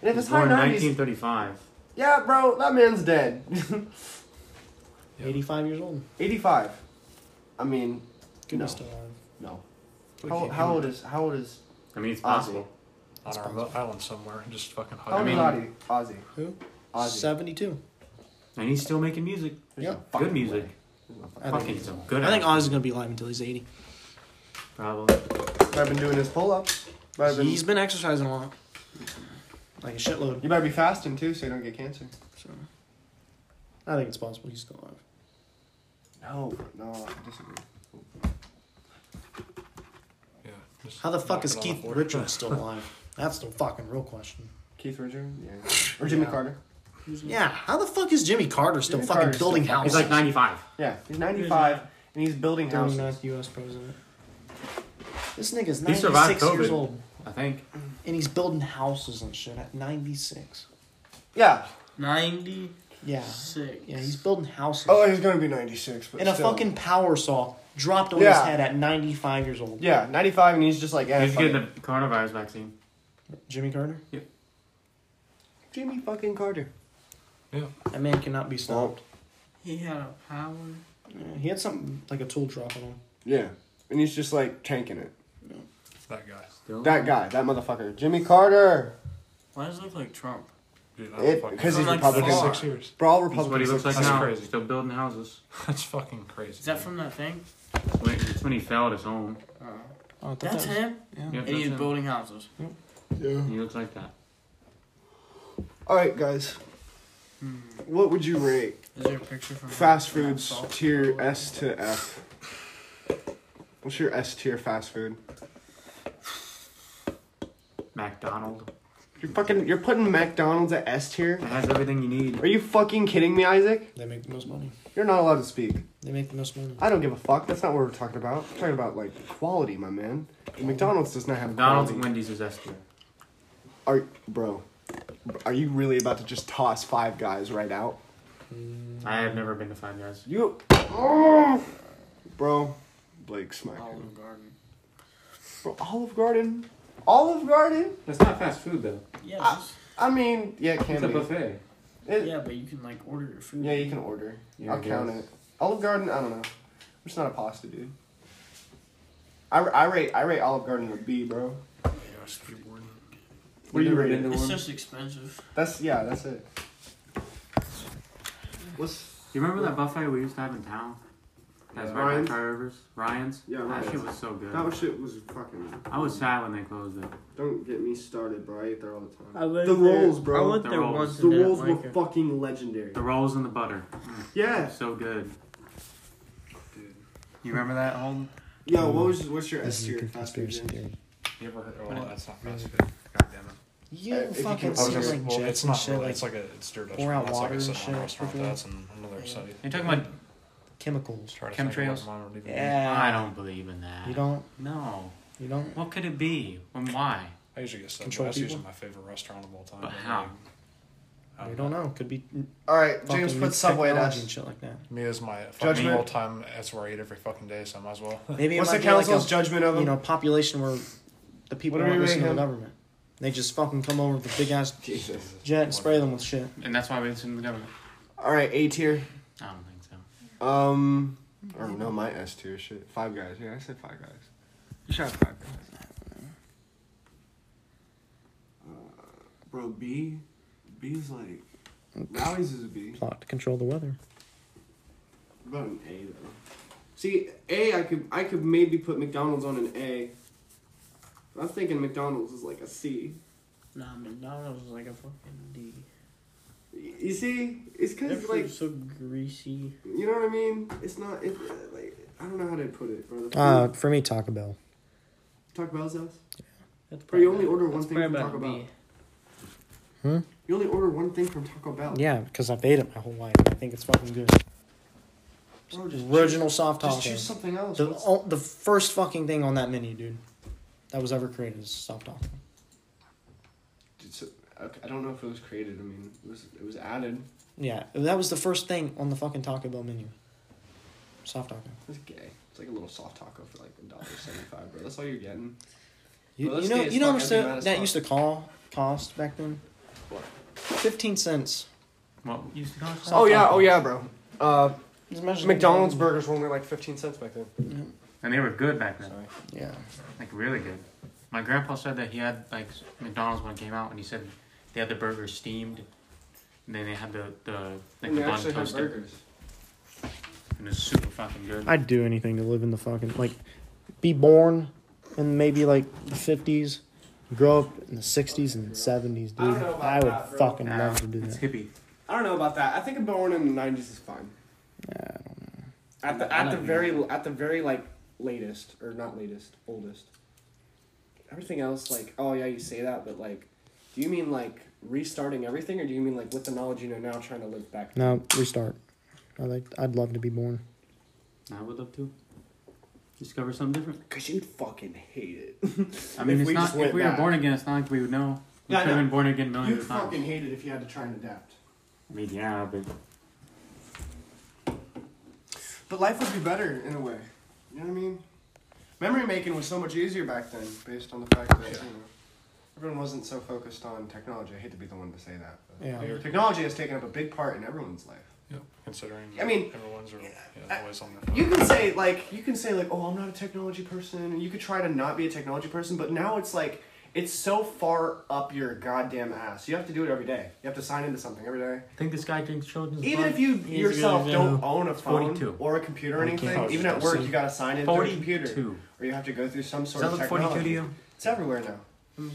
Speaker 2: He was
Speaker 4: it's high
Speaker 2: born
Speaker 4: 90s,
Speaker 2: 1935.
Speaker 4: yeah, bro, that man's dead.
Speaker 6: Eighty-five years old.
Speaker 4: 85. I mean,
Speaker 6: Could
Speaker 4: no.
Speaker 6: be still alive.
Speaker 4: No.
Speaker 5: We
Speaker 4: How,
Speaker 5: can't
Speaker 4: how
Speaker 5: do
Speaker 4: old
Speaker 5: that.
Speaker 4: is how old is
Speaker 2: I mean, it's
Speaker 4: Ozzy?
Speaker 2: possible.
Speaker 5: on our remote island somewhere and just fucking
Speaker 4: How old
Speaker 5: hide.
Speaker 4: is Ozzy? Ozzy.
Speaker 6: Who?
Speaker 4: Ozzy.
Speaker 6: Seventy-two.
Speaker 2: And he's still making music.
Speaker 6: Yeah.
Speaker 2: Good music.
Speaker 6: I think
Speaker 2: Fucking
Speaker 6: he's
Speaker 2: some
Speaker 6: alive.
Speaker 2: good.
Speaker 6: I think
Speaker 2: albums.
Speaker 6: Oz is gonna be alive until he's eighty.
Speaker 2: Probably.
Speaker 4: I've been doing his pull-ups. I've been-
Speaker 6: He's been exercising a lot, like a shitload.
Speaker 4: You better be fasting too, so you don't get cancer.
Speaker 6: So, I think it's possible he's still alive.
Speaker 4: No, no, I disagree.
Speaker 5: Yeah. just
Speaker 6: How the fuck
Speaker 5: knock
Speaker 6: is
Speaker 5: it
Speaker 6: Keith
Speaker 5: off or-
Speaker 6: Richards still alive? That's the fucking real question.
Speaker 4: Keith Richards, yeah, or Jimmy
Speaker 6: Yeah.
Speaker 4: Carter.
Speaker 6: Yeah, how the fuck is Jimmy Carter still
Speaker 4: Jimmy
Speaker 6: fucking
Speaker 4: Carter's
Speaker 6: building
Speaker 4: still-
Speaker 6: houses?
Speaker 2: He's like 95.
Speaker 4: Yeah, he's ninety-five and he's building houses.
Speaker 6: U.S. president. This nigga's
Speaker 2: He survived
Speaker 6: 96 years
Speaker 2: COVID.
Speaker 6: old,
Speaker 2: I think.
Speaker 6: and he's building houses and shit at 96.
Speaker 4: Yeah.
Speaker 8: Ninety.
Speaker 6: Yeah.
Speaker 8: Six.
Speaker 6: Yeah, he's building houses.
Speaker 4: Oh, he's gonna be ninety-six, but
Speaker 6: and a
Speaker 4: still.
Speaker 6: fucking power saw dropped on his
Speaker 4: Yeah.
Speaker 6: head at 95 years old.
Speaker 4: Yeah, 95, and he's just like, yeah,
Speaker 2: He's
Speaker 4: fuck
Speaker 2: getting
Speaker 4: it.
Speaker 2: the coronavirus vaccine.
Speaker 6: Jimmy Carter?
Speaker 4: Jimmy fucking Carter.
Speaker 6: That man cannot be stopped.
Speaker 8: He had a power.
Speaker 6: Yeah, he had something like a tool drop on him.
Speaker 4: Yeah, and he's just like tanking it.
Speaker 5: That guy.
Speaker 2: Still.
Speaker 4: That guy, that motherfucker, Jimmy Carter.
Speaker 8: Why does it look like Trump?
Speaker 5: Dude, that
Speaker 4: It
Speaker 5: fucking-
Speaker 4: because he's
Speaker 8: Like
Speaker 4: Republican.
Speaker 8: four.
Speaker 5: Six years.
Speaker 4: Bro, all
Speaker 2: That's what he
Speaker 4: Republicans.
Speaker 2: looks like
Speaker 5: That's
Speaker 2: now.
Speaker 5: crazy.
Speaker 2: Still building houses.
Speaker 5: That's fucking crazy.
Speaker 8: Is that from that thing?
Speaker 2: Wait, it's when he fell at his home.
Speaker 6: Oh,
Speaker 8: Uh, That's him.
Speaker 2: Yeah,
Speaker 8: And he's
Speaker 2: that's him.
Speaker 8: building houses.
Speaker 2: He looks like that.
Speaker 4: All right, guys. What would you rate
Speaker 8: Is there a picture from
Speaker 4: fast foods tier S to F? What's your S tier fast food?
Speaker 2: McDonald.
Speaker 4: You're fucking. You're putting McDonald's at S tier.
Speaker 2: It has everything you need.
Speaker 4: Are you fucking kidding me, Isaac?
Speaker 6: They make the most money.
Speaker 4: You're not allowed to speak.
Speaker 6: They make the most money.
Speaker 4: I don't give a fuck. That's not what we're talking about. We're talking about like quality, my man. And McDonald's does not have
Speaker 2: McDonald's and
Speaker 4: quality.
Speaker 2: Wendy's is S tier.
Speaker 4: Are bro? Are you really about to just toss five guys right out?
Speaker 2: I have never been to Five Guys.
Speaker 4: You, oh, bro, Blake smack. him.
Speaker 8: Olive Garden?
Speaker 4: Bro, Olive Garden, Olive Garden.
Speaker 2: That's not fast food though.
Speaker 8: Yeah.
Speaker 4: Ah.
Speaker 8: this-
Speaker 4: I mean, yeah, it can
Speaker 2: It's a
Speaker 4: be.
Speaker 2: buffet.
Speaker 4: It-
Speaker 8: yeah, but you can like order your food.
Speaker 4: yeah, you can order.
Speaker 2: Yeah,
Speaker 4: I'll
Speaker 2: I
Speaker 4: count
Speaker 2: guess.
Speaker 4: it. Olive Garden. I don't know. I'm just not a pasta dude. I, I rate I rate Olive Garden a B, bro. What do you rate? it?
Speaker 8: It's just expensive.
Speaker 4: That's yeah. That's it. What's
Speaker 2: Do you remember that buffet we used to have in town? That's
Speaker 4: Yeah.
Speaker 2: right
Speaker 4: Ryan's?
Speaker 2: by Fire Rivers. Ryan's.
Speaker 4: Yeah,
Speaker 2: That
Speaker 4: Ryan's.
Speaker 2: shit was so good.
Speaker 4: that was shit was fucking.
Speaker 2: I was sad when they closed it.
Speaker 4: Don't get me started, bro. I ate there all the time.
Speaker 8: I went
Speaker 4: the
Speaker 8: there-
Speaker 4: rolls,
Speaker 8: I
Speaker 4: bro.
Speaker 8: went
Speaker 2: The
Speaker 8: there
Speaker 2: rolls.
Speaker 8: once.
Speaker 4: The
Speaker 8: and didn't
Speaker 4: rolls were
Speaker 8: like it.
Speaker 4: fucking legendary.
Speaker 2: The rolls and the butter.
Speaker 4: Yeah.
Speaker 2: So good. You remember that home?
Speaker 4: Yo, what was what's your S tier fast food? James?
Speaker 5: You ever heard? Oh, that's not fast food. God damn it.
Speaker 6: You
Speaker 4: Uh, if you
Speaker 6: fucking
Speaker 4: can-
Speaker 5: I
Speaker 6: see
Speaker 5: was gonna say,
Speaker 6: like
Speaker 5: well,
Speaker 6: jets
Speaker 5: it's
Speaker 6: and
Speaker 5: not
Speaker 6: shit,
Speaker 5: really.
Speaker 6: like
Speaker 5: It's like a it's Dutch
Speaker 6: pour out
Speaker 5: restaurant. It's like
Speaker 6: water
Speaker 5: a
Speaker 6: and
Speaker 5: sit-down
Speaker 6: shit,
Speaker 5: restaurant.
Speaker 6: freaking-
Speaker 5: That's in another city.
Speaker 2: You're talking about
Speaker 6: chemicals.
Speaker 5: Trying to think of what
Speaker 2: Chemtrails?
Speaker 5: mine would even be.
Speaker 1: Uh,
Speaker 6: Yeah.
Speaker 2: I don't believe in that.
Speaker 6: You don't.
Speaker 2: No.
Speaker 6: You don't.
Speaker 2: What could it be? And why?
Speaker 5: I usually get stuff.
Speaker 6: Control
Speaker 5: That's usually
Speaker 6: people?
Speaker 5: my favorite restaurant of all time.
Speaker 2: But how?
Speaker 5: I
Speaker 6: You don't know. Could be.
Speaker 4: All right,
Speaker 6: fucking
Speaker 4: James
Speaker 6: new
Speaker 4: put Subway at
Speaker 6: technology
Speaker 4: S.
Speaker 6: and shit like that.
Speaker 5: Me is my fucking
Speaker 4: Judgment?
Speaker 5: all time. That's where I eat every fucking day, so I might as well.
Speaker 6: Maybe it
Speaker 4: What's
Speaker 6: might
Speaker 4: the
Speaker 6: be like
Speaker 4: council's
Speaker 6: a-
Speaker 4: judgment of
Speaker 6: You
Speaker 4: him?
Speaker 6: know, population where the people
Speaker 4: What do we
Speaker 6: aren't
Speaker 4: rate
Speaker 6: listening to the
Speaker 4: him?
Speaker 6: government. They just fucking come over with a big ass
Speaker 4: Jesus.
Speaker 6: jet and spray them with shit.
Speaker 2: And that's why we listen to the government.
Speaker 4: All right, A tier.
Speaker 2: I don't think so.
Speaker 4: Um, I don't know my S tier shit. Five guys. Yeah, I said five guys. You shot five guys.
Speaker 3: Uh, Bro, B, B's like, Rallies is a B.
Speaker 1: Plot to control the weather.
Speaker 4: About an A though. See, A I could I could maybe put McDonald's on an A. I was thinking McDonald's is like a C.
Speaker 8: Nah, McDonald's is like a fucking D.
Speaker 4: You see, it's
Speaker 8: Their
Speaker 4: because
Speaker 8: food's
Speaker 4: like
Speaker 8: so greasy.
Speaker 4: you know what I mean. It's not it, uh, like I don't know how to put it. Bro. The
Speaker 1: Uh,
Speaker 4: food-
Speaker 1: for me, Taco Bell.
Speaker 4: Taco Bell's house.
Speaker 8: That's
Speaker 4: Bro, you only order one
Speaker 8: that's
Speaker 4: thing from
Speaker 8: probably
Speaker 4: Taco
Speaker 8: about
Speaker 4: Bell.
Speaker 1: Hmm?
Speaker 4: You only order one thing from Taco Bell.
Speaker 1: Yeah, because I've ate it my whole life. I think it's fucking good.
Speaker 4: Bro, just
Speaker 1: Original soft taco.
Speaker 4: Just choose something else.
Speaker 1: The,
Speaker 4: What's-
Speaker 1: all, the first fucking thing on that menu, dude, that was ever created is soft taco.
Speaker 4: It's, I I don't know if it was created. I mean, it was it was added.
Speaker 1: Yeah, that was the first thing on the fucking Taco Bell menu. Soft taco.
Speaker 4: It's gay. It's like a little soft taco for like a dollar seventy five, bro. That's all you're getting.
Speaker 1: You,
Speaker 4: Bro,
Speaker 1: you
Speaker 4: that's
Speaker 1: know,
Speaker 4: gay as
Speaker 1: you know how
Speaker 4: fuck.
Speaker 1: much
Speaker 4: I'd be
Speaker 1: that,
Speaker 4: mad as
Speaker 1: that
Speaker 4: fuck.
Speaker 1: used to call cost back then?
Speaker 4: What?
Speaker 1: Fifteen cents.
Speaker 2: What used to cost?
Speaker 4: Oh yeah, oh yeah, bro. Uh,
Speaker 1: Just
Speaker 4: McDonald's,
Speaker 1: imagine
Speaker 4: burgers were only like fifteen cents back then.
Speaker 2: And they were good back then.
Speaker 1: Yeah.
Speaker 2: Like really good. My grandpa said that he had like McDonald's when it came out, and he said they had the burger steamed, and then they had the the like
Speaker 4: And they
Speaker 2: the bun
Speaker 4: actually had
Speaker 2: toasted,
Speaker 4: burgers.
Speaker 2: and it's super fucking good.
Speaker 1: I'd do anything to live in the fucking like, be born in maybe like the fifties, grow up in the sixties and seventies, dude.
Speaker 4: I don't know about
Speaker 1: I would
Speaker 4: that, bro.
Speaker 1: fucking
Speaker 2: Nah,
Speaker 1: love to do
Speaker 2: it's
Speaker 1: that.
Speaker 2: hippie.
Speaker 4: I don't know about that. I think born in the nineties is fine. At the
Speaker 2: I
Speaker 4: at the
Speaker 2: don't
Speaker 4: very at the very like latest or not latest oldest. Everything else like oh yeah you say that but like, do you mean like restarting everything or do you mean like with the knowledge you know now trying to live back?
Speaker 1: No, restart. I like. I'd love to be born.
Speaker 2: I would love to discover something different.
Speaker 4: Cause you'd fucking hate it.
Speaker 2: I mean,
Speaker 4: If
Speaker 2: it's
Speaker 4: we
Speaker 2: not
Speaker 4: just
Speaker 2: if
Speaker 4: went
Speaker 2: we were
Speaker 4: back.
Speaker 2: born again, it's not like we would know. We
Speaker 4: Yeah, I
Speaker 2: could have
Speaker 4: know.
Speaker 2: been born again millions
Speaker 4: You'd
Speaker 2: of times.
Speaker 4: fucking hate it if you had to try and adapt.
Speaker 2: I mean, yeah, but
Speaker 4: But life would be better in a way. You know what I mean? Memory making was so much easier back then, based on the fact that you know, everyone wasn't so focused on technology. I hate to be the one to say that. But
Speaker 5: Yeah.
Speaker 4: Technology has taken up a big part in everyone's life.
Speaker 5: Yeah, considering
Speaker 4: I mean,
Speaker 5: everyone's are, yeah, always on their phone.
Speaker 4: You can say like you can say like oh I'm not a technology person and you could try to not be a technology person but now it's like it's so far up your goddamn ass. You have to do it every day. You have to sign into something every day.
Speaker 2: I think this guy drinks children's
Speaker 4: Even
Speaker 2: blood.
Speaker 4: if you
Speaker 2: He's
Speaker 4: yourself
Speaker 2: good,
Speaker 4: don't
Speaker 2: yeah.
Speaker 4: own a
Speaker 2: It's
Speaker 4: phone
Speaker 2: 42.
Speaker 4: or a computer or
Speaker 2: I can't-
Speaker 4: anything, even at work you gotta sign in through a
Speaker 2: 42.
Speaker 4: computer, or you have to go through some sort
Speaker 2: Does
Speaker 4: of
Speaker 2: that look 42 to
Speaker 4: technology.
Speaker 2: you? Hmm.
Speaker 4: It's everywhere now.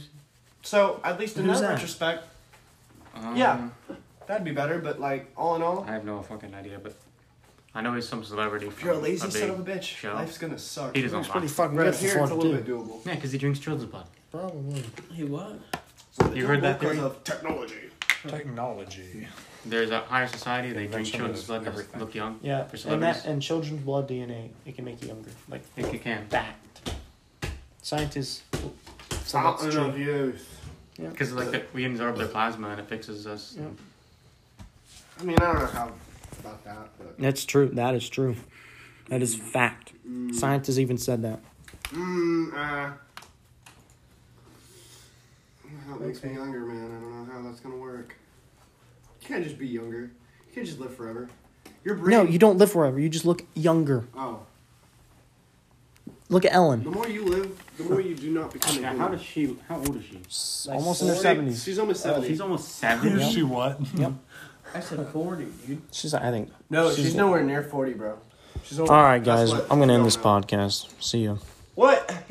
Speaker 4: So at least in
Speaker 2: Who's
Speaker 4: that,
Speaker 2: that?
Speaker 4: retrospect,
Speaker 2: Um,
Speaker 4: yeah, that'd be better. But like all in all,
Speaker 2: I have no fucking idea, but I know he's some celebrity.
Speaker 4: if you're a
Speaker 2: from
Speaker 4: lazy son
Speaker 2: big
Speaker 4: of a bitch,
Speaker 2: show.
Speaker 4: life's gonna suck.
Speaker 2: He doesn't
Speaker 4: It's
Speaker 2: lie.
Speaker 4: pretty fucking Right good here, for it's a fuck, little too. bit doable.
Speaker 2: Yeah, because he drinks children's blood.
Speaker 1: Probably.
Speaker 8: Hey, what?
Speaker 2: You heard that
Speaker 4: because
Speaker 2: theory?
Speaker 4: of technology.
Speaker 5: Technology.
Speaker 2: There's a higher society. They drink
Speaker 5: Invention
Speaker 2: children's
Speaker 5: of
Speaker 2: blood to
Speaker 5: everything.
Speaker 2: look young.
Speaker 1: Yeah,
Speaker 2: for
Speaker 1: and
Speaker 2: celebrities.
Speaker 1: that and children's blood DNA it can make you younger. Like
Speaker 2: Think you can.
Speaker 1: fact. Scientists. So that's
Speaker 4: Fountain
Speaker 1: true.
Speaker 4: of youth.
Speaker 1: Yeah.
Speaker 2: Because like the, we absorb their plasma and it fixes us.
Speaker 1: Yeah.
Speaker 4: I mean, I don't know how about that, but
Speaker 1: That's true. That is true. That is fact. Scientists even said that.
Speaker 4: mm, uh, that makes me younger, man. I don't know how that's gonna work. You can't just be younger. You can't just live forever. Your brain.
Speaker 1: No, you don't live forever. You just look younger.
Speaker 4: Oh,
Speaker 1: Look at
Speaker 4: the
Speaker 1: Ellen.
Speaker 4: more you live, the more you do not become. a
Speaker 2: Yeah,
Speaker 4: human.
Speaker 2: how does she? How old is she?
Speaker 1: Almost in her
Speaker 4: She-
Speaker 1: seventies.
Speaker 4: She's almost
Speaker 2: Oh,
Speaker 4: seventy.
Speaker 2: she's almost seventy.
Speaker 1: Yeah. She
Speaker 5: what?
Speaker 1: Yep.
Speaker 8: I said 40, dude.
Speaker 1: She's. I think.
Speaker 4: no, she's, nowhere near forty, bro. She's
Speaker 1: All right,
Speaker 4: that's
Speaker 1: guys.
Speaker 4: what
Speaker 1: I'm gonna
Speaker 4: we
Speaker 1: end
Speaker 4: all
Speaker 1: this
Speaker 4: know.
Speaker 1: podcast. See ya.
Speaker 4: What?